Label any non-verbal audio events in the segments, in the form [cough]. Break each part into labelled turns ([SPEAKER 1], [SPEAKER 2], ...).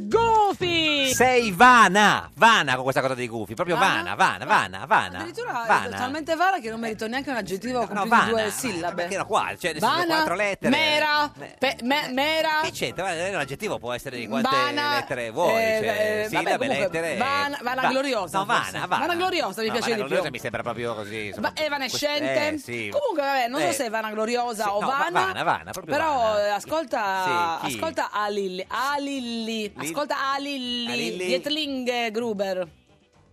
[SPEAKER 1] Goofy!
[SPEAKER 2] Sei vana, vana con questa cosa dei gufi, proprio
[SPEAKER 1] Vana?
[SPEAKER 2] vana, vana, vana, vana.
[SPEAKER 1] Addirittura
[SPEAKER 2] vana.
[SPEAKER 1] è talmente vana che non merito neanche un aggettivo con
[SPEAKER 2] No,
[SPEAKER 1] più
[SPEAKER 2] vana,
[SPEAKER 1] di due
[SPEAKER 2] Ma
[SPEAKER 1] sillabe.
[SPEAKER 2] Perché era qua, cioè nel senso,
[SPEAKER 1] Vana,
[SPEAKER 2] quattro lettere.
[SPEAKER 1] mera,
[SPEAKER 2] Eh,
[SPEAKER 1] pe- me- mera,
[SPEAKER 2] Che c'entra? Guarda, L'aggettivo può essere di quante
[SPEAKER 1] Vana,
[SPEAKER 2] lettere vuoi, cioè,
[SPEAKER 1] eh, eh, vabbè,
[SPEAKER 2] sillabe,
[SPEAKER 1] comunque,
[SPEAKER 2] lettere.
[SPEAKER 1] vana- vana
[SPEAKER 2] va-
[SPEAKER 1] gloriosa,
[SPEAKER 2] No,
[SPEAKER 1] forse.
[SPEAKER 2] vana, vana.
[SPEAKER 1] Vana gloriosa mi
[SPEAKER 2] No,
[SPEAKER 1] piace
[SPEAKER 2] vana
[SPEAKER 1] di più.
[SPEAKER 2] gloriosa mi sembra proprio così. insomma,
[SPEAKER 1] Va- evanescente.
[SPEAKER 2] quest- eh, sì.
[SPEAKER 1] Comunque, vabbè, non so
[SPEAKER 2] Eh,
[SPEAKER 1] se è vana gloriosa
[SPEAKER 2] sì,
[SPEAKER 1] o
[SPEAKER 2] no, va-
[SPEAKER 1] vana.
[SPEAKER 2] vana, vana, proprio
[SPEAKER 1] però
[SPEAKER 2] vana.
[SPEAKER 1] eh, ascolta,
[SPEAKER 2] Sì, chi?
[SPEAKER 1] ascolta Alilli. Alilli. Ascolta Alilli.
[SPEAKER 3] Alilli?
[SPEAKER 1] Dietling Gruber.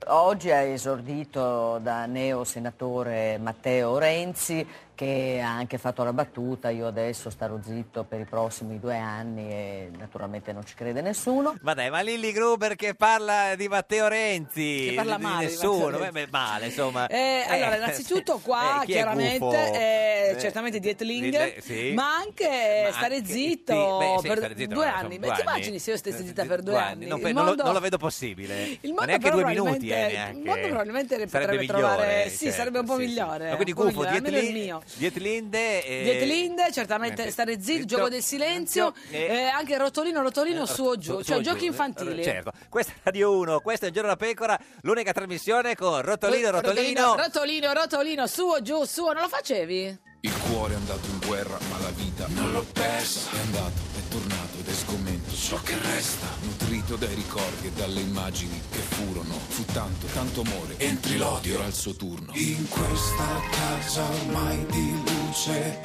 [SPEAKER 3] Oggi ha esordito da neo senatore Matteo Renzi che ha anche fatto la battuta, io adesso starò zitto per i prossimi due anni e naturalmente non ci crede nessuno.
[SPEAKER 2] Ma dai, ma Lilli Gruber che parla di Matteo Renzi.
[SPEAKER 3] Che parla
[SPEAKER 2] di
[SPEAKER 3] male di
[SPEAKER 2] Nessuno,
[SPEAKER 3] Matteo Renzi.
[SPEAKER 2] beh, male, insomma. [laughs]
[SPEAKER 1] Eh, allora, innanzitutto qua
[SPEAKER 2] eh, chi è gufo?
[SPEAKER 1] chiaramente eh,
[SPEAKER 2] Eh,
[SPEAKER 1] certamente Dietling,
[SPEAKER 2] Dietling, sì.
[SPEAKER 1] ma anche
[SPEAKER 2] Ma
[SPEAKER 1] stare
[SPEAKER 2] anche-
[SPEAKER 1] eh, zitto
[SPEAKER 2] sì, beh, sì,
[SPEAKER 1] per
[SPEAKER 2] stare zitto,
[SPEAKER 1] due
[SPEAKER 2] insomma,
[SPEAKER 1] anni.
[SPEAKER 2] due
[SPEAKER 1] Ma ti
[SPEAKER 2] anni.
[SPEAKER 1] immagini se io stessi zitta per due, anni?
[SPEAKER 2] Non,
[SPEAKER 1] Il
[SPEAKER 2] pe- non lo-
[SPEAKER 1] mondo-
[SPEAKER 2] non lo vedo possibile.
[SPEAKER 1] [laughs] Il
[SPEAKER 2] Ma
[SPEAKER 1] mondo
[SPEAKER 2] neanche
[SPEAKER 1] però
[SPEAKER 2] due minuti, eh,
[SPEAKER 1] probabilmente-
[SPEAKER 2] neanche.
[SPEAKER 1] Il mondo probabilmente ne
[SPEAKER 2] Sarebbe
[SPEAKER 1] potrebbe
[SPEAKER 2] migliore,
[SPEAKER 1] trovare... Sì,
[SPEAKER 2] certo,
[SPEAKER 1] sarebbe un po'
[SPEAKER 2] sì, sì.
[SPEAKER 1] migliore. eh,
[SPEAKER 2] Ma quindi
[SPEAKER 1] un po'
[SPEAKER 2] gufo,
[SPEAKER 1] migliore, almeno il
[SPEAKER 2] Dietling-
[SPEAKER 1] mio.
[SPEAKER 2] Dietlinde... eh,
[SPEAKER 1] Dietlinde, certamente stare zitto,
[SPEAKER 2] zitto,
[SPEAKER 1] gioco del silenzio,
[SPEAKER 2] eh,
[SPEAKER 1] eh, anche rotolino, rotolino, su o giù,
[SPEAKER 2] su-
[SPEAKER 1] cioè
[SPEAKER 2] su-
[SPEAKER 1] giochi
[SPEAKER 2] giù.
[SPEAKER 1] infantili.
[SPEAKER 2] Certo, questa è Radio 1, questo è Il Giorno da Pecora, l'unica trasmissione con Rotolino,
[SPEAKER 1] rotolino,
[SPEAKER 2] Rotolino.
[SPEAKER 1] rotolino, rotolino, su o giù, su, o- non lo facevi?
[SPEAKER 4] Il cuore è andato in guerra, ma la vita non l'ho persa. È andato, è tornato ed è sgomento ciò che resta. Nutrito dai ricordi e dalle immagini che furono. Fu tanto, tanto amore. Entri l'odio, era il suo turno. In questa casa ormai di luce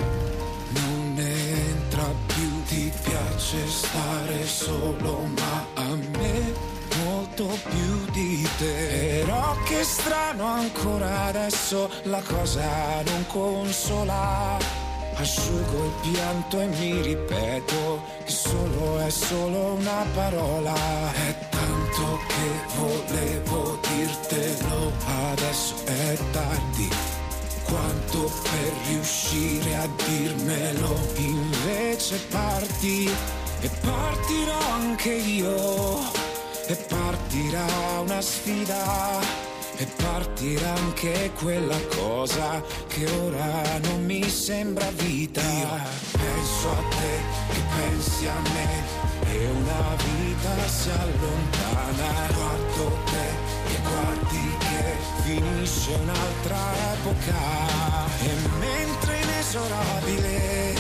[SPEAKER 4] non ne entra più. Ti piace stare solo, ma a me molto più di te. Però che strano ancora adesso la cosa non consola. Asciugo il pianto e mi ripeto che solo è solo una parola. È tanto che volevo dirtelo, adesso è tardi quanto per riuscire a dirmelo. Invece parti e partirò anche io. E partirà una sfida e partirà anche quella cosa che ora non mi sembra vita. Io penso a te che pensi a me e una vita si allontana. Guardo te che guardi che finisce un'altra epoca e mentre inesorabile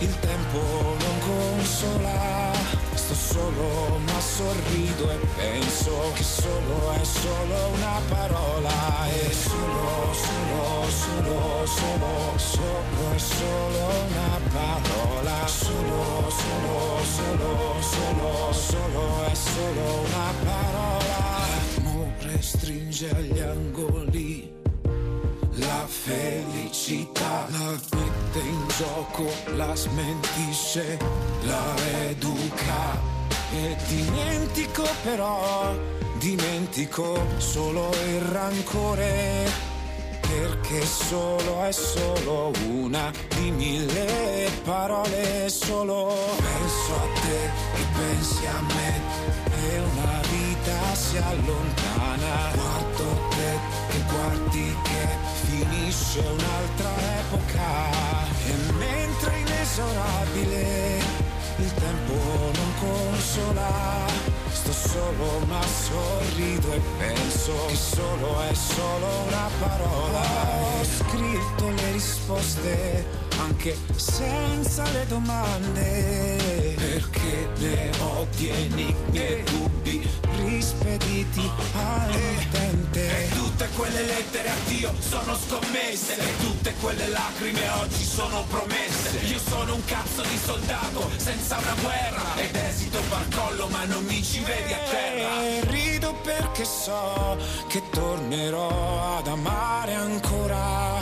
[SPEAKER 4] il tempo non consola. Sto solo ma sorrido e penso che solo è solo una parola e solo, solo, solo, solo, solo è solo una parola. Solo, solo, solo, solo, solo è solo una parola. L'amore stringe agli angoli la felicità la mette in gioco, la smentisce, la educa. E dimentico però, dimentico solo il rancore. Perché solo è solo una di mille parole solo Penso a te e pensi a me e una vita si allontana Guardo te che guardi che finisce un'altra epoca E mentre inesorabile il tempo non consola, sto solo ma sorrido e penso che solo è solo una parola. Ho scritto le risposte anche senza le domande, perché ne ho di enigmi e dubbi rispediti al utente. E tutte quelle lettere a Dio sono scommesse, e tutte quelle lacrime oggi sono promesse. Io sono un cazzo di soldato senza una guerra ed esito barcollo ma non mi ci vedi a terra. E Eh, rido perché so che tornerò ad amare ancora.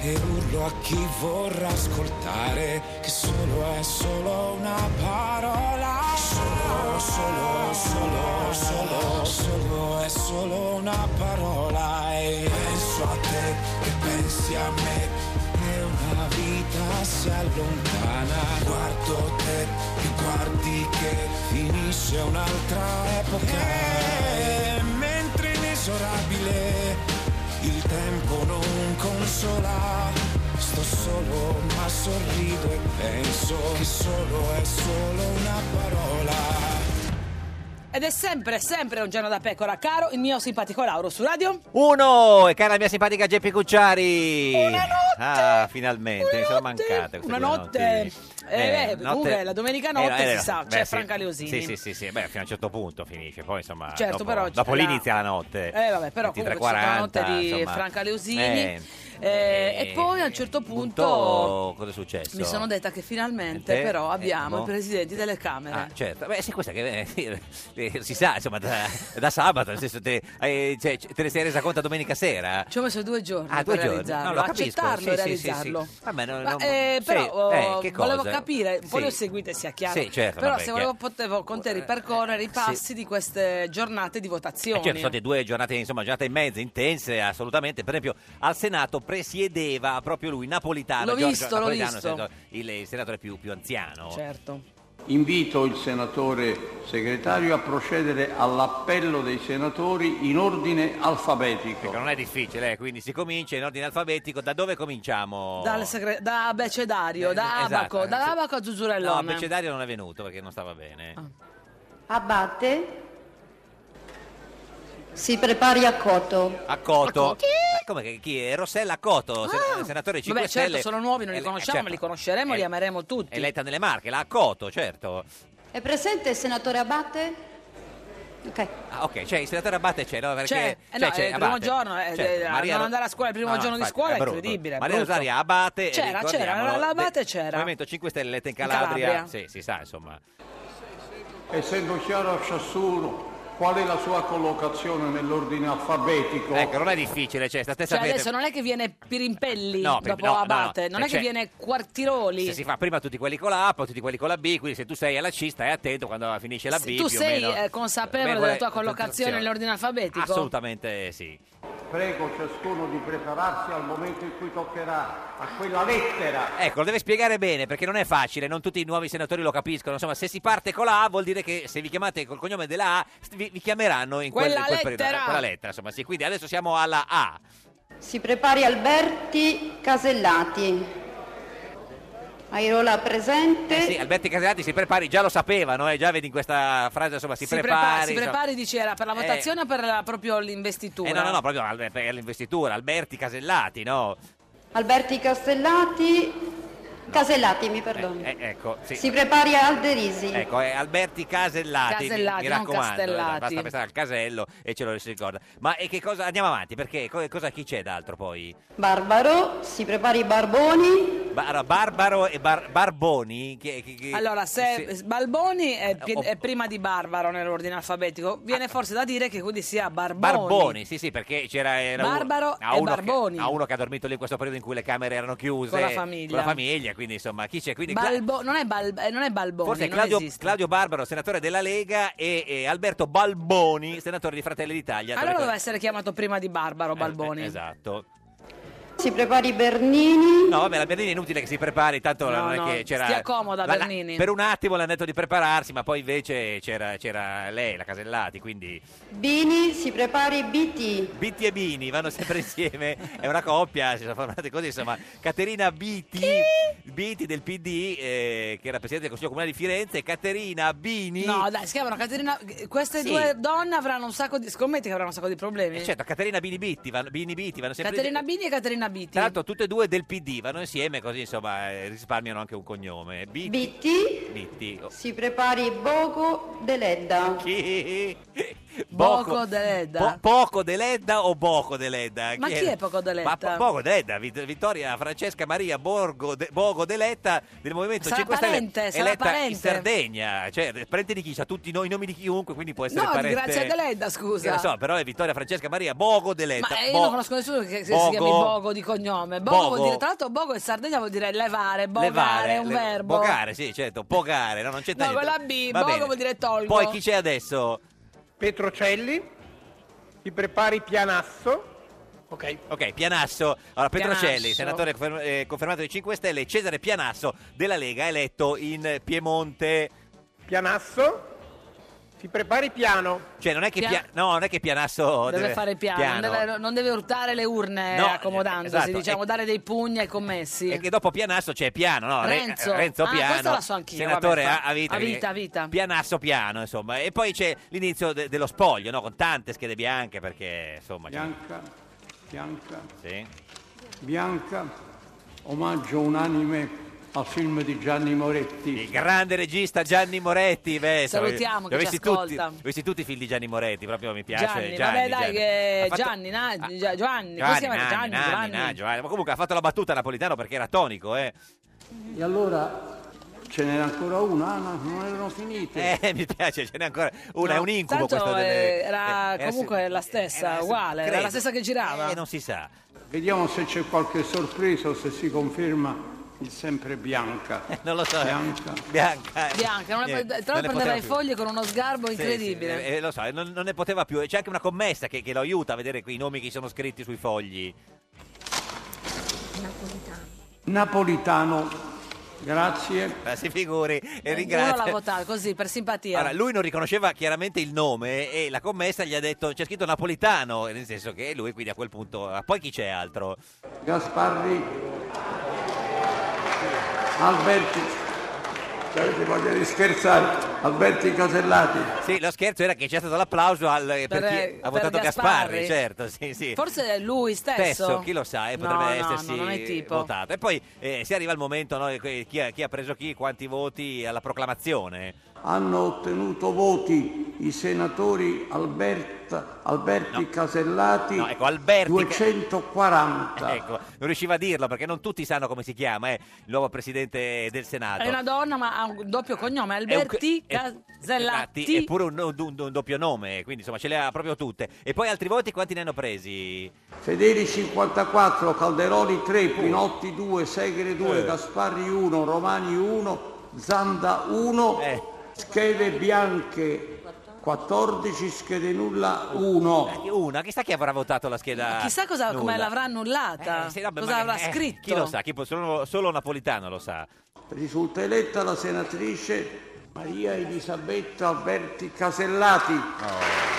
[SPEAKER 4] E urlo a chi vorrà ascoltare che solo è solo una parola. Solo, solo, solo, solo, solo è solo una parola. E penso a te che pensi a me. È una vita vita si allontana Guardo te e guardi che finisce un'altra epoca E Mentre inesorabile il tempo non consola Sto solo ma sorrido e penso che solo è solo una parola
[SPEAKER 1] Ed è sempre, sempre un giorno da pecora, caro il mio simpatico Lauro su radio.
[SPEAKER 2] Uno! E cara la mia simpatica Geppi Cucciari! Ah, finalmente, mi sono mancate queste
[SPEAKER 1] Una
[SPEAKER 2] due
[SPEAKER 1] notte,
[SPEAKER 2] notti.
[SPEAKER 1] eh,
[SPEAKER 2] Eh,
[SPEAKER 1] comunque la domenica
[SPEAKER 2] eh, no,
[SPEAKER 1] notte
[SPEAKER 2] eh,
[SPEAKER 1] si
[SPEAKER 2] no,
[SPEAKER 1] sa,
[SPEAKER 2] beh,
[SPEAKER 1] c'è
[SPEAKER 2] sì.
[SPEAKER 1] Franca Leosini.
[SPEAKER 2] Sì, sì, sì, sì, beh, fino a un certo punto finisce, poi insomma,
[SPEAKER 1] Certo,
[SPEAKER 2] dopo,
[SPEAKER 1] però
[SPEAKER 2] dopo
[SPEAKER 1] c'è
[SPEAKER 2] lì
[SPEAKER 1] la-
[SPEAKER 2] inizia la notte.
[SPEAKER 1] Eh, vabbè, però comunque c'è stata la
[SPEAKER 2] 23:40,
[SPEAKER 1] notte di
[SPEAKER 2] insomma.
[SPEAKER 1] Franca Leosini.
[SPEAKER 2] Eh,
[SPEAKER 1] Eh, e poi a un certo punto
[SPEAKER 2] punto, cosa è successo?
[SPEAKER 1] mi sono detta che finalmente
[SPEAKER 2] Eh,
[SPEAKER 1] però
[SPEAKER 2] eh,
[SPEAKER 1] abbiamo
[SPEAKER 2] boh.
[SPEAKER 1] i presidenti delle Camere.
[SPEAKER 2] Ah, certo, beh, sì, questa che eh, eh, si sa, insomma, da, da sabato, nel senso, te, eh, cioè, te ne sei resa conto domenica sera?
[SPEAKER 1] Ci ho messo due giorni
[SPEAKER 2] Ah, due
[SPEAKER 1] per
[SPEAKER 2] giorni.
[SPEAKER 1] realizzarlo,
[SPEAKER 2] No, lo capisco.
[SPEAKER 1] accettarlo e
[SPEAKER 2] Sì, sì, sì, sì.
[SPEAKER 1] realizzarlo.
[SPEAKER 2] Vabbè, no,
[SPEAKER 1] Ma,
[SPEAKER 2] no,
[SPEAKER 1] eh,
[SPEAKER 2] sì,
[SPEAKER 1] però
[SPEAKER 2] eh, che
[SPEAKER 1] volevo
[SPEAKER 2] cosa?
[SPEAKER 1] capire, poi
[SPEAKER 2] Sì. Eh,
[SPEAKER 1] le ho seguite, sia chiaro.
[SPEAKER 2] Sì, certo,
[SPEAKER 1] però
[SPEAKER 2] vabbè, Eh,
[SPEAKER 1] se
[SPEAKER 2] chiaro.
[SPEAKER 1] volevo potevo con te ripercorrere i passi di queste giornate di votazione.
[SPEAKER 2] Eh, certo, sono state due giornate, insomma, giornate e mezza intense, assolutamente. Per esempio, al Senato presiedeva proprio lui, Napolitano.
[SPEAKER 1] L'ho
[SPEAKER 2] Giorgio
[SPEAKER 1] visto, l'ho
[SPEAKER 2] Napolitano,
[SPEAKER 1] visto.
[SPEAKER 2] nel senso, Il, il senatore più, più anziano.
[SPEAKER 1] Certo.
[SPEAKER 5] Invito il senatore segretario a procedere all'appello dei senatori in ordine alfabetico.
[SPEAKER 2] Non è difficile, eh, quindi si comincia in ordine alfabetico. Da dove cominciamo?
[SPEAKER 1] Dal segre- da abecedario, da
[SPEAKER 2] esatto,
[SPEAKER 1] abaco,
[SPEAKER 2] eh,
[SPEAKER 1] da
[SPEAKER 2] sì.
[SPEAKER 1] abaco a
[SPEAKER 2] No,
[SPEAKER 1] Zuzzurellone.
[SPEAKER 2] Abecedario non è venuto perché non stava bene.
[SPEAKER 1] Ah.
[SPEAKER 6] Abate. Si prepari a Coto.
[SPEAKER 2] A Coto. Eh, come che- chi è? Rossella Coto, sen- senatore 5
[SPEAKER 1] Ah. Vabbè, certo,
[SPEAKER 2] Stelle.
[SPEAKER 1] sono nuovi, non
[SPEAKER 2] Eh,
[SPEAKER 1] li conosciamo,
[SPEAKER 2] certo.
[SPEAKER 1] ma li conosceremo, li
[SPEAKER 2] Eh,
[SPEAKER 1] ameremo tutti.
[SPEAKER 2] Eletta nelle Marche, la Coto, certo.
[SPEAKER 6] È presente il senatore Abate? Ok.
[SPEAKER 2] Ah, ok, cioè il senatore Abate c'è, no? Perché
[SPEAKER 1] Cioè, eh no,
[SPEAKER 2] c'è
[SPEAKER 1] eh, il primo
[SPEAKER 2] Abate. Certo,
[SPEAKER 1] giorno, eh, eh, a non
[SPEAKER 2] Ro-
[SPEAKER 1] andare a scuola il primo giorno di
[SPEAKER 2] infatti,
[SPEAKER 1] scuola è
[SPEAKER 2] brutto.
[SPEAKER 1] incredibile, è
[SPEAKER 2] Maria
[SPEAKER 1] brutto.
[SPEAKER 2] Rosaria Abate, eh,
[SPEAKER 1] C'era, c'era,
[SPEAKER 2] ricordiamolo,
[SPEAKER 1] la- l'Abate
[SPEAKER 2] de-
[SPEAKER 1] c'era.
[SPEAKER 2] Movimento 5 Stelle eletta in
[SPEAKER 5] In
[SPEAKER 2] Calabria.
[SPEAKER 5] Calabria.
[SPEAKER 2] Sì, si sa, insomma.
[SPEAKER 5] Essendo chiaro a ciascuno qual è la sua collocazione nell'ordine alfabetico.
[SPEAKER 2] Ecco, non è difficile, cioè, sta stessa
[SPEAKER 1] Cioè adesso non è che viene Pirimpelli
[SPEAKER 2] No, Pirim-
[SPEAKER 1] dopo
[SPEAKER 2] no, no, no.
[SPEAKER 1] Abate, non è
[SPEAKER 2] Cioè,
[SPEAKER 1] che viene Quartiroli.
[SPEAKER 2] Se si fa prima tutti quelli con la A, poi tutti quelli con la B, quindi se tu sei alla C stai attento quando finisce la B.
[SPEAKER 1] tu
[SPEAKER 2] più o
[SPEAKER 1] sei
[SPEAKER 2] meno.
[SPEAKER 1] eh, consapevole
[SPEAKER 2] Meno
[SPEAKER 1] della
[SPEAKER 2] è-
[SPEAKER 1] tua collocazione nell'ordine alfabetico?
[SPEAKER 2] Assolutamente sì.
[SPEAKER 5] Prego ciascuno di prepararsi al momento in cui toccherà a quella lettera.
[SPEAKER 2] Ecco, lo deve spiegare bene perché non è facile, non tutti i nuovi senatori lo capiscono. Insomma, se si parte con la A vuol dire che se vi chiamate col cognome della A st- vi, vi chiameranno in quel,
[SPEAKER 6] Quella
[SPEAKER 2] in quel periodo.
[SPEAKER 6] lettera!
[SPEAKER 2] Quella lettera, insomma, sì. Quindi adesso siamo alla A.
[SPEAKER 6] Si prepari Alberti Casellati. Airola presente.
[SPEAKER 2] Eh sì, Alberti Casellati si prepari, già lo sapevano, eh, già vedi in questa frase, insomma, si,
[SPEAKER 1] Si prepari,
[SPEAKER 2] prepari.
[SPEAKER 1] si
[SPEAKER 2] insomma.
[SPEAKER 1] prepari dice, era per la
[SPEAKER 2] Eh.
[SPEAKER 1] votazione o per la- proprio l'investitura?
[SPEAKER 2] Eh, no, no, no, proprio al- per l'investitura, Alberti Casellati, no?
[SPEAKER 6] Alberti Castellati. Casellati, mi perdono.
[SPEAKER 2] Eh, ecco, sì.
[SPEAKER 6] Si prepari Alderisi.
[SPEAKER 2] Ecco, è Alberti Casellati, mi-
[SPEAKER 6] Casellati,
[SPEAKER 2] mi
[SPEAKER 6] non
[SPEAKER 2] raccomando,
[SPEAKER 6] Castellati.
[SPEAKER 2] esatto, basta pensare al casello e ce lo si ricorda. Ma e che cosa andiamo avanti? Perché co- cosa chi c'è d'altro poi?
[SPEAKER 6] Barbaro. Si prepari Barboni.
[SPEAKER 2] Bar- Barbaro e Bar- Barboni? Che, che- che-
[SPEAKER 1] Allora, se Balboni è, pi-
[SPEAKER 2] Oh. Ah.
[SPEAKER 1] è prima di Barbaro nell'ordine alfabetico, viene forse da dire che quindi sia Barboni.
[SPEAKER 2] Barboni, sì, sì, perché c'era era uno-
[SPEAKER 1] Barbaro
[SPEAKER 2] a
[SPEAKER 1] e
[SPEAKER 2] uno che-
[SPEAKER 1] Barboni.
[SPEAKER 2] a uno che ha dormito lì in questo periodo in cui le camere erano chiuse
[SPEAKER 1] Con la famiglia.
[SPEAKER 2] con la famiglia, quindi insomma, chi c'è? Quindi Cla-
[SPEAKER 1] Balbo- non, è Bal- eh, non è Balboni,
[SPEAKER 2] Forse è
[SPEAKER 1] non
[SPEAKER 2] Claudio,
[SPEAKER 1] esiste.
[SPEAKER 2] Claudio Barbaro, senatore della Lega, e, e Alberto Balboni, senatore di Fratelli d'Italia. Tra le
[SPEAKER 1] Allora
[SPEAKER 2] cose-
[SPEAKER 1] doveva essere chiamato prima di Barbaro Balboni.
[SPEAKER 2] Eh, Esatto.
[SPEAKER 6] Si prepari Bernini.
[SPEAKER 2] No, vabbè, la Bernini è inutile che si prepari, tanto
[SPEAKER 1] No,
[SPEAKER 2] non è
[SPEAKER 1] no,
[SPEAKER 2] che c'era.
[SPEAKER 1] stia comoda,
[SPEAKER 2] la- la-
[SPEAKER 1] Bernini.
[SPEAKER 2] per un attimo le hanno detto di prepararsi, ma poi invece c'era, c'era lei, la Casellati, quindi.
[SPEAKER 6] Bini. Si prepari BT.
[SPEAKER 2] Bitti e Bini vanno sempre [laughs] insieme, è una coppia, si sono formate così, insomma, Caterina Biti, Biti del PD, eh, che era Presidente del Consiglio Comunale di Firenze, e Caterina Bini...
[SPEAKER 1] No, dai, si chiamano Caterina. Queste
[SPEAKER 2] Sì.
[SPEAKER 1] due donne avranno un sacco di. Scommetti che avranno un sacco di problemi.
[SPEAKER 2] Eh, certo, Caterina Bini Bitti, vanno, Bini Bitti vanno sempre
[SPEAKER 1] Caterina Bini e Caterina Bitti.
[SPEAKER 2] Tra l'altro tutte e due del PD, vanno insieme così insomma eh, risparmiano anche un cognome. Bitti.
[SPEAKER 6] BT.
[SPEAKER 2] Bitti. Oh.
[SPEAKER 6] Si prepari Bogo Deledda.
[SPEAKER 2] Boh,
[SPEAKER 1] Boco Deledda.
[SPEAKER 2] Po- Poco Deledda o Boco Deledda?
[SPEAKER 1] Ma chi
[SPEAKER 2] era?
[SPEAKER 1] è Poco Deledda?
[SPEAKER 2] Ma Po- Poco Deledda, Vit- Vittoria Francesca Maria Borgo De- Bogo Deletta del Movimento
[SPEAKER 1] Sarà
[SPEAKER 2] 5 Stelle.
[SPEAKER 1] parente, sarà
[SPEAKER 2] eletta
[SPEAKER 1] parente.
[SPEAKER 2] in Sardegna, cioè parente di chi? Sa tutti noi, i nomi di chiunque, quindi può essere
[SPEAKER 1] No,
[SPEAKER 2] parente.
[SPEAKER 1] grazie a Deledda,
[SPEAKER 2] Eh,
[SPEAKER 1] scusa.
[SPEAKER 2] lo so, però è Vittoria Francesca Maria Bogo Deletta.
[SPEAKER 1] Ma eh, io
[SPEAKER 2] Bo-
[SPEAKER 1] non conosco nessuno che si- si
[SPEAKER 2] Bogo.
[SPEAKER 1] chiami Bogo di cognome. Bogo,
[SPEAKER 2] Bogo.
[SPEAKER 1] vuol dire, tra l'altro, Bogo in Sardegna vuol dire levare, bogare,
[SPEAKER 2] Levare,
[SPEAKER 1] è un
[SPEAKER 2] le-
[SPEAKER 1] verbo.
[SPEAKER 2] Bogare, sì, certo, pogare, no, non c'è
[SPEAKER 1] No,
[SPEAKER 2] niente.
[SPEAKER 1] con la B,
[SPEAKER 2] Va
[SPEAKER 1] Bogo
[SPEAKER 2] bene.
[SPEAKER 1] vuol dire tolgo.
[SPEAKER 2] Poi chi c'è adesso?
[SPEAKER 7] Petrocelli, ti prepari Pianasso, Ok.
[SPEAKER 2] Ok, Pianasso. Allora, Petrocelli,
[SPEAKER 7] Pianasso.
[SPEAKER 2] senatore conferm- eh, confermato dei 5 Stelle, Cesare Pianasso della Lega, eletto in Piemonte.
[SPEAKER 7] Pianasso, si prepari piano.
[SPEAKER 2] Cioè, non è che,
[SPEAKER 1] Pia-
[SPEAKER 2] Pia- no, non è che Pianasso
[SPEAKER 1] Deve fare piano,
[SPEAKER 2] oh, piano.
[SPEAKER 1] Non, deve, non deve urtare le urne
[SPEAKER 2] No,
[SPEAKER 1] accomodandosi,
[SPEAKER 2] esatto,
[SPEAKER 1] diciamo,
[SPEAKER 2] è-
[SPEAKER 1] dare dei pugni ai commessi.
[SPEAKER 2] E che dopo Pianasso c'è Piano, no? Re-
[SPEAKER 1] Renzo.
[SPEAKER 2] Renzo
[SPEAKER 1] Ah,
[SPEAKER 2] Piano.
[SPEAKER 1] questa la so anch'io,
[SPEAKER 2] Senatore
[SPEAKER 1] vabbè,
[SPEAKER 2] a, a vita.
[SPEAKER 1] a vita, a
[SPEAKER 2] quindi-
[SPEAKER 1] vita.
[SPEAKER 2] Pianasso Piano, insomma. E poi c'è l'inizio de- dello spoglio, no? Con tante schede bianche, perché, insomma... c'è-
[SPEAKER 5] Bianca, bianca,
[SPEAKER 2] Sì.
[SPEAKER 5] bianca, omaggio unanime al film di Gianni Moretti.
[SPEAKER 2] Il grande regista Gianni Moretti, beh, insomma,
[SPEAKER 1] Salutiamo,
[SPEAKER 2] li ho
[SPEAKER 1] che ci
[SPEAKER 2] visti tutti-
[SPEAKER 1] ascolta.
[SPEAKER 2] li ho visti tutti i figli di Gianni Moretti, proprio mi piace.
[SPEAKER 1] Gianni, vabbè dai, che Gianni, na- Gia- Giovanni, come si
[SPEAKER 2] Ah, Gianni,
[SPEAKER 1] chiama?
[SPEAKER 2] Nanni,
[SPEAKER 1] Gianni,
[SPEAKER 2] Nanni,
[SPEAKER 1] Giovanni.
[SPEAKER 2] Nanni, Giovanni. Ma comunque ha fatto la battuta a Napolitano perché era tonico, eh.
[SPEAKER 5] E allora ce n'era ancora una, ah, no, non erano finite.
[SPEAKER 2] Eh, [laughs] mi piace, ce n'è ancora una, è un incubo
[SPEAKER 1] Tanto
[SPEAKER 2] questo. delle-
[SPEAKER 1] eh, era
[SPEAKER 2] eh,
[SPEAKER 1] comunque la stessa, uguale, era
[SPEAKER 2] credo.
[SPEAKER 1] la stessa che girava.
[SPEAKER 2] Eh, non si sa.
[SPEAKER 5] Vediamo se c'è qualche sorpresa o se si conferma il sempre bianca.
[SPEAKER 2] [laughs] Non lo so.
[SPEAKER 5] Bianca.
[SPEAKER 2] Bianca. eh.
[SPEAKER 1] Bianca, non le-
[SPEAKER 2] Niente, non
[SPEAKER 1] tra
[SPEAKER 2] ne
[SPEAKER 1] l'altro prendeva
[SPEAKER 2] poteva
[SPEAKER 1] le
[SPEAKER 2] più.
[SPEAKER 1] foglie con uno sgarbo
[SPEAKER 2] Sì,
[SPEAKER 1] incredibile.
[SPEAKER 2] sì, eh, eh, lo so, eh, non, non ne poteva più. E C'è anche una commessa che, che lo aiuta a vedere qui i nomi che sono scritti sui fogli.
[SPEAKER 5] Napolitano, grazie.
[SPEAKER 2] Eh, si figuri e
[SPEAKER 1] Uno l'ha
[SPEAKER 2] ringrazio.
[SPEAKER 1] votato così, per simpatia.
[SPEAKER 2] Allora, lui non riconosceva chiaramente il nome e la commessa gli ha detto c'è scritto napolitano, nel senso che lui quindi a quel punto... ah, Poi chi c'è altro?
[SPEAKER 5] Gasparri, Alberti. Se avete voglia di scherzare, Alberti Casellati.
[SPEAKER 2] Sì, lo scherzo era che c'è stato l'applauso al- per,
[SPEAKER 1] Per,
[SPEAKER 2] chi
[SPEAKER 1] eh,
[SPEAKER 2] ha
[SPEAKER 1] per
[SPEAKER 2] votato Gasparri,
[SPEAKER 1] Gasparri.
[SPEAKER 2] certo, sì, sì.
[SPEAKER 1] Forse è lui stesso.
[SPEAKER 2] Spesso, chi lo sa, eh, potrebbe
[SPEAKER 1] No, no,
[SPEAKER 2] essersi
[SPEAKER 1] no, non è tipo.
[SPEAKER 2] votato. E poi eh, si arriva al momento, no, che- chi, ha, chi ha preso chi, quanti voti alla proclamazione.
[SPEAKER 5] Hanno ottenuto voti i senatori Alberta- Alberti Casellati
[SPEAKER 2] No, ecco, Alberti Ca- [laughs]
[SPEAKER 5] 240.
[SPEAKER 2] Ecco, non riusciva a dirlo perché non tutti sanno come si chiama, eh, il nuovo presidente del Senato.
[SPEAKER 1] È una donna, ma ha un doppio cognome, Alberti
[SPEAKER 2] È un- è-
[SPEAKER 1] Casellatti.
[SPEAKER 2] è pure un, un- un doppio nome, quindi insomma ce le ha proprio tutte. E poi altri voti quanti ne hanno presi?
[SPEAKER 5] Fedeli 54, Calderoli 3, Pinotti 2, Segre 2,
[SPEAKER 2] Eh.
[SPEAKER 5] Gasparri 1, Romani 1, Zanda 1,
[SPEAKER 2] Eh.
[SPEAKER 5] schede bianche 14, schede nulla 1.
[SPEAKER 2] Una, chissà chi avrà votato la scheda.
[SPEAKER 1] Chissà cosa,
[SPEAKER 2] nulla.
[SPEAKER 1] come l'avrà annullata,
[SPEAKER 2] Eh, sì, no, ma
[SPEAKER 1] cosa
[SPEAKER 2] magari-
[SPEAKER 1] avrà
[SPEAKER 2] eh,
[SPEAKER 1] scritto.
[SPEAKER 2] Chi lo sa, chi può- solo, solo Napolitano lo sa.
[SPEAKER 5] Risulta eletta la senatrice Maria Elisabetta Alberti Casellati.
[SPEAKER 2] Oh,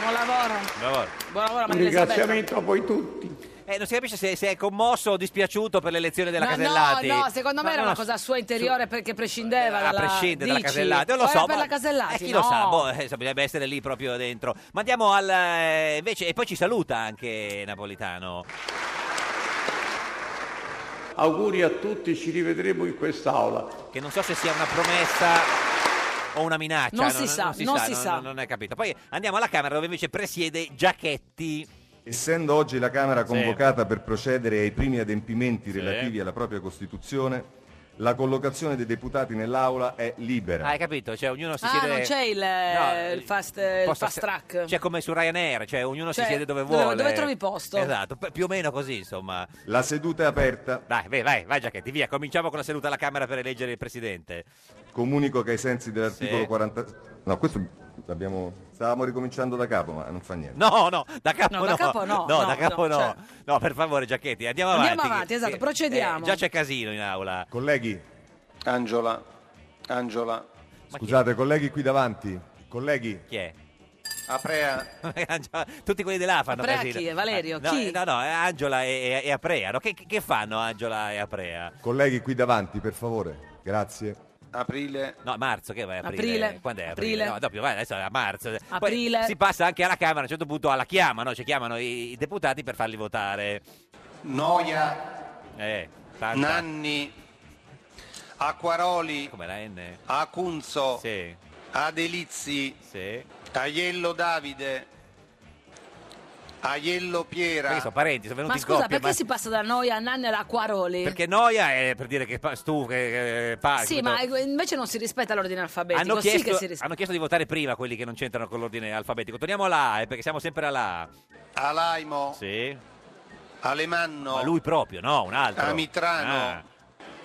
[SPEAKER 1] Buon lavoro.
[SPEAKER 2] Bravo.
[SPEAKER 1] Buon lavoro,
[SPEAKER 7] Un
[SPEAKER 1] Maria Elisabetta.
[SPEAKER 7] ringraziamento a voi tutti.
[SPEAKER 2] Eh, non si capisce se, se è commosso o dispiaciuto per l'elezione della
[SPEAKER 1] No,
[SPEAKER 2] Casellati.
[SPEAKER 1] No, no, secondo me
[SPEAKER 2] Ma
[SPEAKER 1] era
[SPEAKER 2] no,
[SPEAKER 1] una cosa sua interiore perché prescindeva
[SPEAKER 2] eh, a
[SPEAKER 1] dalla
[SPEAKER 2] prescindere dalla
[SPEAKER 1] dici?
[SPEAKER 2] Casellati, non
[SPEAKER 1] O
[SPEAKER 2] lo
[SPEAKER 1] era
[SPEAKER 2] so.
[SPEAKER 1] per
[SPEAKER 2] ma-
[SPEAKER 1] la Casellati,
[SPEAKER 2] eh, chi lo sa,
[SPEAKER 1] no.
[SPEAKER 2] boh, eh, bisognerebbe essere lì proprio dentro. Ma andiamo al. eh, invece, e poi ci saluta anche Napolitano.
[SPEAKER 8] Auguri a tutti, ci rivedremo in quest'aula.
[SPEAKER 2] che non so se sia una promessa o una minaccia.
[SPEAKER 1] Non si sa, non si sa.
[SPEAKER 2] Non, non è capito. Poi andiamo alla Camera dove invece presiede Giachetti.
[SPEAKER 9] Essendo oggi la Camera convocata per procedere ai primi adempimenti relativi alla propria Costituzione, la collocazione dei deputati nell'Aula è libera.
[SPEAKER 2] Ah, hai capito? Cioè, ognuno si
[SPEAKER 1] Ah,
[SPEAKER 2] siede...
[SPEAKER 1] non c'è il, eh,
[SPEAKER 2] No,
[SPEAKER 1] il fast, il
[SPEAKER 2] posto-
[SPEAKER 1] fast track.
[SPEAKER 2] Cioè, come su Ryanair, cioè ognuno
[SPEAKER 1] Cioè,
[SPEAKER 2] si siede dove
[SPEAKER 1] dove-
[SPEAKER 2] vuole.
[SPEAKER 1] dove trovi posto.
[SPEAKER 2] Esatto, p- più o meno così, insomma.
[SPEAKER 9] La seduta è aperta.
[SPEAKER 2] Dai, vai, vai, vai Giachetti, via. Cominciamo con la seduta alla Camera per eleggere il Presidente.
[SPEAKER 9] Comunico che ai sensi dell'articolo
[SPEAKER 2] Sì.
[SPEAKER 9] 40... No, questo l'abbiamo... Stavamo ricominciando da capo, ma non fa niente.
[SPEAKER 2] No, no, da capo
[SPEAKER 1] No,
[SPEAKER 2] no.
[SPEAKER 1] da capo no,
[SPEAKER 2] No,
[SPEAKER 1] no,
[SPEAKER 2] da capo
[SPEAKER 1] no,
[SPEAKER 2] no.
[SPEAKER 1] cioè-
[SPEAKER 2] No, per favore, Giachetti, andiamo avanti.
[SPEAKER 1] Andiamo avanti,
[SPEAKER 2] che-
[SPEAKER 1] esatto,
[SPEAKER 2] che-
[SPEAKER 1] procediamo.
[SPEAKER 2] eh, già c'è casino in aula.
[SPEAKER 9] Colleghi,
[SPEAKER 8] Angela, Angela,
[SPEAKER 2] Ma chi-
[SPEAKER 9] scusate, colleghi qui davanti. Colleghi,
[SPEAKER 2] Chi è? [laughs]
[SPEAKER 8] Aprea,
[SPEAKER 2] Tutti quelli dell'A fanno
[SPEAKER 1] Aprea
[SPEAKER 2] casino. Eh,
[SPEAKER 1] chi è? Valerio,
[SPEAKER 2] no,
[SPEAKER 1] chi?
[SPEAKER 2] No, no, è Angela e, e- e Aprea. no? Che, che fanno Angela e Aprea?
[SPEAKER 9] colleghi qui davanti, per favore. Grazie.
[SPEAKER 8] aprile,
[SPEAKER 2] No, marzo, che vai? Aprile.
[SPEAKER 1] Aprile.
[SPEAKER 2] Quando è aprile?
[SPEAKER 1] Aprile.
[SPEAKER 2] No, doppio, vai, adesso è a marzo. Poi
[SPEAKER 1] Aprile.
[SPEAKER 2] si passa anche alla Camera, a un certo punto alla chiama, no? Ci chiamano i, i deputati per farli votare.
[SPEAKER 8] Noia,
[SPEAKER 2] Eh, tanta...
[SPEAKER 8] Nanni, Acquaroli,
[SPEAKER 2] Come la N?
[SPEAKER 8] Acunzo,
[SPEAKER 2] Sì,
[SPEAKER 8] Adelizzi,
[SPEAKER 2] sì.
[SPEAKER 8] Aiello Davide, Aiello Piera,
[SPEAKER 2] Perché sono parenti, sono venuti
[SPEAKER 1] Ma
[SPEAKER 2] in
[SPEAKER 1] scusa,
[SPEAKER 2] coppia.
[SPEAKER 1] perché
[SPEAKER 2] ma-
[SPEAKER 1] si passa da noi a Nanni alla Quaroli?
[SPEAKER 2] Perché noia è per dire che pa- stu, che, che fa-
[SPEAKER 1] Sì,
[SPEAKER 2] capito?
[SPEAKER 1] ma eh, invece non si rispetta l'ordine alfabetico.
[SPEAKER 2] hanno
[SPEAKER 1] sì
[SPEAKER 2] chiesto,
[SPEAKER 1] che si rispetta.
[SPEAKER 2] hanno chiesto di votare prima quelli che non c'entrano con l'ordine alfabetico. Torniamo alla A, eh, perché siamo sempre alla A.
[SPEAKER 8] Alaimo,
[SPEAKER 2] Sì.
[SPEAKER 8] Alemanno,
[SPEAKER 2] Ma lui proprio, no, un altro.
[SPEAKER 8] Amitrano,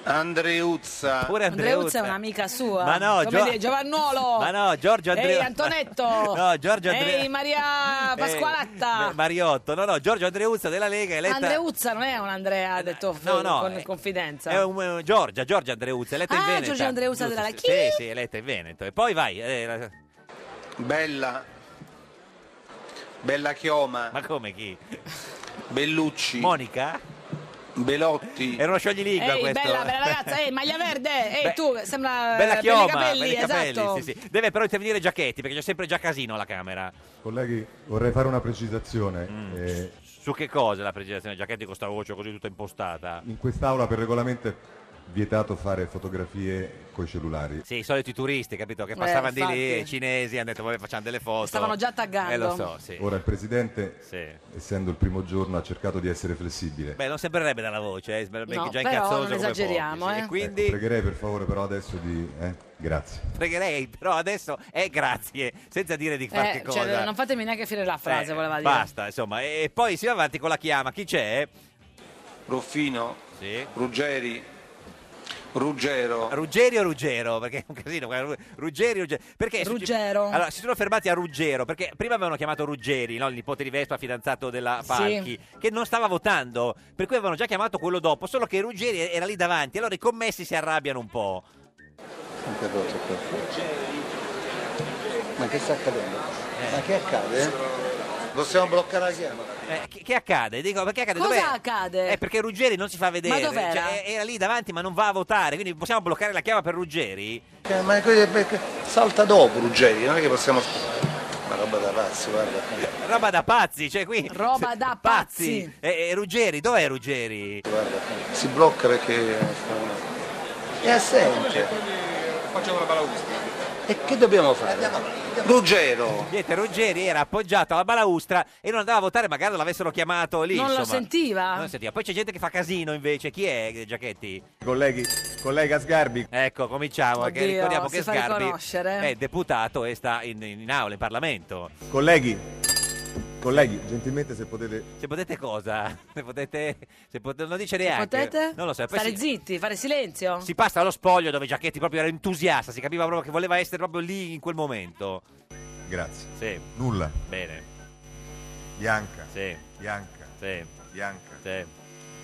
[SPEAKER 2] Ah,
[SPEAKER 10] Andreuzza.
[SPEAKER 2] Pure
[SPEAKER 1] Andreuzza è un'amica sua.
[SPEAKER 2] Ma no,
[SPEAKER 1] Come
[SPEAKER 2] Gio-
[SPEAKER 1] dire, Giovannuolo.
[SPEAKER 2] [laughs] Ma no, Giorgio Andreu-
[SPEAKER 1] Ehi, Antonetto.
[SPEAKER 2] [laughs] No, Giorgio Andreu- [laughs]
[SPEAKER 1] Ehi, Maria Pasqualatta.
[SPEAKER 2] Eh, Mariotto, no, no, Giorgio Andreuzza della Lega è eletta.
[SPEAKER 1] Andreuzza non è un Andrea, ha detto fu-
[SPEAKER 2] no, no,
[SPEAKER 1] con
[SPEAKER 2] eh,
[SPEAKER 1] confidenza.
[SPEAKER 2] È un, eh, Giorgia, Giorgia Andreuzza, eletta in
[SPEAKER 1] Ah,
[SPEAKER 2] Veneto.
[SPEAKER 1] Giorgia Andreuzza
[SPEAKER 2] Giusto,
[SPEAKER 1] della-
[SPEAKER 2] sì,
[SPEAKER 1] chi?
[SPEAKER 2] Sì, sì, eletta in Veneto. E poi vai. eh,
[SPEAKER 10] Bella. Bella Chioma.
[SPEAKER 2] Ma come chi?
[SPEAKER 10] Bellucci.
[SPEAKER 2] Monica?
[SPEAKER 10] Belotti.
[SPEAKER 2] Era uno scioglilingua
[SPEAKER 1] Ehi,
[SPEAKER 2] questo.
[SPEAKER 1] bella, bella ragazza, ehi, maglia verde, ehi,
[SPEAKER 2] Beh,
[SPEAKER 1] tu,
[SPEAKER 2] [laughs]
[SPEAKER 1] sembra
[SPEAKER 2] Bella
[SPEAKER 1] eh,
[SPEAKER 2] chioma,
[SPEAKER 1] per i capelli,
[SPEAKER 2] belli capelli,
[SPEAKER 1] esatto.
[SPEAKER 2] sì, sì. Deve però intervenire Giachetti perché c'è sempre già casino alla Camera.
[SPEAKER 9] Colleghi, vorrei fare una precisazione.
[SPEAKER 2] Mm.
[SPEAKER 9] Eh,
[SPEAKER 2] Su che cosa la precisazione di Giachetti con sta voce così tutta impostata?
[SPEAKER 9] in quest'aula per regolamento è vietato fare fotografie coi cellulari.
[SPEAKER 2] Sì, i soliti turisti, capito? Che passavano di lì,
[SPEAKER 1] Eh, infatti.
[SPEAKER 2] i cinesi, hanno detto, vabbè, facciamo delle foto.
[SPEAKER 1] Stavano già taggando.
[SPEAKER 2] Eh, lo so, sì.
[SPEAKER 9] Ora il presidente, essendo il primo giorno, ha cercato di essere flessibile.
[SPEAKER 2] Beh, non sembrerebbe dalla voce, eh, sembrerebbe
[SPEAKER 1] No,
[SPEAKER 2] già
[SPEAKER 1] però
[SPEAKER 2] incazzoso
[SPEAKER 1] non
[SPEAKER 2] come pochi,
[SPEAKER 1] esageriamo,
[SPEAKER 2] sì.
[SPEAKER 1] eh.
[SPEAKER 2] E quindi
[SPEAKER 9] Ecco, pregherei per favore però adesso di... eh, grazie.
[SPEAKER 2] pregherei, però adesso, eh, grazie, senza dire di far
[SPEAKER 1] Eh,
[SPEAKER 2] che
[SPEAKER 1] cioè,
[SPEAKER 2] cosa.
[SPEAKER 1] non fatemi neanche finire la frase,
[SPEAKER 2] Eh,
[SPEAKER 1] voleva dire.
[SPEAKER 2] Basta, insomma. E poi si va avanti con la chiama. Chi c'è?
[SPEAKER 10] Ruffino. Ruggeri. Ruggero.
[SPEAKER 2] Ruggeri o Ruggero? Perché è un casino. guarda, Ru- Ruggeri, Ruggeri. Perché su-
[SPEAKER 1] Ruggero.
[SPEAKER 2] Allora, si sono fermati a Ruggero perché prima avevano chiamato Ruggeri, no? il nipote di Vespa, fidanzato della
[SPEAKER 1] Sì.
[SPEAKER 2] Falchi, che non stava votando. Per cui avevano già chiamato quello dopo, solo che Ruggeri era lì davanti. Allora i commessi si arrabbiano un po'.
[SPEAKER 10] Ma che sta accadendo? Ma che accade? Possiamo bloccare la chiama?
[SPEAKER 2] Eh, che, che accade? Dico, perché accade?
[SPEAKER 1] Cosa
[SPEAKER 2] Dov'è?
[SPEAKER 1] accade?
[SPEAKER 2] Eh, perché Ruggeri non si fa vedere.
[SPEAKER 1] Ma dov'era?
[SPEAKER 2] Cioè, eh, era lì davanti, ma non va a votare. Quindi possiamo bloccare la chiama per Ruggeri?
[SPEAKER 10] Eh, Ma que- perché- salta dopo Ruggeri, non è che possiamo aspettare. Ma roba da pazzi, guarda.
[SPEAKER 2] Roba da pazzi, cioè qui. [laughs]
[SPEAKER 1] Roba da
[SPEAKER 2] Pazzi!
[SPEAKER 1] pazzi.
[SPEAKER 2] Eh, eh, Ruggeri, dov'è Ruggeri?
[SPEAKER 10] Si blocca perché eh, è assente.
[SPEAKER 4] Facciamo la balaustra.
[SPEAKER 10] E che dobbiamo fare? Ruggero.
[SPEAKER 2] Niente, Ruggeri era appoggiato alla balaustra e non andava a votare, magari l'avessero chiamato lì.
[SPEAKER 1] non lo
[SPEAKER 2] insomma.
[SPEAKER 1] sentiva?
[SPEAKER 2] Non lo sentiva. Poi c'è gente che fa casino invece. Chi è eh, Giachetti?
[SPEAKER 9] Colleghi, collega Sgarbi.
[SPEAKER 2] Ecco, cominciamo. perché
[SPEAKER 1] Oddio,
[SPEAKER 2] ricordiamo
[SPEAKER 1] si
[SPEAKER 2] che
[SPEAKER 1] fa
[SPEAKER 2] Sgarbi Eh,
[SPEAKER 1] riconoscere.
[SPEAKER 2] è deputato e sta in, in aula, in Parlamento.
[SPEAKER 9] Colleghi, colleghi, gentilmente se potete...
[SPEAKER 2] Se potete cosa? [laughs] Se potete. Se pote- non dice neanche.
[SPEAKER 1] Potete?
[SPEAKER 2] Non lo so. poi
[SPEAKER 1] Stare
[SPEAKER 2] si-
[SPEAKER 1] zitti, fare silenzio?
[SPEAKER 2] si passa allo spoglio dove Giachetti proprio era entusiasta, si capiva proprio che voleva essere proprio lì in quel momento.
[SPEAKER 9] Grazie.
[SPEAKER 2] Sì.
[SPEAKER 9] Nulla.
[SPEAKER 2] Bene.
[SPEAKER 9] Bianca.
[SPEAKER 2] Sì.
[SPEAKER 9] Bianca.
[SPEAKER 2] Sì.
[SPEAKER 9] Bianca.
[SPEAKER 2] Sì.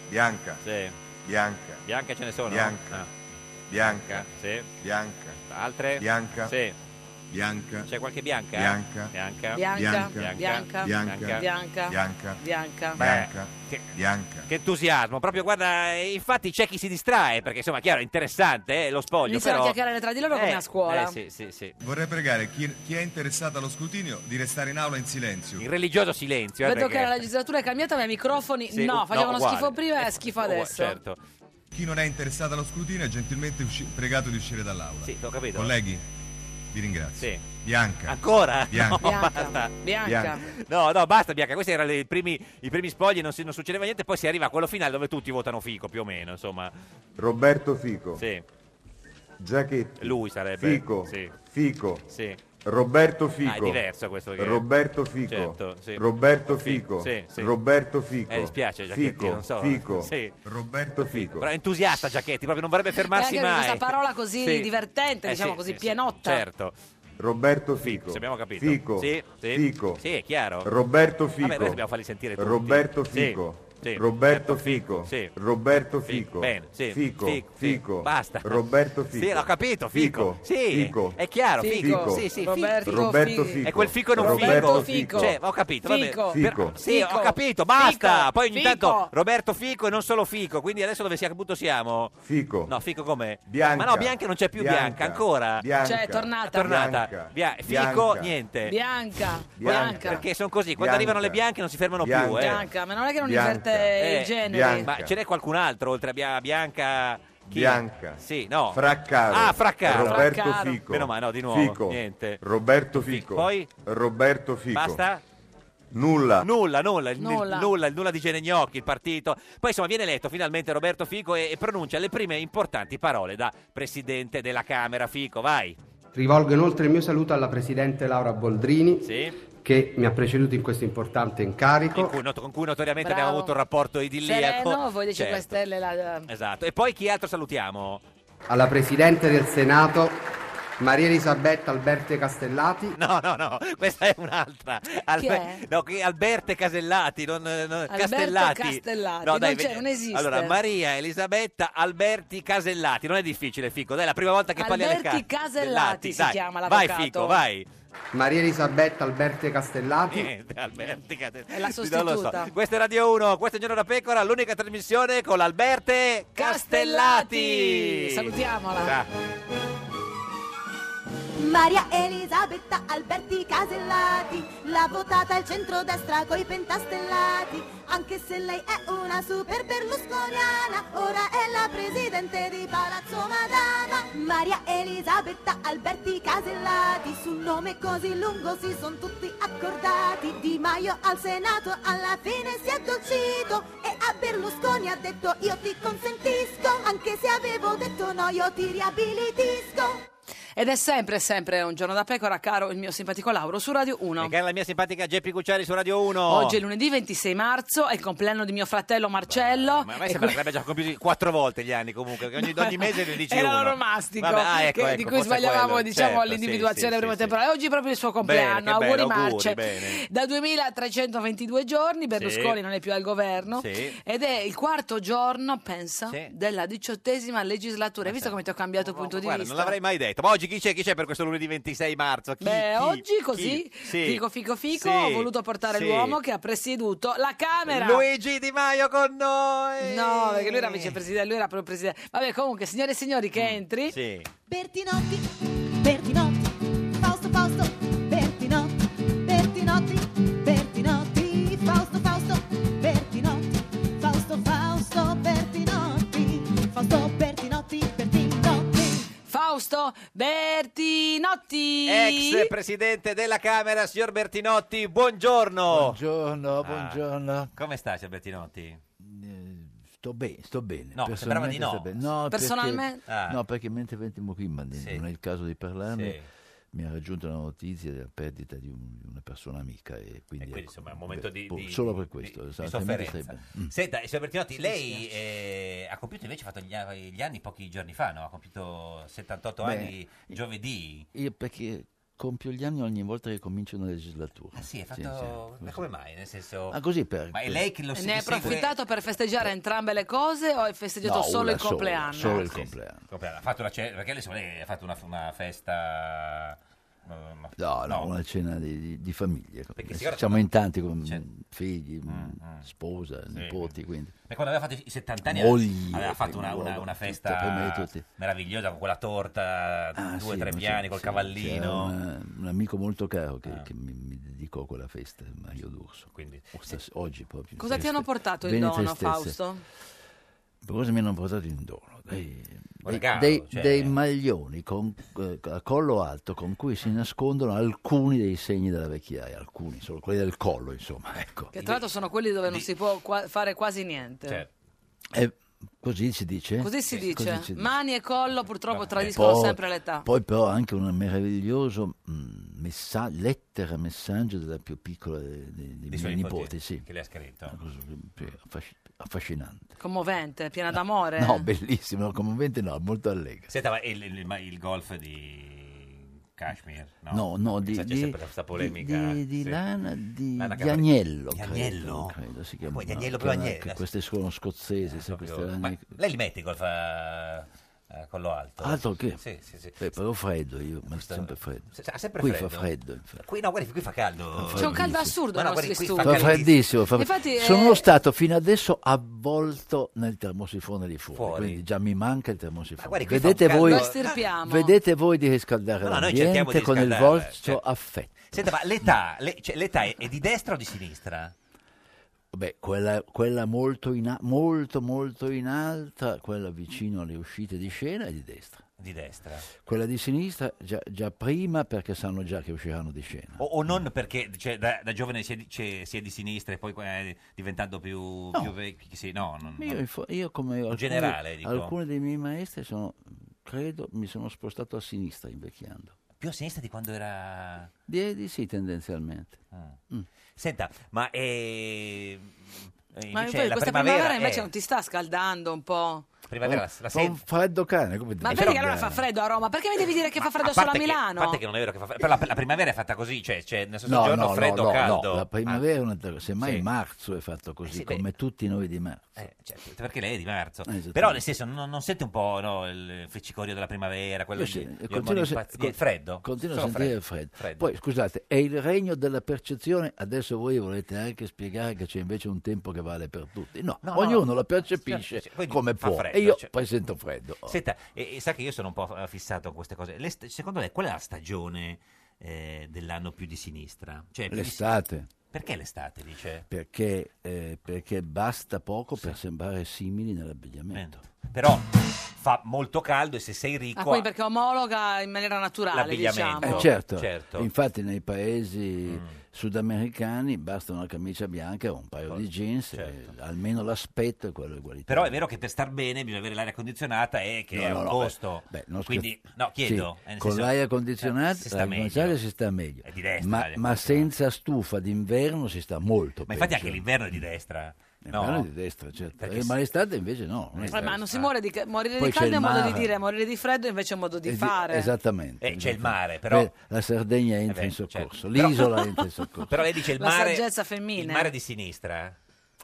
[SPEAKER 9] Bianca.
[SPEAKER 2] Sì.
[SPEAKER 9] Bianca.
[SPEAKER 2] Bianca ce ne sono?
[SPEAKER 9] Bianca.
[SPEAKER 2] Ah.
[SPEAKER 9] Bianca.
[SPEAKER 2] Sì.
[SPEAKER 9] Bianca.
[SPEAKER 2] Altre?
[SPEAKER 9] Bianca.
[SPEAKER 2] Sì.
[SPEAKER 9] Bianca.
[SPEAKER 2] C'è qualche bianca?
[SPEAKER 9] Bianca.
[SPEAKER 2] Bianca.
[SPEAKER 1] Bianca,
[SPEAKER 2] Bianca.
[SPEAKER 1] bianca,
[SPEAKER 2] Bianca.
[SPEAKER 1] bianca,
[SPEAKER 9] Bianca.
[SPEAKER 1] bianca.
[SPEAKER 9] Bianca.
[SPEAKER 2] Che,
[SPEAKER 9] Bianca.
[SPEAKER 2] che entusiasmo, proprio guarda, eh, infatti c'è chi si distrae perché insomma, chiaro, è interessante eh, lo spoglio.
[SPEAKER 1] Iniziano
[SPEAKER 2] però...
[SPEAKER 1] a chiacchierare tra di loro come
[SPEAKER 2] Eh,
[SPEAKER 1] a
[SPEAKER 2] eh,
[SPEAKER 1] scuola.
[SPEAKER 2] sì, sì, sì.
[SPEAKER 9] Vorrei pregare chi, chi è interessato allo scrutinio di restare in aula in silenzio.
[SPEAKER 2] Il religioso silenzio. eh,
[SPEAKER 1] Vedo
[SPEAKER 2] perché-
[SPEAKER 1] che la legislatura è cambiata, ma i microfoni
[SPEAKER 2] Sì, u-
[SPEAKER 1] no,
[SPEAKER 2] no,
[SPEAKER 1] facevano
[SPEAKER 2] uguale.
[SPEAKER 1] schifo prima e schifo
[SPEAKER 2] Oh,
[SPEAKER 1] adesso.
[SPEAKER 2] certo.
[SPEAKER 9] Chi non è interessato allo scrutinio è gentilmente usci- pregato di uscire dall'aula.
[SPEAKER 2] Sì, ho capito.
[SPEAKER 9] Colleghi, vi ringrazio.
[SPEAKER 2] Sì.
[SPEAKER 9] Bianca.
[SPEAKER 2] Ancora?
[SPEAKER 9] Bianca.
[SPEAKER 2] No,
[SPEAKER 1] Bianca.
[SPEAKER 2] basta.
[SPEAKER 1] Bianca.
[SPEAKER 2] No, no, basta Bianca, questi erano i primi, i primi spogli, non, si- non succedeva niente, poi si arriva a quello finale dove tutti votano fico più o meno, insomma.
[SPEAKER 9] Roberto Fico.
[SPEAKER 2] Sì,
[SPEAKER 9] Giachetti.
[SPEAKER 2] lui sarebbe.
[SPEAKER 9] Fico.
[SPEAKER 2] Sì.
[SPEAKER 9] Fico.
[SPEAKER 2] Sì.
[SPEAKER 9] Roberto Fico.
[SPEAKER 2] Ah, è diverso questo che-
[SPEAKER 9] Roberto Fico.
[SPEAKER 2] Certo, sì.
[SPEAKER 9] Roberto
[SPEAKER 2] Sì,
[SPEAKER 9] Fico.
[SPEAKER 2] sì, sì.
[SPEAKER 9] Roberto Fico.
[SPEAKER 2] Eh, dispiace Giachetti,
[SPEAKER 9] Fico.
[SPEAKER 2] non so.
[SPEAKER 9] Fico.
[SPEAKER 2] Sì.
[SPEAKER 9] Roberto Fico.
[SPEAKER 2] Però è entusiasta Giachetti, proprio non vorrebbe fermarsi
[SPEAKER 1] Eh, anche
[SPEAKER 2] mai.
[SPEAKER 1] questa parola così
[SPEAKER 2] Sì.
[SPEAKER 1] divertente,
[SPEAKER 2] Eh,
[SPEAKER 1] diciamo
[SPEAKER 2] sì,
[SPEAKER 1] così
[SPEAKER 2] sì, sì.
[SPEAKER 1] pienotta.
[SPEAKER 2] Certo,
[SPEAKER 9] Roberto Fico.
[SPEAKER 2] se abbiamo capito.
[SPEAKER 9] Fico.
[SPEAKER 2] Sì, sì.
[SPEAKER 9] Fico.
[SPEAKER 2] Sì, è chiaro.
[SPEAKER 9] Roberto Fico.
[SPEAKER 2] Vabbè, noi dobbiamo farli sentire tutti.
[SPEAKER 9] Roberto
[SPEAKER 2] Sì,
[SPEAKER 9] Fico.
[SPEAKER 2] sì.
[SPEAKER 9] Roberto Fico.
[SPEAKER 2] Sì.
[SPEAKER 9] Roberto
[SPEAKER 2] Sì,
[SPEAKER 9] Fico.
[SPEAKER 2] bene, sì.
[SPEAKER 9] Fico.
[SPEAKER 2] Sì, sì.
[SPEAKER 9] Fico.
[SPEAKER 2] Basta.
[SPEAKER 9] Roberto
[SPEAKER 2] Sì,
[SPEAKER 9] Fico.
[SPEAKER 2] l'ho capito, Fico. Sì,
[SPEAKER 9] Fico.
[SPEAKER 2] è chiaro, Fico. Sì, sì, Fico.
[SPEAKER 1] Roberto,
[SPEAKER 9] Roberto
[SPEAKER 1] Fico.
[SPEAKER 9] Fico.
[SPEAKER 2] È quel fico non
[SPEAKER 9] Roberto
[SPEAKER 2] fico.
[SPEAKER 9] Fico.
[SPEAKER 2] Cioè, ho capito. vabbè.
[SPEAKER 1] Fico.
[SPEAKER 9] Fico.
[SPEAKER 2] Sì,
[SPEAKER 1] Fico.
[SPEAKER 2] ho capito, basta.
[SPEAKER 1] Fico.
[SPEAKER 2] Poi ogni
[SPEAKER 1] Fico.
[SPEAKER 2] tanto Roberto Fico e non solo Fico, quindi adesso dove sia appunto siamo?
[SPEAKER 9] Fico.
[SPEAKER 2] No, Fico com'è?
[SPEAKER 9] Bianca.
[SPEAKER 2] Ma no, Bianca non c'è più Bianca,
[SPEAKER 9] Bianca.
[SPEAKER 2] ancora.
[SPEAKER 9] Bianca.
[SPEAKER 1] Cioè, è tornata.
[SPEAKER 2] È tornata.
[SPEAKER 9] Bianca.
[SPEAKER 2] Bia-
[SPEAKER 9] Bianca.
[SPEAKER 2] Fico, niente.
[SPEAKER 1] Bianca,
[SPEAKER 9] Bianca.
[SPEAKER 1] bianca,
[SPEAKER 2] Perché sono così,
[SPEAKER 9] Bianca.
[SPEAKER 2] quando arrivano le bianche non si fermano più,
[SPEAKER 9] Bianca.
[SPEAKER 2] eh.
[SPEAKER 1] bianca, ma non è che non
[SPEAKER 9] Bianca.
[SPEAKER 1] diverte
[SPEAKER 2] Eh,
[SPEAKER 1] il genere.
[SPEAKER 9] Bianca.
[SPEAKER 2] Ma ce n'è qualcun altro oltre a Bia- Bianca? Chi?
[SPEAKER 9] Bianca.
[SPEAKER 2] Sì, no.
[SPEAKER 9] Fraccaro.
[SPEAKER 2] Ah, Fraccaro.
[SPEAKER 9] Roberto
[SPEAKER 1] Fraccaro.
[SPEAKER 9] Fico.
[SPEAKER 2] Meno male, no, di nuovo,
[SPEAKER 9] Fico.
[SPEAKER 2] niente.
[SPEAKER 9] Roberto Fico.
[SPEAKER 2] Poi?
[SPEAKER 9] Roberto Fico.
[SPEAKER 2] Basta?
[SPEAKER 9] Nulla.
[SPEAKER 2] Nulla, nulla, il il- nulla,
[SPEAKER 1] Nulla.
[SPEAKER 2] il nulla di Genegnocchi, il partito. Poi insomma viene eletto finalmente Roberto Fico e, e pronuncia le prime importanti parole da presidente della Camera. Fico, vai.
[SPEAKER 11] Rivolgo inoltre il mio saluto alla Presidente Laura Boldrini,
[SPEAKER 2] Sì.
[SPEAKER 11] che mi ha preceduto in questo importante incarico.
[SPEAKER 2] in cui not- con cui notoriamente
[SPEAKER 1] Bravo.
[SPEAKER 2] abbiamo avuto un rapporto idilliaco.
[SPEAKER 1] Sereno, voi dei 5
[SPEAKER 2] Certo,
[SPEAKER 1] Stelle. La...
[SPEAKER 2] Esatto. E poi chi altro salutiamo?
[SPEAKER 11] Alla Presidente del Senato, Maria Elisabetta Alberti Castellati.
[SPEAKER 2] No, no, no, [laughs] questa è un'altra.
[SPEAKER 1] è?
[SPEAKER 2] no, qui Alberte Casellati, non, non- Castellati.
[SPEAKER 1] Castellati,
[SPEAKER 2] No, dai,
[SPEAKER 1] non c'è,
[SPEAKER 2] ve-
[SPEAKER 1] non esiste.
[SPEAKER 2] Allora, Maria Elisabetta Alberti Casellati, non è difficile, Fico, dai, è la prima volta che parli alle
[SPEAKER 1] Alberti
[SPEAKER 2] ca-
[SPEAKER 1] Casellati si
[SPEAKER 2] dai.
[SPEAKER 1] chiama
[SPEAKER 2] Vai
[SPEAKER 1] l'avvocato.
[SPEAKER 2] Fico, vai. Eh,
[SPEAKER 11] Maria Elisabetta Alberti Castellati.
[SPEAKER 2] Niente, Alberti Casellati.
[SPEAKER 1] È la
[SPEAKER 2] Non lo so.
[SPEAKER 1] sostituta.
[SPEAKER 2] Questa è Radio 1, questo è Giorno da Pecora, l'unica trasmissione con l'Alberte Castellati.
[SPEAKER 1] Salutiamola.
[SPEAKER 2] Ciao.
[SPEAKER 12] Maria Elisabetta Alberti Casellati, l'ha votata al centrodestra coi pentastellati, anche se lei è una super berlusconiana, ora è la presidente di Palazzo Madama. Maria Elisabetta Alberti Casellati, su un nome così lungo si sono tutti accordati, Di Maio al Senato alla fine si è addolcito e a Berlusconi ha detto io ti consentisco, anche se avevo detto no io ti riabilitisco.
[SPEAKER 1] Ed è sempre, sempre un giorno da pecora, caro il mio simpatico Lauro su Radio 1.
[SPEAKER 2] E cara la mia simpatica Geppi Cucciari su Radio 1.
[SPEAKER 1] Oggi è lunedì 26 marzo, è il compleanno di mio fratello Marcello.
[SPEAKER 2] Ma a me
[SPEAKER 1] e
[SPEAKER 2] sembra che abbia già compiuto quattro volte gli anni comunque, che ogni, ogni mese ne
[SPEAKER 1] [laughs]
[SPEAKER 2] dici
[SPEAKER 1] Era
[SPEAKER 2] uno.
[SPEAKER 1] l'onomastico,
[SPEAKER 2] Vabbè, ah, ecco,
[SPEAKER 1] che-
[SPEAKER 2] ecco,
[SPEAKER 1] di cui
[SPEAKER 2] forse è
[SPEAKER 1] sbagliavamo
[SPEAKER 2] quello,
[SPEAKER 1] diciamo
[SPEAKER 2] certo, sì,
[SPEAKER 1] all'individuazione
[SPEAKER 2] sì,
[SPEAKER 1] prima
[SPEAKER 2] sì.
[SPEAKER 1] temporale. Oggi è proprio il suo
[SPEAKER 2] Bene,
[SPEAKER 1] compleanno,
[SPEAKER 2] che bello,
[SPEAKER 1] auguri, Marce.
[SPEAKER 2] bene.
[SPEAKER 1] Da 2322 giorni Berlusconi
[SPEAKER 2] Sì.
[SPEAKER 1] non è più al governo
[SPEAKER 2] Sì.
[SPEAKER 1] ed è il quarto giorno, pensa,
[SPEAKER 2] Sì.
[SPEAKER 1] della diciottesima legislatura. Hai visto come ti ho cambiato punto di
[SPEAKER 2] Guarda,
[SPEAKER 1] vista?
[SPEAKER 2] non l'avrei mai detto. Ma oggi chi c'è, chi c'è per questo lunedì 26 marzo? Chi,
[SPEAKER 1] Beh,
[SPEAKER 2] chi,
[SPEAKER 1] oggi così,
[SPEAKER 2] chi? Sì.
[SPEAKER 1] fico fico fico,
[SPEAKER 2] Sì.
[SPEAKER 1] ho voluto portare
[SPEAKER 2] Sì.
[SPEAKER 1] l'uomo che ha presieduto la Camera.
[SPEAKER 2] Luigi Di Maio con noi!
[SPEAKER 1] No, perché lui era vicepresidente, lui era proprio presidente. Vabbè, comunque, signore e signori, che entri.
[SPEAKER 2] Mm, Sì.
[SPEAKER 12] Bertinotti, Bertinotti, Fausto, Fausto, Bertinotti, Bertinotti, Bertinotti, Fausto, Fausto, Bertinotti, Fausto, Fausto, Bertinotti, Fausto, Bertinotti, Bertinotti.
[SPEAKER 1] Fausto Bertinotti.
[SPEAKER 2] Ex presidente della Camera, signor Bertinotti, buongiorno. Ah.
[SPEAKER 13] Buongiorno, buongiorno.
[SPEAKER 2] Come stai, signor Bertinotti?
[SPEAKER 13] Sto bene, sto bene.
[SPEAKER 2] No, sembrava di
[SPEAKER 13] Personalmente
[SPEAKER 2] no.
[SPEAKER 13] sto bene. No, perché-
[SPEAKER 2] Personalmente? Ah.
[SPEAKER 13] no, perché mentre veniamo qui, ma non è il caso di parlarne,
[SPEAKER 2] Sì.
[SPEAKER 13] mi ha raggiunto la notizia della perdita di, un- di una persona amica. E quindi,
[SPEAKER 2] quindi,
[SPEAKER 13] ecco,
[SPEAKER 2] insomma, è un momento di-
[SPEAKER 13] boh,
[SPEAKER 2] di-
[SPEAKER 13] Solo per questo.
[SPEAKER 2] di
[SPEAKER 13] altrimenti
[SPEAKER 2] sofferenza.
[SPEAKER 13] stai bene. Mm.
[SPEAKER 2] Senta, signor Bertinotti, lei eh, ha compiuto invece ha fatto gli, a- gli anni pochi giorni fa, no? Ha compiuto 78
[SPEAKER 13] Beh,
[SPEAKER 2] anni giovedì.
[SPEAKER 13] Mm. Io perché compio gli anni ogni volta che comincio una legislatura.
[SPEAKER 2] Ah sì, hai fatto...
[SPEAKER 13] sì,
[SPEAKER 2] Ma
[SPEAKER 13] sì.
[SPEAKER 2] come mai? Nel senso...
[SPEAKER 13] Ah, così per-
[SPEAKER 2] Ma è lei che lo si
[SPEAKER 1] Ne hai
[SPEAKER 2] segue-
[SPEAKER 1] approfittato per festeggiare entrambe le cose o hai festeggiato
[SPEAKER 13] No,
[SPEAKER 1] solo
[SPEAKER 13] una
[SPEAKER 1] il
[SPEAKER 13] sola,
[SPEAKER 1] compleanno?
[SPEAKER 13] solo il
[SPEAKER 2] Sì, sì,
[SPEAKER 13] compleanno.
[SPEAKER 2] il compleanno. Ha fatto una ce- Perché lei, insomma, lei ha fatto una, una festa... ma- ma-
[SPEAKER 13] No, no, una cena di, di- di famiglia.
[SPEAKER 2] Perché
[SPEAKER 13] Eh,
[SPEAKER 2] signora- Mm,
[SPEAKER 13] Siamo in tanti, con figli, mm, sposa,
[SPEAKER 2] Sì.
[SPEAKER 13] nipoti, quindi...
[SPEAKER 2] Perché quando aveva fatto i 70 anni
[SPEAKER 13] Moglie,
[SPEAKER 2] aveva fatto una,
[SPEAKER 13] figliuolo,
[SPEAKER 2] una- una
[SPEAKER 13] tutto,
[SPEAKER 2] festa
[SPEAKER 13] per me tutti.
[SPEAKER 2] meravigliosa con quella torta, due o
[SPEAKER 13] Ah, sì,
[SPEAKER 2] tre
[SPEAKER 13] ma
[SPEAKER 2] piani,
[SPEAKER 13] sì,
[SPEAKER 2] col
[SPEAKER 13] sì, c'era
[SPEAKER 2] cavallino. Ah.
[SPEAKER 13] una- un amico molto caro che, che mi, mi dedicò a quella festa, Mario D'Urso. O stas- oggi proprio.
[SPEAKER 1] Cosa ti
[SPEAKER 13] Feste-
[SPEAKER 1] hanno portato il
[SPEAKER 13] Bene
[SPEAKER 1] dono,
[SPEAKER 13] tristezze.
[SPEAKER 1] Fausto?
[SPEAKER 13] Cosa mi hanno portato in dono? Dei, dei-
[SPEAKER 2] regalo,
[SPEAKER 13] dei-
[SPEAKER 2] cioè.
[SPEAKER 13] dei maglioni con- eh, a collo alto con cui si nascondono alcuni dei segni della vecchiaia, alcuni, solo quelli del collo, insomma. Ecco.
[SPEAKER 1] Che tra l'altro sono quelli dove non si può qua- fare quasi niente.
[SPEAKER 2] Certo.
[SPEAKER 13] Eh, così si dice? Eh,
[SPEAKER 1] Così si dice.
[SPEAKER 13] Così si dice.
[SPEAKER 1] Mani e collo purtroppo tradiscono
[SPEAKER 13] Poi-
[SPEAKER 1] sempre l'età.
[SPEAKER 13] Poi però anche un meraviglioso mm, messa- lettera messaggio della più piccola de- de- dei
[SPEAKER 2] Dei
[SPEAKER 13] miei
[SPEAKER 2] suoi
[SPEAKER 13] nipoti,
[SPEAKER 2] nipoti,
[SPEAKER 13] sì.
[SPEAKER 2] che le ha scritto.
[SPEAKER 13] Una cosa, sì, affasci- affascinante.
[SPEAKER 1] Commovente, piena d'amore.
[SPEAKER 13] No, bellissimo, no, commovente no, molto allegra.
[SPEAKER 2] Senta, ma il, il- ma il golf di Kashmir?
[SPEAKER 13] No, no, di,
[SPEAKER 2] C'è, c'è
[SPEAKER 13] di-
[SPEAKER 2] sempre questa polemica.
[SPEAKER 13] di- di
[SPEAKER 2] sì.
[SPEAKER 13] lana di,
[SPEAKER 2] Lana
[SPEAKER 13] di
[SPEAKER 2] Cavall-
[SPEAKER 13] agnello.
[SPEAKER 2] Di
[SPEAKER 13] credo,
[SPEAKER 2] agnello?
[SPEAKER 13] credo si
[SPEAKER 2] Ah,
[SPEAKER 13] chiama,
[SPEAKER 2] poi di
[SPEAKER 13] no,
[SPEAKER 2] agnello,
[SPEAKER 13] che
[SPEAKER 2] proprio
[SPEAKER 13] una-
[SPEAKER 2] agnello. eh,
[SPEAKER 13] che Queste sono scozzesi, sai, queste
[SPEAKER 2] Ma
[SPEAKER 13] lane-
[SPEAKER 2] lei li mette i golf eh, a, a collo alto?
[SPEAKER 13] Altro che?
[SPEAKER 2] Sì, sì, sì.
[SPEAKER 13] Beh, però freddo io, ma sempre freddo.
[SPEAKER 2] Se- ha sempre
[SPEAKER 13] Qui
[SPEAKER 2] freddo?
[SPEAKER 13] fa freddo, infatti.
[SPEAKER 2] Qui, no, guardi, qui fa caldo.
[SPEAKER 1] C'è un caldo assurdo
[SPEAKER 2] Ma
[SPEAKER 1] nei
[SPEAKER 2] no,
[SPEAKER 1] nostri
[SPEAKER 2] guardi, qui fa
[SPEAKER 1] studi.
[SPEAKER 13] Fa freddissimo, fa-
[SPEAKER 1] Infatti,
[SPEAKER 13] sono
[SPEAKER 1] eh,
[SPEAKER 13] stato fino adesso avvolto nel termosifone di fuori,
[SPEAKER 2] Fuori.
[SPEAKER 13] quindi già mi manca il termosifone.
[SPEAKER 2] guardi, qui fa
[SPEAKER 13] vedete,
[SPEAKER 2] un caldo-
[SPEAKER 13] voi,
[SPEAKER 1] Lo estirpiamo.
[SPEAKER 13] vedete voi di riscaldare
[SPEAKER 2] No, no, noi cerchiamo
[SPEAKER 13] l'ambiente
[SPEAKER 2] di
[SPEAKER 13] con il
[SPEAKER 2] riscaldarla,
[SPEAKER 13] vostro
[SPEAKER 2] certo.
[SPEAKER 13] affetto.
[SPEAKER 2] Senta, ma l'età, le- cioè, l'età è, è di destra o di sinistra?
[SPEAKER 13] Beh, quella, quella molto, in a- molto molto in alta, quella vicino alle uscite di scena è di destra.
[SPEAKER 2] Di destra.
[SPEAKER 13] Quella di sinistra già, già prima perché sanno già che usciranno di scena.
[SPEAKER 2] O, o non perché cioè, da, da giovane si è, di- cioè, si è di sinistra e poi eh, diventando più, più vecchi, sì, no, non-
[SPEAKER 13] Io, in fo- io come alcuni,
[SPEAKER 2] generale, dico.
[SPEAKER 13] alcuni dei miei maestri sono, credo, mi sono spostato a sinistra invecchiando.
[SPEAKER 2] più a sinistra di quando era... Ah.
[SPEAKER 13] Di, di sì, tendenzialmente. Mm.
[SPEAKER 2] Senta, ma eh, eh,
[SPEAKER 13] cioè,
[SPEAKER 1] Ma
[SPEAKER 2] invece
[SPEAKER 1] poi
[SPEAKER 2] la
[SPEAKER 1] questa
[SPEAKER 2] primavera,
[SPEAKER 1] primavera invece
[SPEAKER 2] eh,
[SPEAKER 1] non ti sta scaldando un po'?
[SPEAKER 2] primavera la, la
[SPEAKER 13] Fa un freddo cane, come
[SPEAKER 1] Ma
[SPEAKER 13] dici?
[SPEAKER 1] vedi che allora fa freddo a Roma? Perché mi devi dire che fa freddo
[SPEAKER 2] A
[SPEAKER 1] solo a
[SPEAKER 2] parte che- A
[SPEAKER 1] Milano?
[SPEAKER 2] parte che non è vero che fa freddo, però la, la primavera è fatta così, cioè, cioè nel senso
[SPEAKER 13] No,
[SPEAKER 2] giorno
[SPEAKER 13] no,
[SPEAKER 2] freddo,
[SPEAKER 13] no, no,
[SPEAKER 2] caldo.
[SPEAKER 13] no, la primavera è un'altra cosa, semmai
[SPEAKER 2] Sì. Eh
[SPEAKER 13] marzo è fatto così,
[SPEAKER 2] sì, beh.
[SPEAKER 13] come tutti noi di marzo.
[SPEAKER 2] Eh, cioè, perché lei è di marzo.
[SPEAKER 13] esattamente.
[SPEAKER 2] Però nel senso non, non sente un po' no, il friccicorio della primavera, quello
[SPEAKER 13] Io
[SPEAKER 2] di,
[SPEAKER 13] Eh sì,
[SPEAKER 2] gli ormoni
[SPEAKER 13] continuo a se-
[SPEAKER 2] impazzi-
[SPEAKER 13] con-
[SPEAKER 2] il freddo.
[SPEAKER 13] continuo a
[SPEAKER 2] Solo
[SPEAKER 13] sentire il freddo.
[SPEAKER 2] freddo.
[SPEAKER 13] Poi scusate, è il regno della percezione. Adesso voi volete anche spiegare che c'è invece un tempo che vale per tutti. No,
[SPEAKER 2] No, no,
[SPEAKER 13] ognuno
[SPEAKER 2] no.
[SPEAKER 13] la percepisce
[SPEAKER 2] Certo, Sì, poi
[SPEAKER 13] come
[SPEAKER 2] fa
[SPEAKER 13] può.
[SPEAKER 2] freddo,
[SPEAKER 13] e io
[SPEAKER 2] cioè-
[SPEAKER 13] poi sento freddo. Oh.
[SPEAKER 2] Senta, e, e sa che io sono un po' f- fissato con queste cose. Le st- secondo lei qual è la stagione eh, dell'anno più di sinistra? Cioè, più di sinistra-
[SPEAKER 13] L'estate.
[SPEAKER 2] Perché l'estate, dice?
[SPEAKER 13] Perché, eh, perché basta poco per sembrare simili nell'abbigliamento.
[SPEAKER 2] Però fa molto caldo e se sei
[SPEAKER 1] Ah,
[SPEAKER 2] ricco...
[SPEAKER 1] quindi perché omologa in maniera naturale,
[SPEAKER 2] L'abbigliamento.
[SPEAKER 1] diciamo.
[SPEAKER 13] Eh, certo.
[SPEAKER 2] certo. Mm.
[SPEAKER 13] infatti nei paesi sudamericani basta una camicia bianca o un paio di jeans, e almeno l'aspetto è quello ugualitario.
[SPEAKER 2] certo. Però è vero che per star bene bisogna avere l'aria condizionata e che
[SPEAKER 13] No,
[SPEAKER 2] è
[SPEAKER 13] no,
[SPEAKER 2] un
[SPEAKER 13] no, eh,
[SPEAKER 2] costo.
[SPEAKER 13] beh, beh, non
[SPEAKER 2] Quindi,
[SPEAKER 13] scherzo.
[SPEAKER 2] no, chiedo.
[SPEAKER 13] Sì,
[SPEAKER 2] eh, nel
[SPEAKER 13] con
[SPEAKER 2] senso- eh,
[SPEAKER 13] l'aria condizionata eh,
[SPEAKER 2] si
[SPEAKER 13] si
[SPEAKER 2] sta
[SPEAKER 13] sta,
[SPEAKER 2] meglio.
[SPEAKER 13] meglio. Si sta meglio.
[SPEAKER 2] È di destra
[SPEAKER 13] ma,
[SPEAKER 2] l'aria
[SPEAKER 13] ma senza stufa d'inverno si sta molto
[SPEAKER 2] Ma infatti
[SPEAKER 13] peggio.
[SPEAKER 2] anche l'inverno è di destra.
[SPEAKER 13] L'inverno
[SPEAKER 2] No.
[SPEAKER 13] è di destra, certo.
[SPEAKER 2] Perché
[SPEAKER 13] Eh,
[SPEAKER 2] se-
[SPEAKER 13] ma l'estate invece no. non è
[SPEAKER 1] Eh, ma non si muore di ca- morire
[SPEAKER 13] esatto. Poi
[SPEAKER 1] di
[SPEAKER 13] c'è
[SPEAKER 1] caldo è
[SPEAKER 13] il
[SPEAKER 1] modo di
[SPEAKER 13] mare.
[SPEAKER 1] dire, morire di freddo invece è modo di
[SPEAKER 13] Eh, di-
[SPEAKER 1] fare.
[SPEAKER 13] Esattamente.
[SPEAKER 2] Eh, c'è il
[SPEAKER 13] esattamente.
[SPEAKER 2] mare, però- Eh certo.
[SPEAKER 13] Beh, la Sardegna entra in soccorso, l'isola entra in soccorso.
[SPEAKER 2] [laughs] Però lei dice il
[SPEAKER 1] La
[SPEAKER 2] mare...
[SPEAKER 1] saggezza femminile.
[SPEAKER 2] Il mare è di sinistra?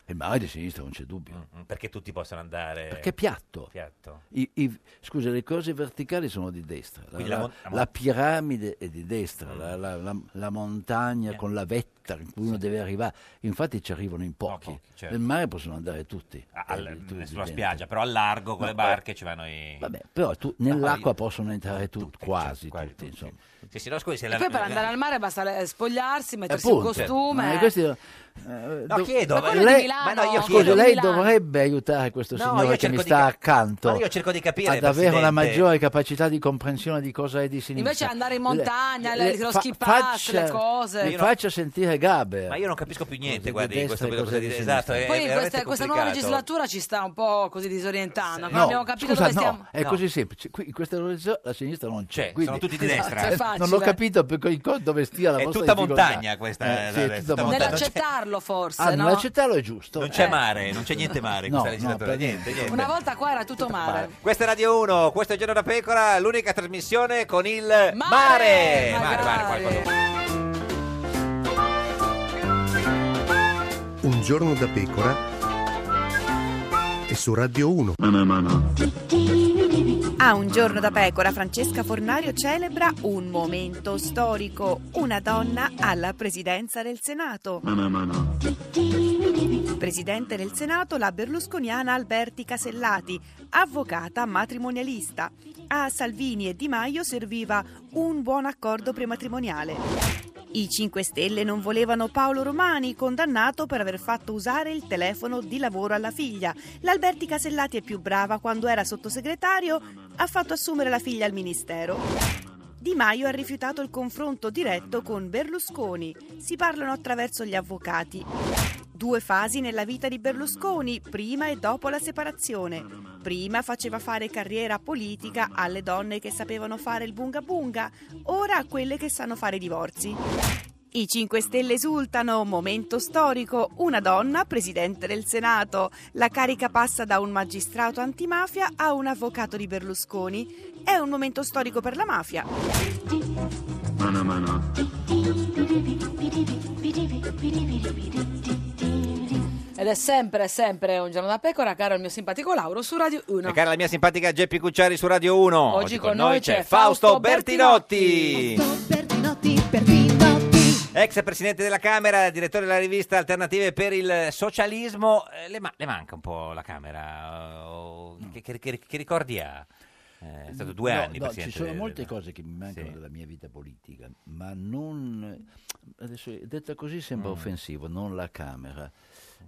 [SPEAKER 13] Il mare è di sinistra, non c'è dubbio.
[SPEAKER 2] Mm, Perché tutti possono andare...
[SPEAKER 13] Perché è piatto.
[SPEAKER 2] Eh, Piatto.
[SPEAKER 13] I- i- scusa, le cose verticali sono di destra. La,
[SPEAKER 2] Quindi la
[SPEAKER 13] la-
[SPEAKER 2] mon- la mon- Mm.
[SPEAKER 13] la piramide è di destra, la, la- la- la
[SPEAKER 2] Eh.
[SPEAKER 13] montagna con la vetta in cui uno deve arrivare. Infatti ci arrivano in pochi.
[SPEAKER 2] certo. Ah,
[SPEAKER 13] Nel mare possono andare tutti.
[SPEAKER 2] Al-
[SPEAKER 13] Eh, tu-
[SPEAKER 2] sulla
[SPEAKER 13] evidente.
[SPEAKER 2] spiaggia, però al largo con
[SPEAKER 13] No,
[SPEAKER 2] le barche ci vanno i...
[SPEAKER 13] eh, Vabbè, però tu- nell'acqua possono entrare tu-
[SPEAKER 2] certo,
[SPEAKER 13] quasi tutti. Insomma.
[SPEAKER 2] Sì, sì, no, scusi, se
[SPEAKER 1] E
[SPEAKER 2] la-
[SPEAKER 1] poi per andare al mare basta eh, spogliarsi, mettersi
[SPEAKER 13] Appunto.
[SPEAKER 1] un costume.
[SPEAKER 13] Ma questi- eh,
[SPEAKER 1] No, chiedo,
[SPEAKER 13] Ma
[SPEAKER 1] ma-
[SPEAKER 13] quello di
[SPEAKER 1] lei-
[SPEAKER 13] Milano.
[SPEAKER 1] ma no, io
[SPEAKER 13] Scusi,
[SPEAKER 1] chiedo.
[SPEAKER 13] lei
[SPEAKER 1] Milano.
[SPEAKER 13] dovrebbe aiutare questo
[SPEAKER 2] No, io
[SPEAKER 13] signore che
[SPEAKER 2] cerco
[SPEAKER 13] mi
[SPEAKER 2] di
[SPEAKER 13] sta
[SPEAKER 2] ca-
[SPEAKER 13] accanto
[SPEAKER 2] Ma io cerco di capire,
[SPEAKER 13] ad avere una
[SPEAKER 2] Presidente.
[SPEAKER 13] maggiore capacità di comprensione di cosa è di sinistra.
[SPEAKER 1] Invece andare in montagna,
[SPEAKER 13] Le-
[SPEAKER 1] le- lo
[SPEAKER 13] fa-
[SPEAKER 1] ski pass,
[SPEAKER 13] faccia-
[SPEAKER 1] le cose.
[SPEAKER 13] Mi faccia sentire Gaber.
[SPEAKER 2] Ma io non capisco più niente,
[SPEAKER 13] di
[SPEAKER 2] guardi,
[SPEAKER 13] destra
[SPEAKER 2] questo
[SPEAKER 13] e
[SPEAKER 2] cosa
[SPEAKER 13] cose
[SPEAKER 2] di
[SPEAKER 13] di
[SPEAKER 2] esatto, è
[SPEAKER 13] sinistra.
[SPEAKER 1] Poi
[SPEAKER 2] veramente
[SPEAKER 1] questa, questa nuova
[SPEAKER 2] complicato.
[SPEAKER 1] legislatura ci sta un po' così disorientando.
[SPEAKER 13] No,
[SPEAKER 1] però abbiamo capito
[SPEAKER 13] scusa,
[SPEAKER 1] dove
[SPEAKER 13] no,
[SPEAKER 1] stiamo.
[SPEAKER 13] è così semplice. Qui, in questa organizzazione la sinistra non c'è.
[SPEAKER 2] Cioè,
[SPEAKER 13] quindi-
[SPEAKER 2] sono tutti di destra.
[SPEAKER 13] Eh,
[SPEAKER 2] È facile.
[SPEAKER 13] non ho capito per co- co- dove stia la
[SPEAKER 2] È
[SPEAKER 13] vostra
[SPEAKER 2] tutta
[SPEAKER 13] difficoltà.
[SPEAKER 2] montagna questa,
[SPEAKER 13] Eh,
[SPEAKER 2] eh,
[SPEAKER 13] sì, è
[SPEAKER 2] adesso.
[SPEAKER 13] tutta montagna.
[SPEAKER 1] Nell'accettarlo forse,
[SPEAKER 13] Ah,
[SPEAKER 1] Eh, no?
[SPEAKER 13] nell'accettarlo è giusto.
[SPEAKER 2] Non c'è
[SPEAKER 13] Eh.
[SPEAKER 2] mare, non c'è niente mare in
[SPEAKER 13] No,
[SPEAKER 2] questa
[SPEAKER 13] no,
[SPEAKER 2] legislatura,
[SPEAKER 13] per
[SPEAKER 2] niente, niente.
[SPEAKER 1] Una volta qua era tutto mare.
[SPEAKER 2] Questa è Radio 1, questo è Giorno da Pecora, l'unica trasmissione con il mare. Mare, mare, qualcosa.
[SPEAKER 14] Un giorno da pecora e su Radio 1.
[SPEAKER 15] A un giorno da pecora, Francesca Fornario celebra un momento storico, una donna alla presidenza del Senato. Presidente del Senato la berlusconiana Alberti Casellati, avvocata matrimonialista. A Salvini e Di Maio serviva un buon accordo prematrimoniale. I 5 Stelle non volevano Paolo Romani, condannato per aver fatto usare il telefono di lavoro alla figlia. L'Alberti Casellati è più brava quando era sottosegretario, ha fatto assumere la figlia al ministero. Di Maio ha rifiutato il confronto diretto con Berlusconi. Si parlano attraverso gli avvocati. Due fasi nella vita di Berlusconi, prima e dopo la separazione. Prima faceva fare carriera politica alle donne che sapevano fare il bunga bunga, ora a quelle che sanno fare i divorzi. I 5 Stelle esultano, momento storico, una donna presidente del Senato. La carica passa da un magistrato antimafia a un avvocato di Berlusconi. È un momento storico per la mafia.
[SPEAKER 1] Ed è sempre, sempre un giorno da pecora, caro il mio simpatico Lauro su Radio 1.
[SPEAKER 2] E cara la mia simpatica Geppi Cucciari su Radio 1.
[SPEAKER 1] Oggi con noi c'è Fausto
[SPEAKER 2] Bertinotti. Ex presidente della Camera, direttore della rivista Alternative per il Socialismo. Eh, Le, ma- le manca un po' la Camera? eh, O- Che, che- che- che ricordi ha? Eh, è stato due
[SPEAKER 13] No,
[SPEAKER 2] anni
[SPEAKER 13] Mm, no,
[SPEAKER 2] presidente.
[SPEAKER 13] Ci sono
[SPEAKER 2] del-
[SPEAKER 13] molte cose che mi mancano
[SPEAKER 2] Sì.
[SPEAKER 13] della mia vita politica, ma non. Adesso detta così sembra
[SPEAKER 2] Mm.
[SPEAKER 13] offensivo, non la Camera.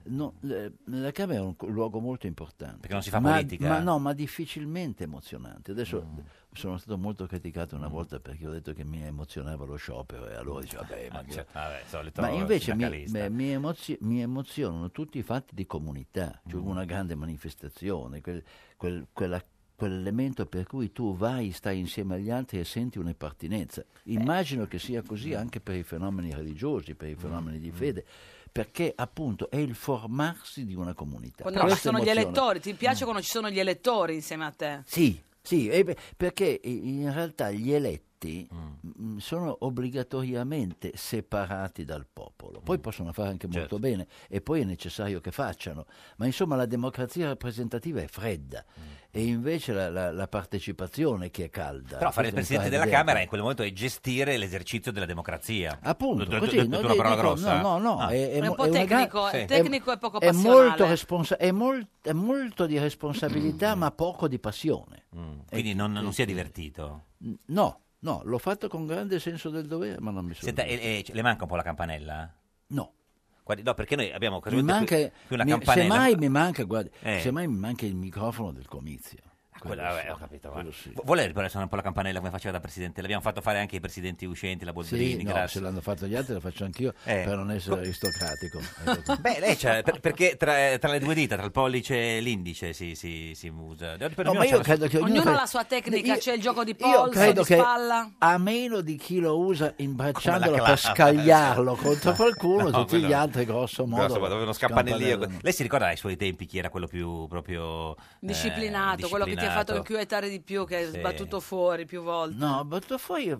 [SPEAKER 13] No, le- la Camera è un co- luogo molto importante.
[SPEAKER 2] Perché non si fa
[SPEAKER 13] ma,
[SPEAKER 2] politica. Mm.
[SPEAKER 13] Ma no, ma difficilmente emozionante. Adesso sono stato molto criticato una volta perché ho detto che mi emozionava lo sciopero e allora dicevo, vabbè, ma,
[SPEAKER 2] Ah, cioè, vabbè, solito
[SPEAKER 13] ma invece mi,
[SPEAKER 2] sindacalista.
[SPEAKER 13] beh, mi emozio- mi
[SPEAKER 2] Mm.
[SPEAKER 13] emozionano tutti i fatti di comunità, cioè una grande manifestazione, quel- quel- quella, quell'elemento per cui tu vai, stai insieme agli altri e senti un'appartenenza.
[SPEAKER 2] Eh.
[SPEAKER 13] Immagino che sia
[SPEAKER 2] Mm.
[SPEAKER 13] così anche per i fenomeni religiosi, per i fenomeni di fede, perché appunto è il formarsi di una comunità.
[SPEAKER 1] Quando ci
[SPEAKER 13] Questa
[SPEAKER 1] sono gli
[SPEAKER 13] emozione-
[SPEAKER 1] elettori, ti
[SPEAKER 13] Mm.
[SPEAKER 1] piace quando ci sono gli elettori insieme a te?
[SPEAKER 13] Sì, sì, e beh, perché i- in realtà gli eletti
[SPEAKER 2] Mm.
[SPEAKER 13] mh, sono obbligatoriamente separati dal popolo. Poi
[SPEAKER 2] Mm.
[SPEAKER 13] possono fare anche
[SPEAKER 2] Certo.
[SPEAKER 13] molto bene e poi è necessario che facciano, ma insomma la democrazia rappresentativa è fredda
[SPEAKER 2] Mm.
[SPEAKER 13] e invece la, la- la partecipazione che è calda.
[SPEAKER 2] Però fare il
[SPEAKER 13] Questo mi
[SPEAKER 2] presidente della
[SPEAKER 13] evidente.
[SPEAKER 2] Camera in quel momento è gestire l'esercizio della democrazia.
[SPEAKER 13] Appunto,
[SPEAKER 2] Ho detto- ho
[SPEAKER 13] così,
[SPEAKER 2] detto
[SPEAKER 13] no,
[SPEAKER 2] una parola
[SPEAKER 13] dico-
[SPEAKER 2] grossa.
[SPEAKER 13] no, no, no,
[SPEAKER 2] Ah.
[SPEAKER 13] è,
[SPEAKER 1] È un
[SPEAKER 13] mo-
[SPEAKER 1] po'
[SPEAKER 13] una gran-
[SPEAKER 1] tecnico, è
[SPEAKER 13] Sì.
[SPEAKER 1] tecnico e poco
[SPEAKER 13] è
[SPEAKER 1] passionale.
[SPEAKER 13] molto responsa- è mol- è molto
[SPEAKER 2] [clears throat]
[SPEAKER 13] di responsabilità, ma poco di passione.
[SPEAKER 2] Mm, Quindi non, non si è divertito.
[SPEAKER 13] No, no, l'ho fatto con grande senso del dovere, ma non mi sono.
[SPEAKER 2] Senta, e- e le manca un po' la campanella?
[SPEAKER 13] No.
[SPEAKER 2] Guardi, no, perché noi abbiamo
[SPEAKER 13] mi
[SPEAKER 2] casualmente
[SPEAKER 13] manca,
[SPEAKER 2] qui- qui una
[SPEAKER 13] mi-
[SPEAKER 2] campanella.
[SPEAKER 13] semmai mi manca, guarda,
[SPEAKER 2] Eh. Ah,
[SPEAKER 13] semmai mi manca il microfono del comizio.
[SPEAKER 2] Quella,
[SPEAKER 13] Quello
[SPEAKER 2] vabbè,
[SPEAKER 13] sì,
[SPEAKER 2] ho capito.
[SPEAKER 13] quello
[SPEAKER 2] va.
[SPEAKER 13] sì.
[SPEAKER 2] Vo- Vuole riprendere un po' la campanella come faceva da presidente? L'abbiamo fatto fare anche ai presidenti uscenti, la Boldrini,
[SPEAKER 13] Sì, no,
[SPEAKER 2] grazie.
[SPEAKER 13] se l'hanno fatto gli altri, la faccio anch'io
[SPEAKER 2] Eh.
[SPEAKER 13] per non essere aristocratico.
[SPEAKER 2] Beh, Eh, lei c'ha- per- perché tra, tra le due dita, tra il pollice e l'indice, si, si, si usa. Per
[SPEAKER 13] No,
[SPEAKER 2] ognuno
[SPEAKER 13] ma io
[SPEAKER 2] c'ha la-
[SPEAKER 13] credo che ognuno
[SPEAKER 1] Ognuno
[SPEAKER 13] fa-
[SPEAKER 1] ha la sua tecnica, c'è il gioco di
[SPEAKER 13] Io
[SPEAKER 1] polso,
[SPEAKER 13] credo
[SPEAKER 1] di
[SPEAKER 13] che
[SPEAKER 1] spalla.
[SPEAKER 13] a meno di chi lo usa imbracciandolo
[SPEAKER 2] Come la
[SPEAKER 13] per
[SPEAKER 2] clava. [laughs]
[SPEAKER 13] scagliarlo contro qualcuno,
[SPEAKER 2] No,
[SPEAKER 13] tutti
[SPEAKER 2] quello-
[SPEAKER 13] gli altri grosso modo.
[SPEAKER 2] Grosso modo, uno scampanellio.
[SPEAKER 13] scampanellano.
[SPEAKER 2] Lei si ricorda ai suoi tempi chi era quello più proprio eh,
[SPEAKER 1] Disciplinato, quello che ti ha fatto
[SPEAKER 2] disciplinato?
[SPEAKER 1] inquietare di più, che hai
[SPEAKER 2] Sì.
[SPEAKER 1] sbattuto fuori più volte.
[SPEAKER 13] No, battuto fuori.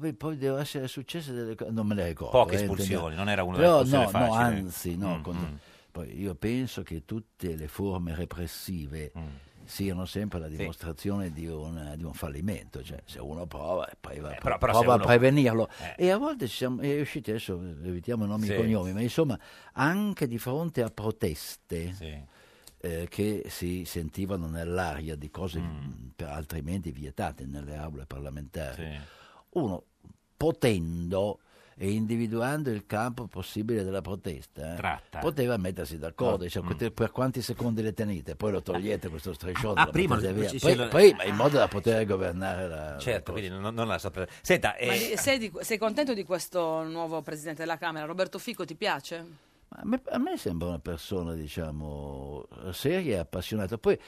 [SPEAKER 13] Poi, poi devono essere successe delle cose. Non me le ricordo.
[SPEAKER 2] Poche
[SPEAKER 13] eh,
[SPEAKER 2] espulsioni,
[SPEAKER 13] intendiamo.
[SPEAKER 2] non era una
[SPEAKER 13] Però,
[SPEAKER 2] espulsione
[SPEAKER 13] no, no,
[SPEAKER 2] facile.
[SPEAKER 13] anzi, no.
[SPEAKER 2] Mm,
[SPEAKER 13] con- Poi io penso che tutte le forme repressive
[SPEAKER 2] Mm.
[SPEAKER 13] siano sempre la dimostrazione di, un, di un fallimento. Cioè, se uno prova, e poi va,
[SPEAKER 2] Eh, però- però se
[SPEAKER 13] prova
[SPEAKER 2] uno- Eh.
[SPEAKER 13] a prevenirlo. E a volte ci siamo è riusciti, adesso evitiamo nomi
[SPEAKER 2] Sì.
[SPEAKER 13] e cognomi, ma insomma, anche di fronte a proteste eh, che si sentivano nell'aria di cose
[SPEAKER 2] Mm.
[SPEAKER 13] mh, per- altrimenti vietate nelle aule parlamentari. Uno, potendo e individuando il campo possibile della protesta, eh,
[SPEAKER 2] Tratta. Mm.
[SPEAKER 13] poteva mettersi d'accordo,
[SPEAKER 2] No.
[SPEAKER 13] dice, per quanti secondi le tenete, poi lo togliete questo striscione,
[SPEAKER 2] Ah,
[SPEAKER 13] lo
[SPEAKER 2] prima
[SPEAKER 13] mettete
[SPEAKER 2] lo-
[SPEAKER 13] via.
[SPEAKER 2] ci- Ah.
[SPEAKER 13] poi,
[SPEAKER 2] ce lo-
[SPEAKER 13] poi in modo da poter governare la...
[SPEAKER 2] Certo, quindi non, non la so. pre- Senta,
[SPEAKER 1] Ma
[SPEAKER 2] eh,
[SPEAKER 1] di- sei, di- sei contento di questo nuovo presidente della Camera? Roberto Fico ti piace?
[SPEAKER 13] A me, a me sembra una persona, diciamo, seria e appassionata. Poi,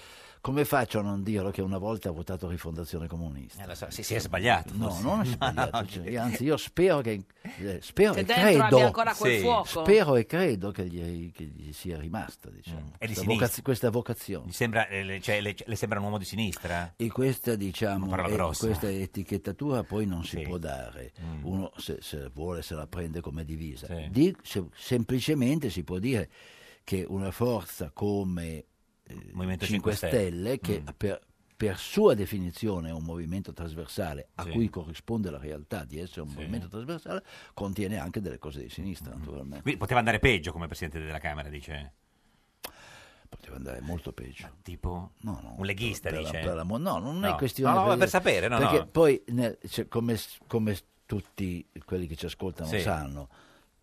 [SPEAKER 13] come faccio a non dirlo che una volta ha votato Rifondazione Comunista?
[SPEAKER 2] eh, lo so, si, si è sbagliato.
[SPEAKER 13] No,
[SPEAKER 2] forse.
[SPEAKER 13] non
[SPEAKER 2] [laughs]
[SPEAKER 13] è sbagliato. cioè, io- anzi, io spero che. eh, spero
[SPEAKER 1] Che
[SPEAKER 13] e
[SPEAKER 1] dentro
[SPEAKER 13] credo.
[SPEAKER 1] abbia ancora quel Sì. fuoco.
[SPEAKER 13] Spero e credo che gli, che gli sia rimasta, diciamo.
[SPEAKER 2] Mm. È di
[SPEAKER 13] questa,
[SPEAKER 2] sinistra.
[SPEAKER 13] vocaz- questa vocazione.
[SPEAKER 2] Mi sembra, eh, le, cioè, le- le sembra un uomo di sinistra?
[SPEAKER 13] E questa, diciamo,
[SPEAKER 2] Parola
[SPEAKER 13] e
[SPEAKER 2] grossa. Mm.
[SPEAKER 13] questa etichettatura poi non si può dare. Uno, se, se vuole, se la prende come divisa.
[SPEAKER 2] Sì.
[SPEAKER 13] Di- se- semplicemente si può dire che una forza come eh,
[SPEAKER 2] Movimento
[SPEAKER 13] 5
[SPEAKER 2] 5
[SPEAKER 13] Stelle,
[SPEAKER 2] Stelle,
[SPEAKER 13] che
[SPEAKER 2] mm.
[SPEAKER 13] per, per sua definizione è un movimento trasversale, a
[SPEAKER 2] Sì.
[SPEAKER 13] cui corrisponde la realtà di essere un movimento trasversale, contiene anche delle cose di sinistra,
[SPEAKER 2] Mm.
[SPEAKER 13] naturalmente.
[SPEAKER 2] Quindi poteva andare peggio come presidente della Camera, dice.
[SPEAKER 13] Poteva andare molto peggio.
[SPEAKER 2] tipo?
[SPEAKER 13] No, no,
[SPEAKER 2] un leghista,
[SPEAKER 13] per- per
[SPEAKER 2] dice.
[SPEAKER 13] la- per la mo- no, non è
[SPEAKER 2] No.
[SPEAKER 13] questione
[SPEAKER 2] No, no,
[SPEAKER 13] per-
[SPEAKER 2] per sapere, no,
[SPEAKER 13] perché
[SPEAKER 2] no.
[SPEAKER 13] poi nel- cioè, come, s- come s- tutti quelli che ci ascoltano
[SPEAKER 2] Sì.
[SPEAKER 13] sanno,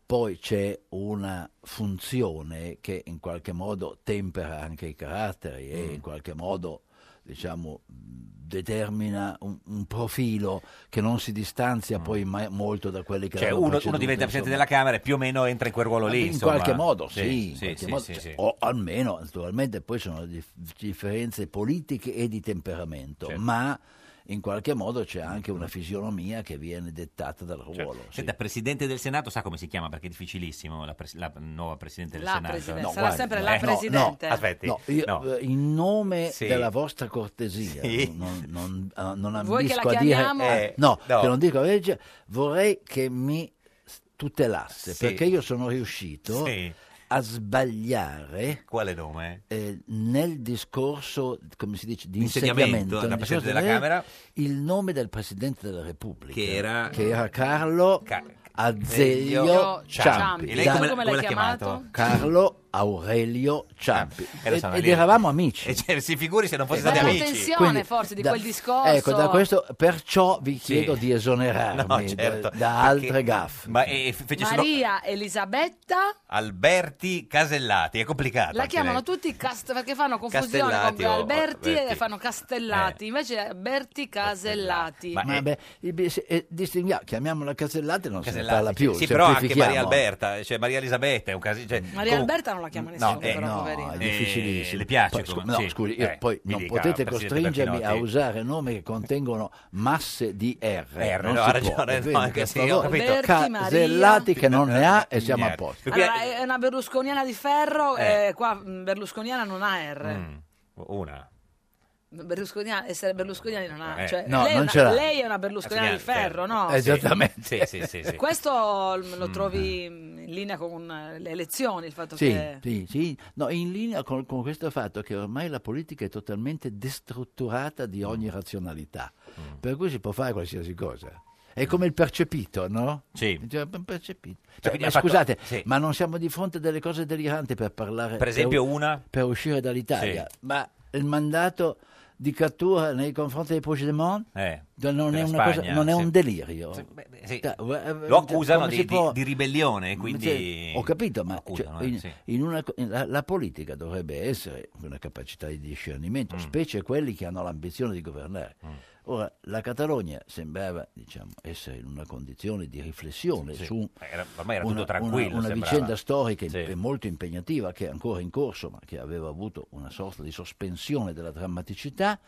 [SPEAKER 13] poi c'è una funzione che in qualche modo tempera anche i caratteri e
[SPEAKER 2] Mm.
[SPEAKER 13] in qualche modo diciamo determina un, un profilo che non si distanzia poi mai molto da quelli che
[SPEAKER 2] Mm. Cioè,
[SPEAKER 13] l'hanno
[SPEAKER 2] uno, uno
[SPEAKER 13] preceduto,
[SPEAKER 2] diventa presidente
[SPEAKER 13] insomma.
[SPEAKER 2] della Camera e più o meno entra in quel ruolo lì.
[SPEAKER 13] Ah, In
[SPEAKER 2] insomma.
[SPEAKER 13] qualche modo, sì, in
[SPEAKER 2] sì,
[SPEAKER 13] qualche
[SPEAKER 2] sì,
[SPEAKER 13] modo,
[SPEAKER 2] sì,
[SPEAKER 13] cioè,
[SPEAKER 2] sì.
[SPEAKER 13] o almeno naturalmente poi sono dif- differenze politiche e di temperamento,
[SPEAKER 2] Certo.
[SPEAKER 13] ma in qualche modo c'è anche una fisionomia che viene dettata dal
[SPEAKER 2] Certo.
[SPEAKER 13] ruolo. sì.
[SPEAKER 2] Senta, presidente del Senato, sa come si chiama? Perché è difficilissimo la, pres- la nuova presidente del
[SPEAKER 1] La
[SPEAKER 2] Senato.
[SPEAKER 1] presidente, sarà sempre la
[SPEAKER 2] eh, no,
[SPEAKER 1] presidente.
[SPEAKER 2] No, aspetti.
[SPEAKER 13] No, io,
[SPEAKER 2] no.
[SPEAKER 13] eh, in nome
[SPEAKER 2] Sì.
[SPEAKER 13] della vostra cortesia,
[SPEAKER 2] Sì.
[SPEAKER 13] non, non, ah, non
[SPEAKER 1] Vuoi che
[SPEAKER 13] ambisco
[SPEAKER 1] la
[SPEAKER 13] a dire,
[SPEAKER 1] chiamiamo? Eh,
[SPEAKER 13] no,
[SPEAKER 2] no.
[SPEAKER 13] che non dico la legge, vorrei che mi tutelasse,
[SPEAKER 2] Sì.
[SPEAKER 13] perché io sono riuscito
[SPEAKER 2] Sì.
[SPEAKER 13] a sbagliare
[SPEAKER 2] Quale nome?
[SPEAKER 13] eh, nel discorso, come si dice, di
[SPEAKER 2] L'insediamento
[SPEAKER 13] insediamento
[SPEAKER 2] della
[SPEAKER 13] nel
[SPEAKER 2] Presidente della
[SPEAKER 13] discorso del-
[SPEAKER 2] Camera.
[SPEAKER 13] il nome del Presidente della Repubblica,
[SPEAKER 2] Che era-
[SPEAKER 13] Carlo
[SPEAKER 2] Elio
[SPEAKER 13] Azeglio
[SPEAKER 2] Ciampi.
[SPEAKER 13] Ciampi.
[SPEAKER 2] E lei
[SPEAKER 13] Da-
[SPEAKER 2] come l'ha- come l'ha chiamato?
[SPEAKER 13] Carlo Aurelio Ciampi.
[SPEAKER 2] Eh, lo
[SPEAKER 13] Ed,
[SPEAKER 2] so,
[SPEAKER 13] ed
[SPEAKER 2] lì- [laughs]
[SPEAKER 13] eravamo amici.
[SPEAKER 2] E cioè, si figuri se non fosse
[SPEAKER 1] Ma
[SPEAKER 2] stati
[SPEAKER 1] la
[SPEAKER 2] amici.
[SPEAKER 1] tensione
[SPEAKER 13] Quindi,
[SPEAKER 1] forse di
[SPEAKER 13] da-
[SPEAKER 1] quel discorso.
[SPEAKER 13] Ecco, da questo, perciò vi
[SPEAKER 2] Sì.
[SPEAKER 13] chiedo di esonerarmi
[SPEAKER 2] No, certo,
[SPEAKER 13] da,
[SPEAKER 2] perché-
[SPEAKER 13] da altre gaffe.
[SPEAKER 2] Ma eh, fece solo
[SPEAKER 1] Maria Elisabetta
[SPEAKER 2] Alberti Casellati, è complicato.
[SPEAKER 1] la
[SPEAKER 2] anche
[SPEAKER 1] chiamano
[SPEAKER 2] lei.
[SPEAKER 1] tutti Cast- perché fanno confusione
[SPEAKER 2] Castellati oh, Eh.
[SPEAKER 1] con
[SPEAKER 2] o-
[SPEAKER 1] Alberti
[SPEAKER 2] Berti.
[SPEAKER 1] e fanno Castellati, invece Berti Casellati.
[SPEAKER 13] Ma beh, il bis- eh, distinguiamo- chiamiamola Casellati, non se ne
[SPEAKER 2] Casellati,
[SPEAKER 13] parla più.
[SPEAKER 2] sì, però anche
[SPEAKER 13] semplifichiamo.
[SPEAKER 2] Maria Alberta, cioè Maria Elisabetta è un casino.
[SPEAKER 1] Maria Alberta non non la chiama nessuno,
[SPEAKER 13] No, eh,
[SPEAKER 1] però,
[SPEAKER 13] no,
[SPEAKER 1] poverino.
[SPEAKER 13] è
[SPEAKER 2] Eh,
[SPEAKER 13] difficilissimo.
[SPEAKER 2] le piace
[SPEAKER 13] Poi, scu-
[SPEAKER 2] come-
[SPEAKER 13] no,
[SPEAKER 2] sì.
[SPEAKER 13] scusi, io
[SPEAKER 2] Eh,
[SPEAKER 13] poi
[SPEAKER 2] mi
[SPEAKER 13] non
[SPEAKER 2] dica,
[SPEAKER 13] potete
[SPEAKER 2] Presidente
[SPEAKER 13] costringermi a
[SPEAKER 2] Bertinotti.
[SPEAKER 13] usare nomi che contengono masse di R.
[SPEAKER 2] R,
[SPEAKER 13] non
[SPEAKER 2] no,
[SPEAKER 13] si
[SPEAKER 2] ha
[SPEAKER 13] può,
[SPEAKER 2] ragione, no,
[SPEAKER 13] quindi,
[SPEAKER 2] anche
[SPEAKER 13] per
[SPEAKER 2] sì, ho
[SPEAKER 13] favore.
[SPEAKER 2] capito. Berti,
[SPEAKER 13] Casellati che non ne ha e siamo a
[SPEAKER 2] Niente.
[SPEAKER 13] posto.
[SPEAKER 1] Allora, è una berlusconiana di ferro,
[SPEAKER 2] Eh.
[SPEAKER 1] eh, qua mh, berlusconiana non ha R.
[SPEAKER 2] Mm, una.
[SPEAKER 1] Berlusconiana, essere berlusconiani non ha...
[SPEAKER 2] Eh,
[SPEAKER 1] Cioè,
[SPEAKER 2] no,
[SPEAKER 1] lei, è
[SPEAKER 2] non
[SPEAKER 1] una-
[SPEAKER 2] ce l'ha.
[SPEAKER 1] lei è una berlusconiana di ferro, no?
[SPEAKER 13] Eh, Esattamente.
[SPEAKER 2] Sì, sì, sì. Mm. sì.
[SPEAKER 1] Questo l- lo trovi mh, in linea con eh, le elezioni, il fatto
[SPEAKER 13] Sì,
[SPEAKER 1] che...
[SPEAKER 13] sì, sì. No, in linea con, con questo fatto che ormai la politica è totalmente destrutturata di ogni razionalità,
[SPEAKER 2] Mm.
[SPEAKER 13] per cui si può fare qualsiasi cosa. È come il percepito, no?
[SPEAKER 2] Sì.
[SPEAKER 13] Cioè, un percepito.
[SPEAKER 2] Cioè,
[SPEAKER 13] Cioè,
[SPEAKER 2] quindi
[SPEAKER 13] ma
[SPEAKER 2] ha fatto-
[SPEAKER 13] scusate,
[SPEAKER 2] sì.
[SPEAKER 13] ma non siamo di fronte a delle cose deliranti per parlare.
[SPEAKER 2] Per esempio
[SPEAKER 13] u-
[SPEAKER 2] una?
[SPEAKER 13] Per uscire dall'Italia.
[SPEAKER 2] Sì.
[SPEAKER 13] Ma il mandato di cattura nei confronti dei Puigdemont
[SPEAKER 2] Eh,
[SPEAKER 13] non, è
[SPEAKER 2] della
[SPEAKER 13] una cosa-
[SPEAKER 2] Spagna,
[SPEAKER 13] non è
[SPEAKER 2] sì.
[SPEAKER 13] un delirio.
[SPEAKER 2] Sì, beh, beh, sì.
[SPEAKER 13] Cioè, eh,
[SPEAKER 2] Lo
[SPEAKER 13] cioè,
[SPEAKER 2] accusano
[SPEAKER 13] come
[SPEAKER 2] di,
[SPEAKER 13] si può-
[SPEAKER 2] di- di ribellione, quindi...
[SPEAKER 13] cioè, ho capito, ma
[SPEAKER 2] accusano,
[SPEAKER 13] cioè, in-
[SPEAKER 2] eh, sì.
[SPEAKER 13] in una co- in- la, la politica dovrebbe essere una capacità di
[SPEAKER 2] Mm.
[SPEAKER 13] discernimento, specie quelli che hanno l'ambizione di governare. Ora, la Catalogna sembrava diciamo, essere in una condizione di riflessione
[SPEAKER 2] Sì, sì.
[SPEAKER 13] su
[SPEAKER 2] Era- ormai era
[SPEAKER 13] una,
[SPEAKER 2] tutto tranquillo,
[SPEAKER 13] una- una
[SPEAKER 2] sembrava.
[SPEAKER 13] vicenda storica e molto impegnativa che è ancora in corso, ma che aveva avuto una sorta di sospensione della drammaticità.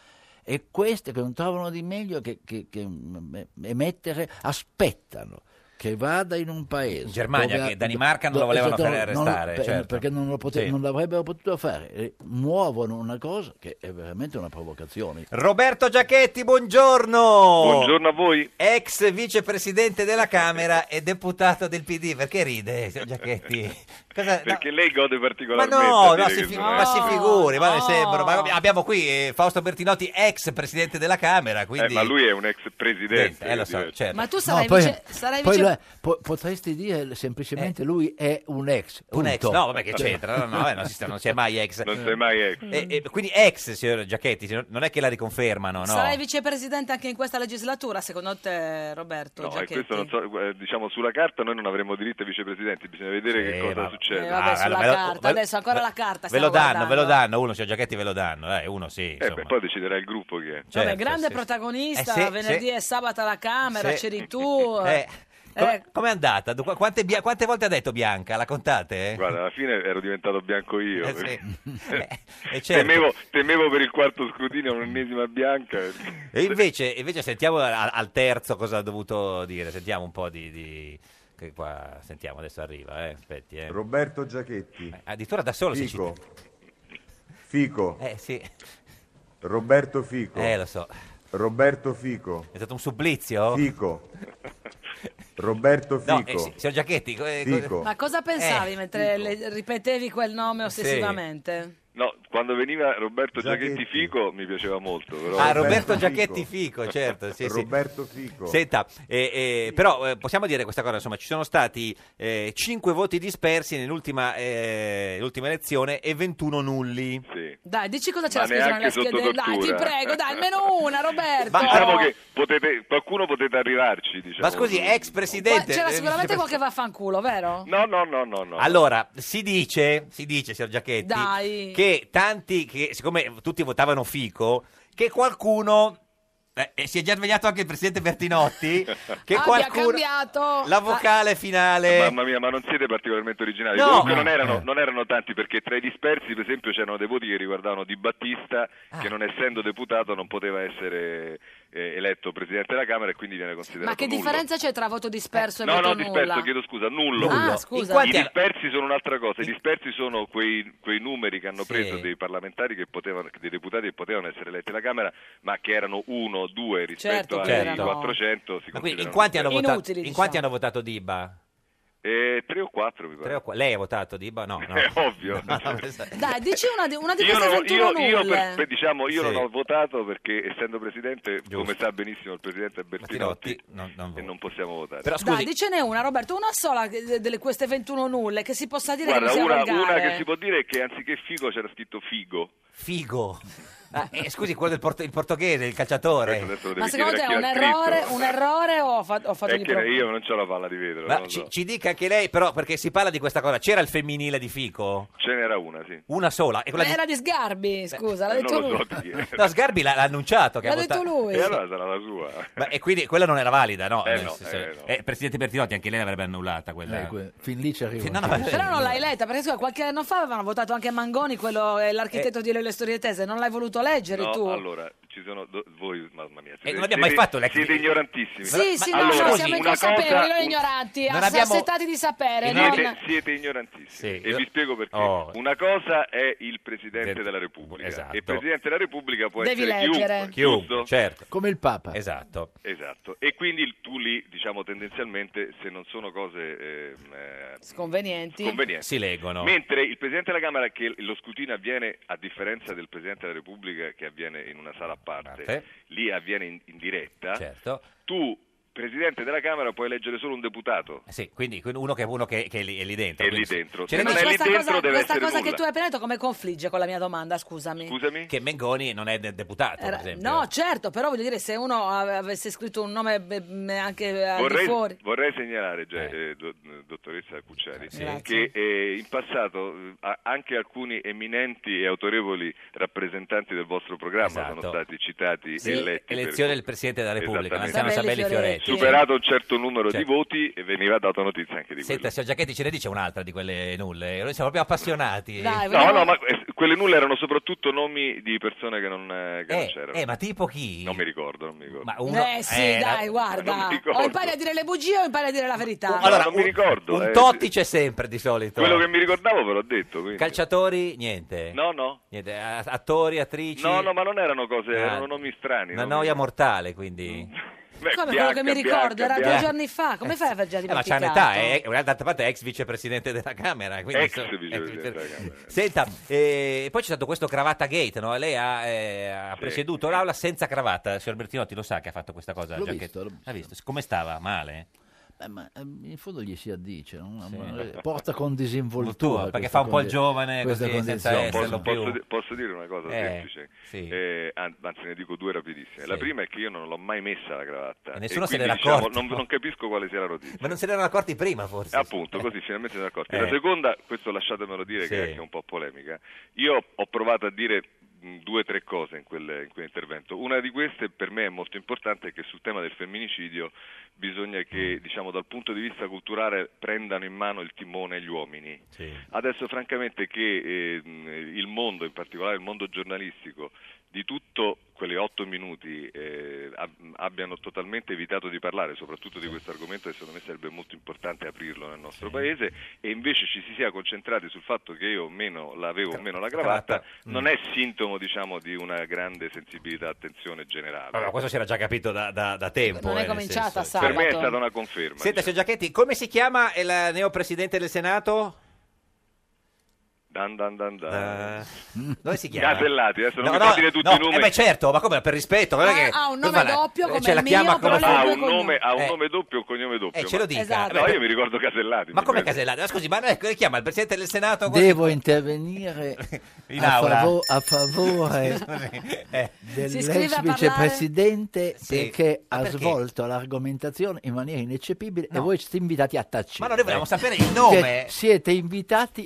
[SPEAKER 13] E queste che non trovano di meglio che, che- che, mm, emettere aspettano che vada in un paese.
[SPEAKER 2] Germania,
[SPEAKER 13] dove ha-
[SPEAKER 2] che Danimarca non la
[SPEAKER 13] dove-
[SPEAKER 2] volevano fare
[SPEAKER 13] non-
[SPEAKER 2] arrestare,
[SPEAKER 13] per-
[SPEAKER 2] certo.
[SPEAKER 13] perché non, lo pote-
[SPEAKER 2] Sì.
[SPEAKER 13] non l'avrebbero potuto fare. E muovono una cosa che è veramente una provocazione.
[SPEAKER 2] Roberto Giachetti, buongiorno! Buongiorno
[SPEAKER 16] a voi.
[SPEAKER 2] Ex vicepresidente della Camera e deputato del PD. Perché ride, signor
[SPEAKER 16] [laughs]
[SPEAKER 2] Giachetti? Cosa- Eh, no,
[SPEAKER 16] Perché lei gode
[SPEAKER 2] Ma
[SPEAKER 16] particolarmente.
[SPEAKER 2] no,
[SPEAKER 16] a
[SPEAKER 2] no,
[SPEAKER 16] dire
[SPEAKER 2] si
[SPEAKER 16] che
[SPEAKER 2] fi-
[SPEAKER 16] sono-
[SPEAKER 2] ma si figuri, ma,
[SPEAKER 16] no.
[SPEAKER 2] sembra, ma abbiamo qui eh, Fausto Bertinotti, ex presidente della Camera,
[SPEAKER 16] Eh,
[SPEAKER 2] quindi...
[SPEAKER 16] ma lui è un ex presidente.
[SPEAKER 2] Eh, lo so,
[SPEAKER 16] quindi-
[SPEAKER 2] certo.
[SPEAKER 1] Ma tu sarai
[SPEAKER 13] poi-
[SPEAKER 1] vice... Sarai
[SPEAKER 13] Poi
[SPEAKER 1] vice...
[SPEAKER 13] lo è- po- potresti dire semplicemente lui è un ex.
[SPEAKER 2] Un ex,
[SPEAKER 13] punto. Cioè,
[SPEAKER 2] no, vabbè, che c'entra, no, no, eh, non, si sta- non si è mai ex.
[SPEAKER 16] Non sei mai ex.
[SPEAKER 2] E- e quindi ex, signor Giachetti, signor- non è che la riconfermano, no?
[SPEAKER 1] Sarai vicepresidente anche in questa legislatura, secondo te, Roberto?
[SPEAKER 2] cioè
[SPEAKER 16] No, e
[SPEAKER 1] Giachetti?
[SPEAKER 16] questo non so, eh, diciamo sulla carta noi non avremmo diritto ai vicepresidenti, bisogna vedere che
[SPEAKER 2] Eh,
[SPEAKER 16] cosa
[SPEAKER 2] ma-
[SPEAKER 16] succede.
[SPEAKER 1] Eh, vabbè,
[SPEAKER 2] Ah,
[SPEAKER 1] sulla
[SPEAKER 2] allora, ve lo-
[SPEAKER 1] carta,
[SPEAKER 2] ve lo-
[SPEAKER 1] adesso ancora la carta.
[SPEAKER 2] Ve
[SPEAKER 1] stiamo
[SPEAKER 2] lo danno, ve lo
[SPEAKER 1] guardando.
[SPEAKER 2] danno, uno, signor Giachetti, ve lo danno, dai, uno sì,
[SPEAKER 16] Eh,
[SPEAKER 2] insomma.
[SPEAKER 16] beh, poi deciderà il gruppo che è.
[SPEAKER 1] Vabbè,
[SPEAKER 2] Certo,
[SPEAKER 1] grande
[SPEAKER 2] sì, sì.
[SPEAKER 1] protagonista,
[SPEAKER 2] Eh, sì,
[SPEAKER 1] venerdì
[SPEAKER 2] sì.
[SPEAKER 1] e sabato alla Camera,
[SPEAKER 2] Sì.
[SPEAKER 1] c'eri tu.
[SPEAKER 2] [laughs] Eh, com-
[SPEAKER 1] Eh.
[SPEAKER 2] com'è andata? Du- qu- Quante, bia- quante volte ha detto Bianca? La contate?
[SPEAKER 16] Guarda, alla fine ero diventato bianco io.
[SPEAKER 2] Eh, sì. Eh, certo.
[SPEAKER 16] temevo, temevo per il quarto scrutinio un'ennesima bianca.
[SPEAKER 2] [laughs] E invece, invece sentiamo al, al terzo cosa ha dovuto dire, sentiamo un po' di... di- che qua, sentiamo, adesso arriva, eh, aspetti. Eh.
[SPEAKER 9] Roberto Giachetti.
[SPEAKER 2] addirittura da solo si
[SPEAKER 9] Fico. Fico.
[SPEAKER 2] Eh sì.
[SPEAKER 9] Roberto Fico.
[SPEAKER 2] Eh, lo so.
[SPEAKER 9] Roberto Fico.
[SPEAKER 2] È stato un supplizio? [laughs]
[SPEAKER 9] Fico. Roberto Fico.
[SPEAKER 2] No, eh, sì, signor Giachetti, co- eh, co-
[SPEAKER 9] Fico.
[SPEAKER 1] Ma cosa pensavi
[SPEAKER 2] Eh,
[SPEAKER 1] mentre le- ripetevi quel nome ossessivamente?
[SPEAKER 16] No, quando veniva Roberto Giachetti Fico mi piaceva molto. Però...
[SPEAKER 2] Ah, Roberto Giachetti Fico, certo. Sì, sì.
[SPEAKER 9] Roberto Fico.
[SPEAKER 2] Senta, eh, eh, però eh, possiamo dire questa cosa, insomma, ci sono stati 5 voti dispersi nell'ultima eh, l'ultima elezione e 21 nulli.
[SPEAKER 1] Dai, dici cosa
[SPEAKER 2] Ma
[SPEAKER 1] c'era scusa
[SPEAKER 2] neanche
[SPEAKER 1] nella scheda.
[SPEAKER 2] sotto
[SPEAKER 1] Dai, ti
[SPEAKER 2] tortura.
[SPEAKER 1] prego, dai,
[SPEAKER 16] [laughs]
[SPEAKER 1] almeno una, Roberto.
[SPEAKER 16] Diciamo che potete, qualcuno potete arrivarci. Diciamo.
[SPEAKER 2] Ma scusi, ex
[SPEAKER 1] Qua-
[SPEAKER 2] presidente...
[SPEAKER 1] C'era
[SPEAKER 2] eh,
[SPEAKER 1] sicuramente
[SPEAKER 2] vicepresidente-
[SPEAKER 1] qualche vaffanculo, vero?
[SPEAKER 16] No, no, no, no. no.
[SPEAKER 2] Allora, si dice, si dice, signor Giachetti,
[SPEAKER 1] Dai.
[SPEAKER 2] che tanti, che, siccome tutti votavano Fico, che qualcuno... eh, e si è già svegliato anche il
[SPEAKER 16] [laughs]
[SPEAKER 2] presidente Bertinotti, che
[SPEAKER 1] Abbia
[SPEAKER 2] qualcuno...
[SPEAKER 1] cambiato
[SPEAKER 2] La vocale
[SPEAKER 1] Eh,
[SPEAKER 2] finale...
[SPEAKER 16] Mamma mia, ma non siete particolarmente originali.
[SPEAKER 2] No.
[SPEAKER 16] Comunque non
[SPEAKER 2] No,
[SPEAKER 16] erano,
[SPEAKER 2] eh.
[SPEAKER 16] non erano tanti perché tra i dispersi, per esempio, c'erano dei voti che riguardavano Di Battista,
[SPEAKER 1] Ah.
[SPEAKER 16] che non essendo deputato non poteva essere eh, eletto presidente della Camera e quindi viene considerato
[SPEAKER 1] Ma che
[SPEAKER 16] nullo.
[SPEAKER 1] differenza c'è tra voto disperso
[SPEAKER 16] Eh,
[SPEAKER 1] e
[SPEAKER 16] No,
[SPEAKER 1] voto
[SPEAKER 16] no,
[SPEAKER 1] nulla?
[SPEAKER 16] disperso, chiedo scusa, nullo.
[SPEAKER 1] Ah, Nullo. scusa.
[SPEAKER 16] I
[SPEAKER 1] Quanti-
[SPEAKER 16] dispersi sono un'altra cosa, i dispersi sono quei, quei numeri che hanno preso dei parlamentari che potevano, dei deputati che potevano essere eletti alla Camera, ma che erano uno o due
[SPEAKER 2] Certo,
[SPEAKER 16] rispetto
[SPEAKER 2] che
[SPEAKER 16] ai
[SPEAKER 2] erano-
[SPEAKER 16] 400. Si
[SPEAKER 2] Ma quindi
[SPEAKER 16] considerano
[SPEAKER 2] in
[SPEAKER 16] diciamo.
[SPEAKER 2] quanti hanno
[SPEAKER 16] dispersi.
[SPEAKER 2] votato, in quanti hanno votato Diba?
[SPEAKER 16] Eh, tre o quattro, mi pare.
[SPEAKER 2] Tre o qua- Lei ha votato Diba? No,
[SPEAKER 16] [laughs]
[SPEAKER 2] no.
[SPEAKER 16] È Eh, ovvio.
[SPEAKER 2] [laughs] No, no, questa-
[SPEAKER 1] Dai, dici una di, una di
[SPEAKER 16] Io,
[SPEAKER 1] queste
[SPEAKER 16] non,
[SPEAKER 1] 21
[SPEAKER 16] io, io
[SPEAKER 1] nulle.
[SPEAKER 16] per- per- diciamo, io
[SPEAKER 2] Sì.
[SPEAKER 16] non ho votato perché essendo presidente, come sa benissimo il presidente Bertinotti, e non possiamo votare.
[SPEAKER 1] Dai, dicene una, Roberto, una sola che- delle queste 21 nulle che si possa dire
[SPEAKER 16] Guarda,
[SPEAKER 1] che non sia
[SPEAKER 16] una,
[SPEAKER 1] volgare.
[SPEAKER 16] [laughs] una che si può dire è che anziché figo c'era scritto figo.
[SPEAKER 2] Figo. Ah, eh, scusi, quello del port- il portoghese, il calciatore.
[SPEAKER 1] Ma secondo te è un errore, un errore o ho fatto, ho fatto
[SPEAKER 16] È
[SPEAKER 1] di
[SPEAKER 16] Eh, che
[SPEAKER 1] proprio?
[SPEAKER 16] io non ho la palla di vetro.
[SPEAKER 2] Ma
[SPEAKER 16] non lo
[SPEAKER 2] ci,
[SPEAKER 16] so.
[SPEAKER 2] ci dica anche lei, però, perché si parla di questa cosa. C'era il femminile di Fico?
[SPEAKER 16] Ce n'era una, sì.
[SPEAKER 2] Una sola. E
[SPEAKER 1] Ma
[SPEAKER 2] quella di...
[SPEAKER 1] Eh, Era di Sgarbi, scusa, l'ha detto lui.
[SPEAKER 2] No, Sgarbi l'ha, l'ha annunciato. Che
[SPEAKER 1] L'ha
[SPEAKER 2] ha
[SPEAKER 1] detto
[SPEAKER 2] votato-
[SPEAKER 1] lui. E allora
[SPEAKER 16] sarà la sua.
[SPEAKER 2] Ma- e quindi quella non era valida, no?
[SPEAKER 16] Eh
[SPEAKER 2] Nel
[SPEAKER 16] no,
[SPEAKER 2] senso-
[SPEAKER 16] eh no.
[SPEAKER 2] eh, Presidente Bertinotti, anche lei l'avrebbe annullata quella.
[SPEAKER 13] Eh, que- fin lì ci Cioè, arrivo.
[SPEAKER 2] No, no,
[SPEAKER 13] anch'io.
[SPEAKER 1] Però non l'hai letta, perché scusa, qualche anno fa avevano votato anche Mangoni, quello, eh, l'architetto di Leo e le storie tese, non l'hai voluto leggere
[SPEAKER 16] No,
[SPEAKER 1] tu?
[SPEAKER 16] allora, ci sono do- voi, mamma mia, siete,
[SPEAKER 2] Eh, non abbiamo mai
[SPEAKER 16] siete-
[SPEAKER 2] fatto le-
[SPEAKER 16] siete ignorantissimi.
[SPEAKER 1] Sì, sì, no,
[SPEAKER 16] Allora,
[SPEAKER 1] no, siamo
[SPEAKER 16] una
[SPEAKER 1] inconsapevoli,
[SPEAKER 16] cosa-
[SPEAKER 1] noi
[SPEAKER 16] un-
[SPEAKER 1] ignoranti,
[SPEAKER 16] Non
[SPEAKER 1] ass-
[SPEAKER 16] abbiamo-
[SPEAKER 1] assetati di sapere. non-
[SPEAKER 16] Siete, siete ignorantissimi e vi spiego perché. Una cosa è il Presidente della Repubblica
[SPEAKER 2] Esatto.
[SPEAKER 16] e il Presidente della Repubblica può
[SPEAKER 13] Devi
[SPEAKER 16] essere
[SPEAKER 13] leggere.
[SPEAKER 16] chiunque,
[SPEAKER 13] Chiunque,
[SPEAKER 16] giusto?
[SPEAKER 2] certo.
[SPEAKER 13] Come il Papa.
[SPEAKER 2] Esatto.
[SPEAKER 16] Esatto, e quindi il- tu lì, diciamo tendenzialmente, se non sono cose ehm, eh,
[SPEAKER 1] Sconvenienti.
[SPEAKER 16] sconvenienti,
[SPEAKER 2] Si leggono.
[SPEAKER 16] Mentre il Presidente della Camera, che lo scrutinio avviene a differenza del Presidente della Repubblica, che avviene in una sala a parte,
[SPEAKER 2] Parte.
[SPEAKER 16] lì avviene in, in diretta,
[SPEAKER 2] Certo.
[SPEAKER 16] tu, Presidente della Camera, puoi eleggere solo un deputato.
[SPEAKER 2] Eh Sì, quindi que- uno che, uno che, che è, lì, è lì dentro.
[SPEAKER 16] È
[SPEAKER 2] quindi-
[SPEAKER 16] lì dentro.
[SPEAKER 2] Ci
[SPEAKER 16] Se non
[SPEAKER 2] rendiamo-
[SPEAKER 16] è lì
[SPEAKER 1] Questa cosa,
[SPEAKER 16] deve
[SPEAKER 1] questa
[SPEAKER 16] essere
[SPEAKER 1] cosa che
[SPEAKER 16] nulla.
[SPEAKER 1] tu hai appena detto come confligge con la mia domanda, scusami.
[SPEAKER 16] Scusami?
[SPEAKER 2] Che Mengoni non è de- deputato, per
[SPEAKER 1] Era-
[SPEAKER 2] esempio.
[SPEAKER 1] no, certo, però voglio dire, se uno ave- avesse scritto un nome beh, mh, anche eh, al di
[SPEAKER 16] Vorrei,
[SPEAKER 1] fuori...
[SPEAKER 16] vorrei segnalare, già, eh, do- dottoressa Cucciari,
[SPEAKER 1] Sì. Grazie.
[SPEAKER 16] che eh, in passato eh, a- anche alcuni eminenti e autorevoli rappresentanti del vostro programma sono stati citati
[SPEAKER 2] Esatto. Sì,
[SPEAKER 16] e eletti. per-
[SPEAKER 2] elezione del Presidente della Repubblica,
[SPEAKER 16] Esattamente.
[SPEAKER 2] Anziano Sabelli Fioretti.
[SPEAKER 16] Superato un certo numero di
[SPEAKER 2] Certo.
[SPEAKER 16] voti e veniva data notizia anche di
[SPEAKER 2] Senta, signor Giacchetti, ce ne dice un'altra di quelle nulle? Noi siamo proprio appassionati.
[SPEAKER 16] quello. No, no, ma eh, quelle nulle erano soprattutto nomi di persone che non, eh, che non c'erano.
[SPEAKER 2] eh, ma tipo chi?
[SPEAKER 16] Non mi ricordo, non mi ricordo.
[SPEAKER 2] Ma
[SPEAKER 1] eh sì, dai, guarda.
[SPEAKER 16] non mi
[SPEAKER 1] O
[SPEAKER 16] ricordo.
[SPEAKER 1] impari a dire le bugie o impari a dire la verità.
[SPEAKER 2] Allora,
[SPEAKER 16] non mi
[SPEAKER 2] un-
[SPEAKER 16] ricordo,
[SPEAKER 2] Un
[SPEAKER 16] eh,
[SPEAKER 2] Totti c'è sempre di solito.
[SPEAKER 16] Quello che mi ricordavo ve l'ho detto. quindi.
[SPEAKER 2] Calciatori, niente.
[SPEAKER 16] No, no.
[SPEAKER 2] Niente, a- Attori, attrici.
[SPEAKER 16] No, no, ma non erano cose,
[SPEAKER 2] Ah,
[SPEAKER 16] erano nomi strani. Mm.
[SPEAKER 2] Una
[SPEAKER 16] nomi-
[SPEAKER 2] noia mortale, quindi.
[SPEAKER 16] Beh,
[SPEAKER 1] Come
[SPEAKER 16] Bianca,
[SPEAKER 1] quello che mi
[SPEAKER 16] eh, Bianca,
[SPEAKER 1] ricordo, era
[SPEAKER 2] Bianca.
[SPEAKER 1] due giorni fa. Come fai a aver già
[SPEAKER 2] Eh, ma
[SPEAKER 1] dimenticato?
[SPEAKER 2] c'ha un'età, eh, eh, d'altra parte è ex vicepresidente della Camera. Quindi eh,
[SPEAKER 16] Ex vicepresidente della Camera.
[SPEAKER 2] Senta, eh, poi c'è stato questo cravatta gate, no? Lei ha, eh, ha
[SPEAKER 16] Sì.
[SPEAKER 2] presieduto l'aula senza cravatta. Signor Bertinotti lo sa che ha fatto questa cosa?
[SPEAKER 13] L'ho
[SPEAKER 2] già che-
[SPEAKER 13] visto, l'ho
[SPEAKER 2] Ha visto? Come stava? Male?
[SPEAKER 13] Beh, ma ehm, in fondo gli si addice, no?
[SPEAKER 2] Sì.
[SPEAKER 13] Ma, eh, porta con disinvoltura.
[SPEAKER 2] Perché
[SPEAKER 13] questa
[SPEAKER 2] fa un po' il
[SPEAKER 13] condi-
[SPEAKER 2] giovane,
[SPEAKER 13] questa
[SPEAKER 2] così, senza
[SPEAKER 13] condizione.
[SPEAKER 2] essere-
[SPEAKER 16] Posso,
[SPEAKER 2] non più.
[SPEAKER 16] posso di- posso dire una cosa
[SPEAKER 2] Eh,
[SPEAKER 16] semplice? Eh, an- anzi, ne dico due rapidissime. La
[SPEAKER 2] Sì.
[SPEAKER 16] prima è che io non l'ho mai messa la cravatta.
[SPEAKER 2] E nessuno
[SPEAKER 16] e
[SPEAKER 2] se
[SPEAKER 16] quindi,
[SPEAKER 2] n'era
[SPEAKER 16] diciamo,
[SPEAKER 2] accorto.
[SPEAKER 16] non, non capisco quale sia la notizia.
[SPEAKER 2] Ma non se ne erano accorti prima, [laughs] forse?
[SPEAKER 16] Appunto, così finalmente sono accorti. La
[SPEAKER 2] Eh.
[SPEAKER 16] seconda, questo lasciatemelo dire
[SPEAKER 2] Sì.
[SPEAKER 16] che è anche un po' polemica, io ho provato a dire mh, due o tre cose in, quel- in quell'intervento. Una di queste per me è molto importante è che sul tema del femminicidio bisogna
[SPEAKER 2] Mm.
[SPEAKER 16] che diciamo, dal punto di vista culturale prendano in mano il timone gli uomini. Adesso francamente che ehm, il mondo, in particolare il mondo giornalistico, di tutto quelle otto minuti eh, ab- abbiano totalmente evitato di parlare, soprattutto di questo argomento che secondo me sarebbe molto importante aprirlo nel nostro paese e invece ci si sia concentrati sul fatto che io o meno l'avevo o meno la cravatta,
[SPEAKER 2] cravatta.
[SPEAKER 16] non
[SPEAKER 2] Mm.
[SPEAKER 16] è sintomo diciamo di una grande sensibilità e attenzione generale.
[SPEAKER 2] Allora, questo c'era già capito da, da- da tempo.
[SPEAKER 1] Non è
[SPEAKER 2] eh, nel
[SPEAKER 1] cominciata
[SPEAKER 2] senso-
[SPEAKER 16] per me è stata una conferma. diciamo.
[SPEAKER 2] Senta, signor Giacchetti, come si chiama il neopresidente del Senato?
[SPEAKER 16] Dan, dan, dan, dan.
[SPEAKER 2] Dove si chiama?
[SPEAKER 16] Casellati, adesso non
[SPEAKER 2] No,
[SPEAKER 16] mi
[SPEAKER 2] no,
[SPEAKER 16] fa dire tutti
[SPEAKER 2] no,
[SPEAKER 16] i nomi.
[SPEAKER 2] Eh beh, certo, ma come? Per rispetto. non è
[SPEAKER 1] Ah,
[SPEAKER 2] che-
[SPEAKER 1] ha
[SPEAKER 2] come
[SPEAKER 1] un nome
[SPEAKER 2] fa la-
[SPEAKER 1] doppio come
[SPEAKER 2] ce
[SPEAKER 1] il
[SPEAKER 2] la
[SPEAKER 1] mio,
[SPEAKER 2] chiama come
[SPEAKER 1] però lui
[SPEAKER 2] fa?
[SPEAKER 16] ha
[SPEAKER 1] due
[SPEAKER 16] un
[SPEAKER 1] cognomi.
[SPEAKER 16] nome, ha un
[SPEAKER 2] Eh.
[SPEAKER 16] nome doppio e un cognome doppio.
[SPEAKER 2] Eh, ce lo dica. Esatto.
[SPEAKER 16] No, io mi ricordo Casellati.
[SPEAKER 2] Ma
[SPEAKER 16] mi
[SPEAKER 2] come
[SPEAKER 16] prende.
[SPEAKER 2] Casellati? Ma scusi, ma non è quello che chiama il presidente del Senato? così?
[SPEAKER 13] Devo intervenire
[SPEAKER 2] [laughs] In
[SPEAKER 13] a,
[SPEAKER 2] aula.
[SPEAKER 13] favo- a
[SPEAKER 2] [laughs]
[SPEAKER 13] favore
[SPEAKER 2] Scusi, eh.
[SPEAKER 1] Si iscrive
[SPEAKER 13] dell'ex
[SPEAKER 1] a parlare?
[SPEAKER 13] vicepresidente
[SPEAKER 2] Sì.
[SPEAKER 13] perché
[SPEAKER 2] Ma
[SPEAKER 13] ha
[SPEAKER 2] perché?
[SPEAKER 13] svolto l'argomentazione in maniera ineccepibile e voi siete invitati a tacere.
[SPEAKER 2] Ma no, noi volevamo
[SPEAKER 13] Eh.
[SPEAKER 2] sapere il nome.
[SPEAKER 13] Che siete invitati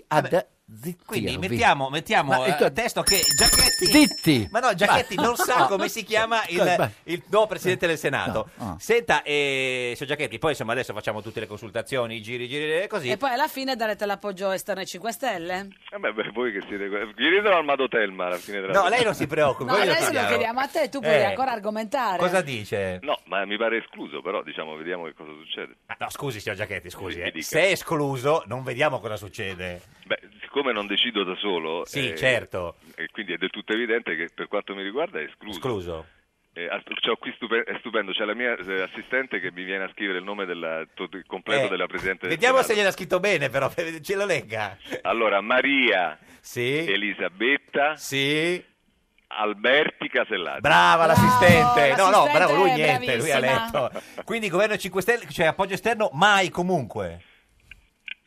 [SPEAKER 13] a zittirvi.
[SPEAKER 2] Quindi mettiamo, mettiamo
[SPEAKER 13] Ma- ecco,
[SPEAKER 2] eh, a testo che Giacchetti...
[SPEAKER 13] Zitti!
[SPEAKER 2] Ma no, Giacchetti
[SPEAKER 13] Ma-
[SPEAKER 2] non sa come si chiama il,
[SPEAKER 13] Ma-
[SPEAKER 2] il nuovo presidente del Senato.
[SPEAKER 13] No, no.
[SPEAKER 2] Senta, eh, signor Giacchetti, poi insomma adesso facciamo tutte le consultazioni, i giri, i giri e così.
[SPEAKER 1] E poi alla fine darete l'appoggio esterno ai 5 Stelle?
[SPEAKER 16] Eh beh, beh, voi che siete... Chiedetelo al Mado Telma alla fine della
[SPEAKER 2] No, lei non si preoccupi.
[SPEAKER 1] No,
[SPEAKER 2] poi glielo
[SPEAKER 1] adesso lo
[SPEAKER 2] chiediamo.
[SPEAKER 1] chiediamo a te, tu puoi
[SPEAKER 2] Eh,
[SPEAKER 1] ancora argomentare.
[SPEAKER 2] Cosa dice?
[SPEAKER 16] No, ma mi pare escluso, però diciamo, vediamo che cosa succede.
[SPEAKER 2] Ah, no, scusi, signor Giacchetti, scusi.
[SPEAKER 16] Mi
[SPEAKER 2] eh.
[SPEAKER 16] dica.
[SPEAKER 2] Se è escluso, non vediamo cosa succede.
[SPEAKER 16] Beh, siccome non decido da solo... eh,
[SPEAKER 2] Sì, certo.
[SPEAKER 16] E quindi è del tutto evidente che per quanto mi riguarda è escluso.
[SPEAKER 2] Escluso.
[SPEAKER 16] Eh, asp- c'ho qui stupe- è stupendo, c'è la mia eh, assistente che mi viene a scrivere il nome della, tot- il completo
[SPEAKER 2] Eh,
[SPEAKER 16] della Presidente del
[SPEAKER 2] Vediamo se
[SPEAKER 16] Senato.
[SPEAKER 2] gliel'ha scritto bene, però. [laughs] Ce lo legga.
[SPEAKER 16] Allora, Maria
[SPEAKER 2] Sì.
[SPEAKER 16] Elisabetta Alberti Casellati.
[SPEAKER 2] Brava l'assistente. No, no,
[SPEAKER 16] l'assistente
[SPEAKER 2] bravo, lui
[SPEAKER 16] è
[SPEAKER 2] niente, lui ha
[SPEAKER 16] bravissima.
[SPEAKER 2] letto. Quindi governo 5 Stelle, cioè appoggio esterno mai comunque.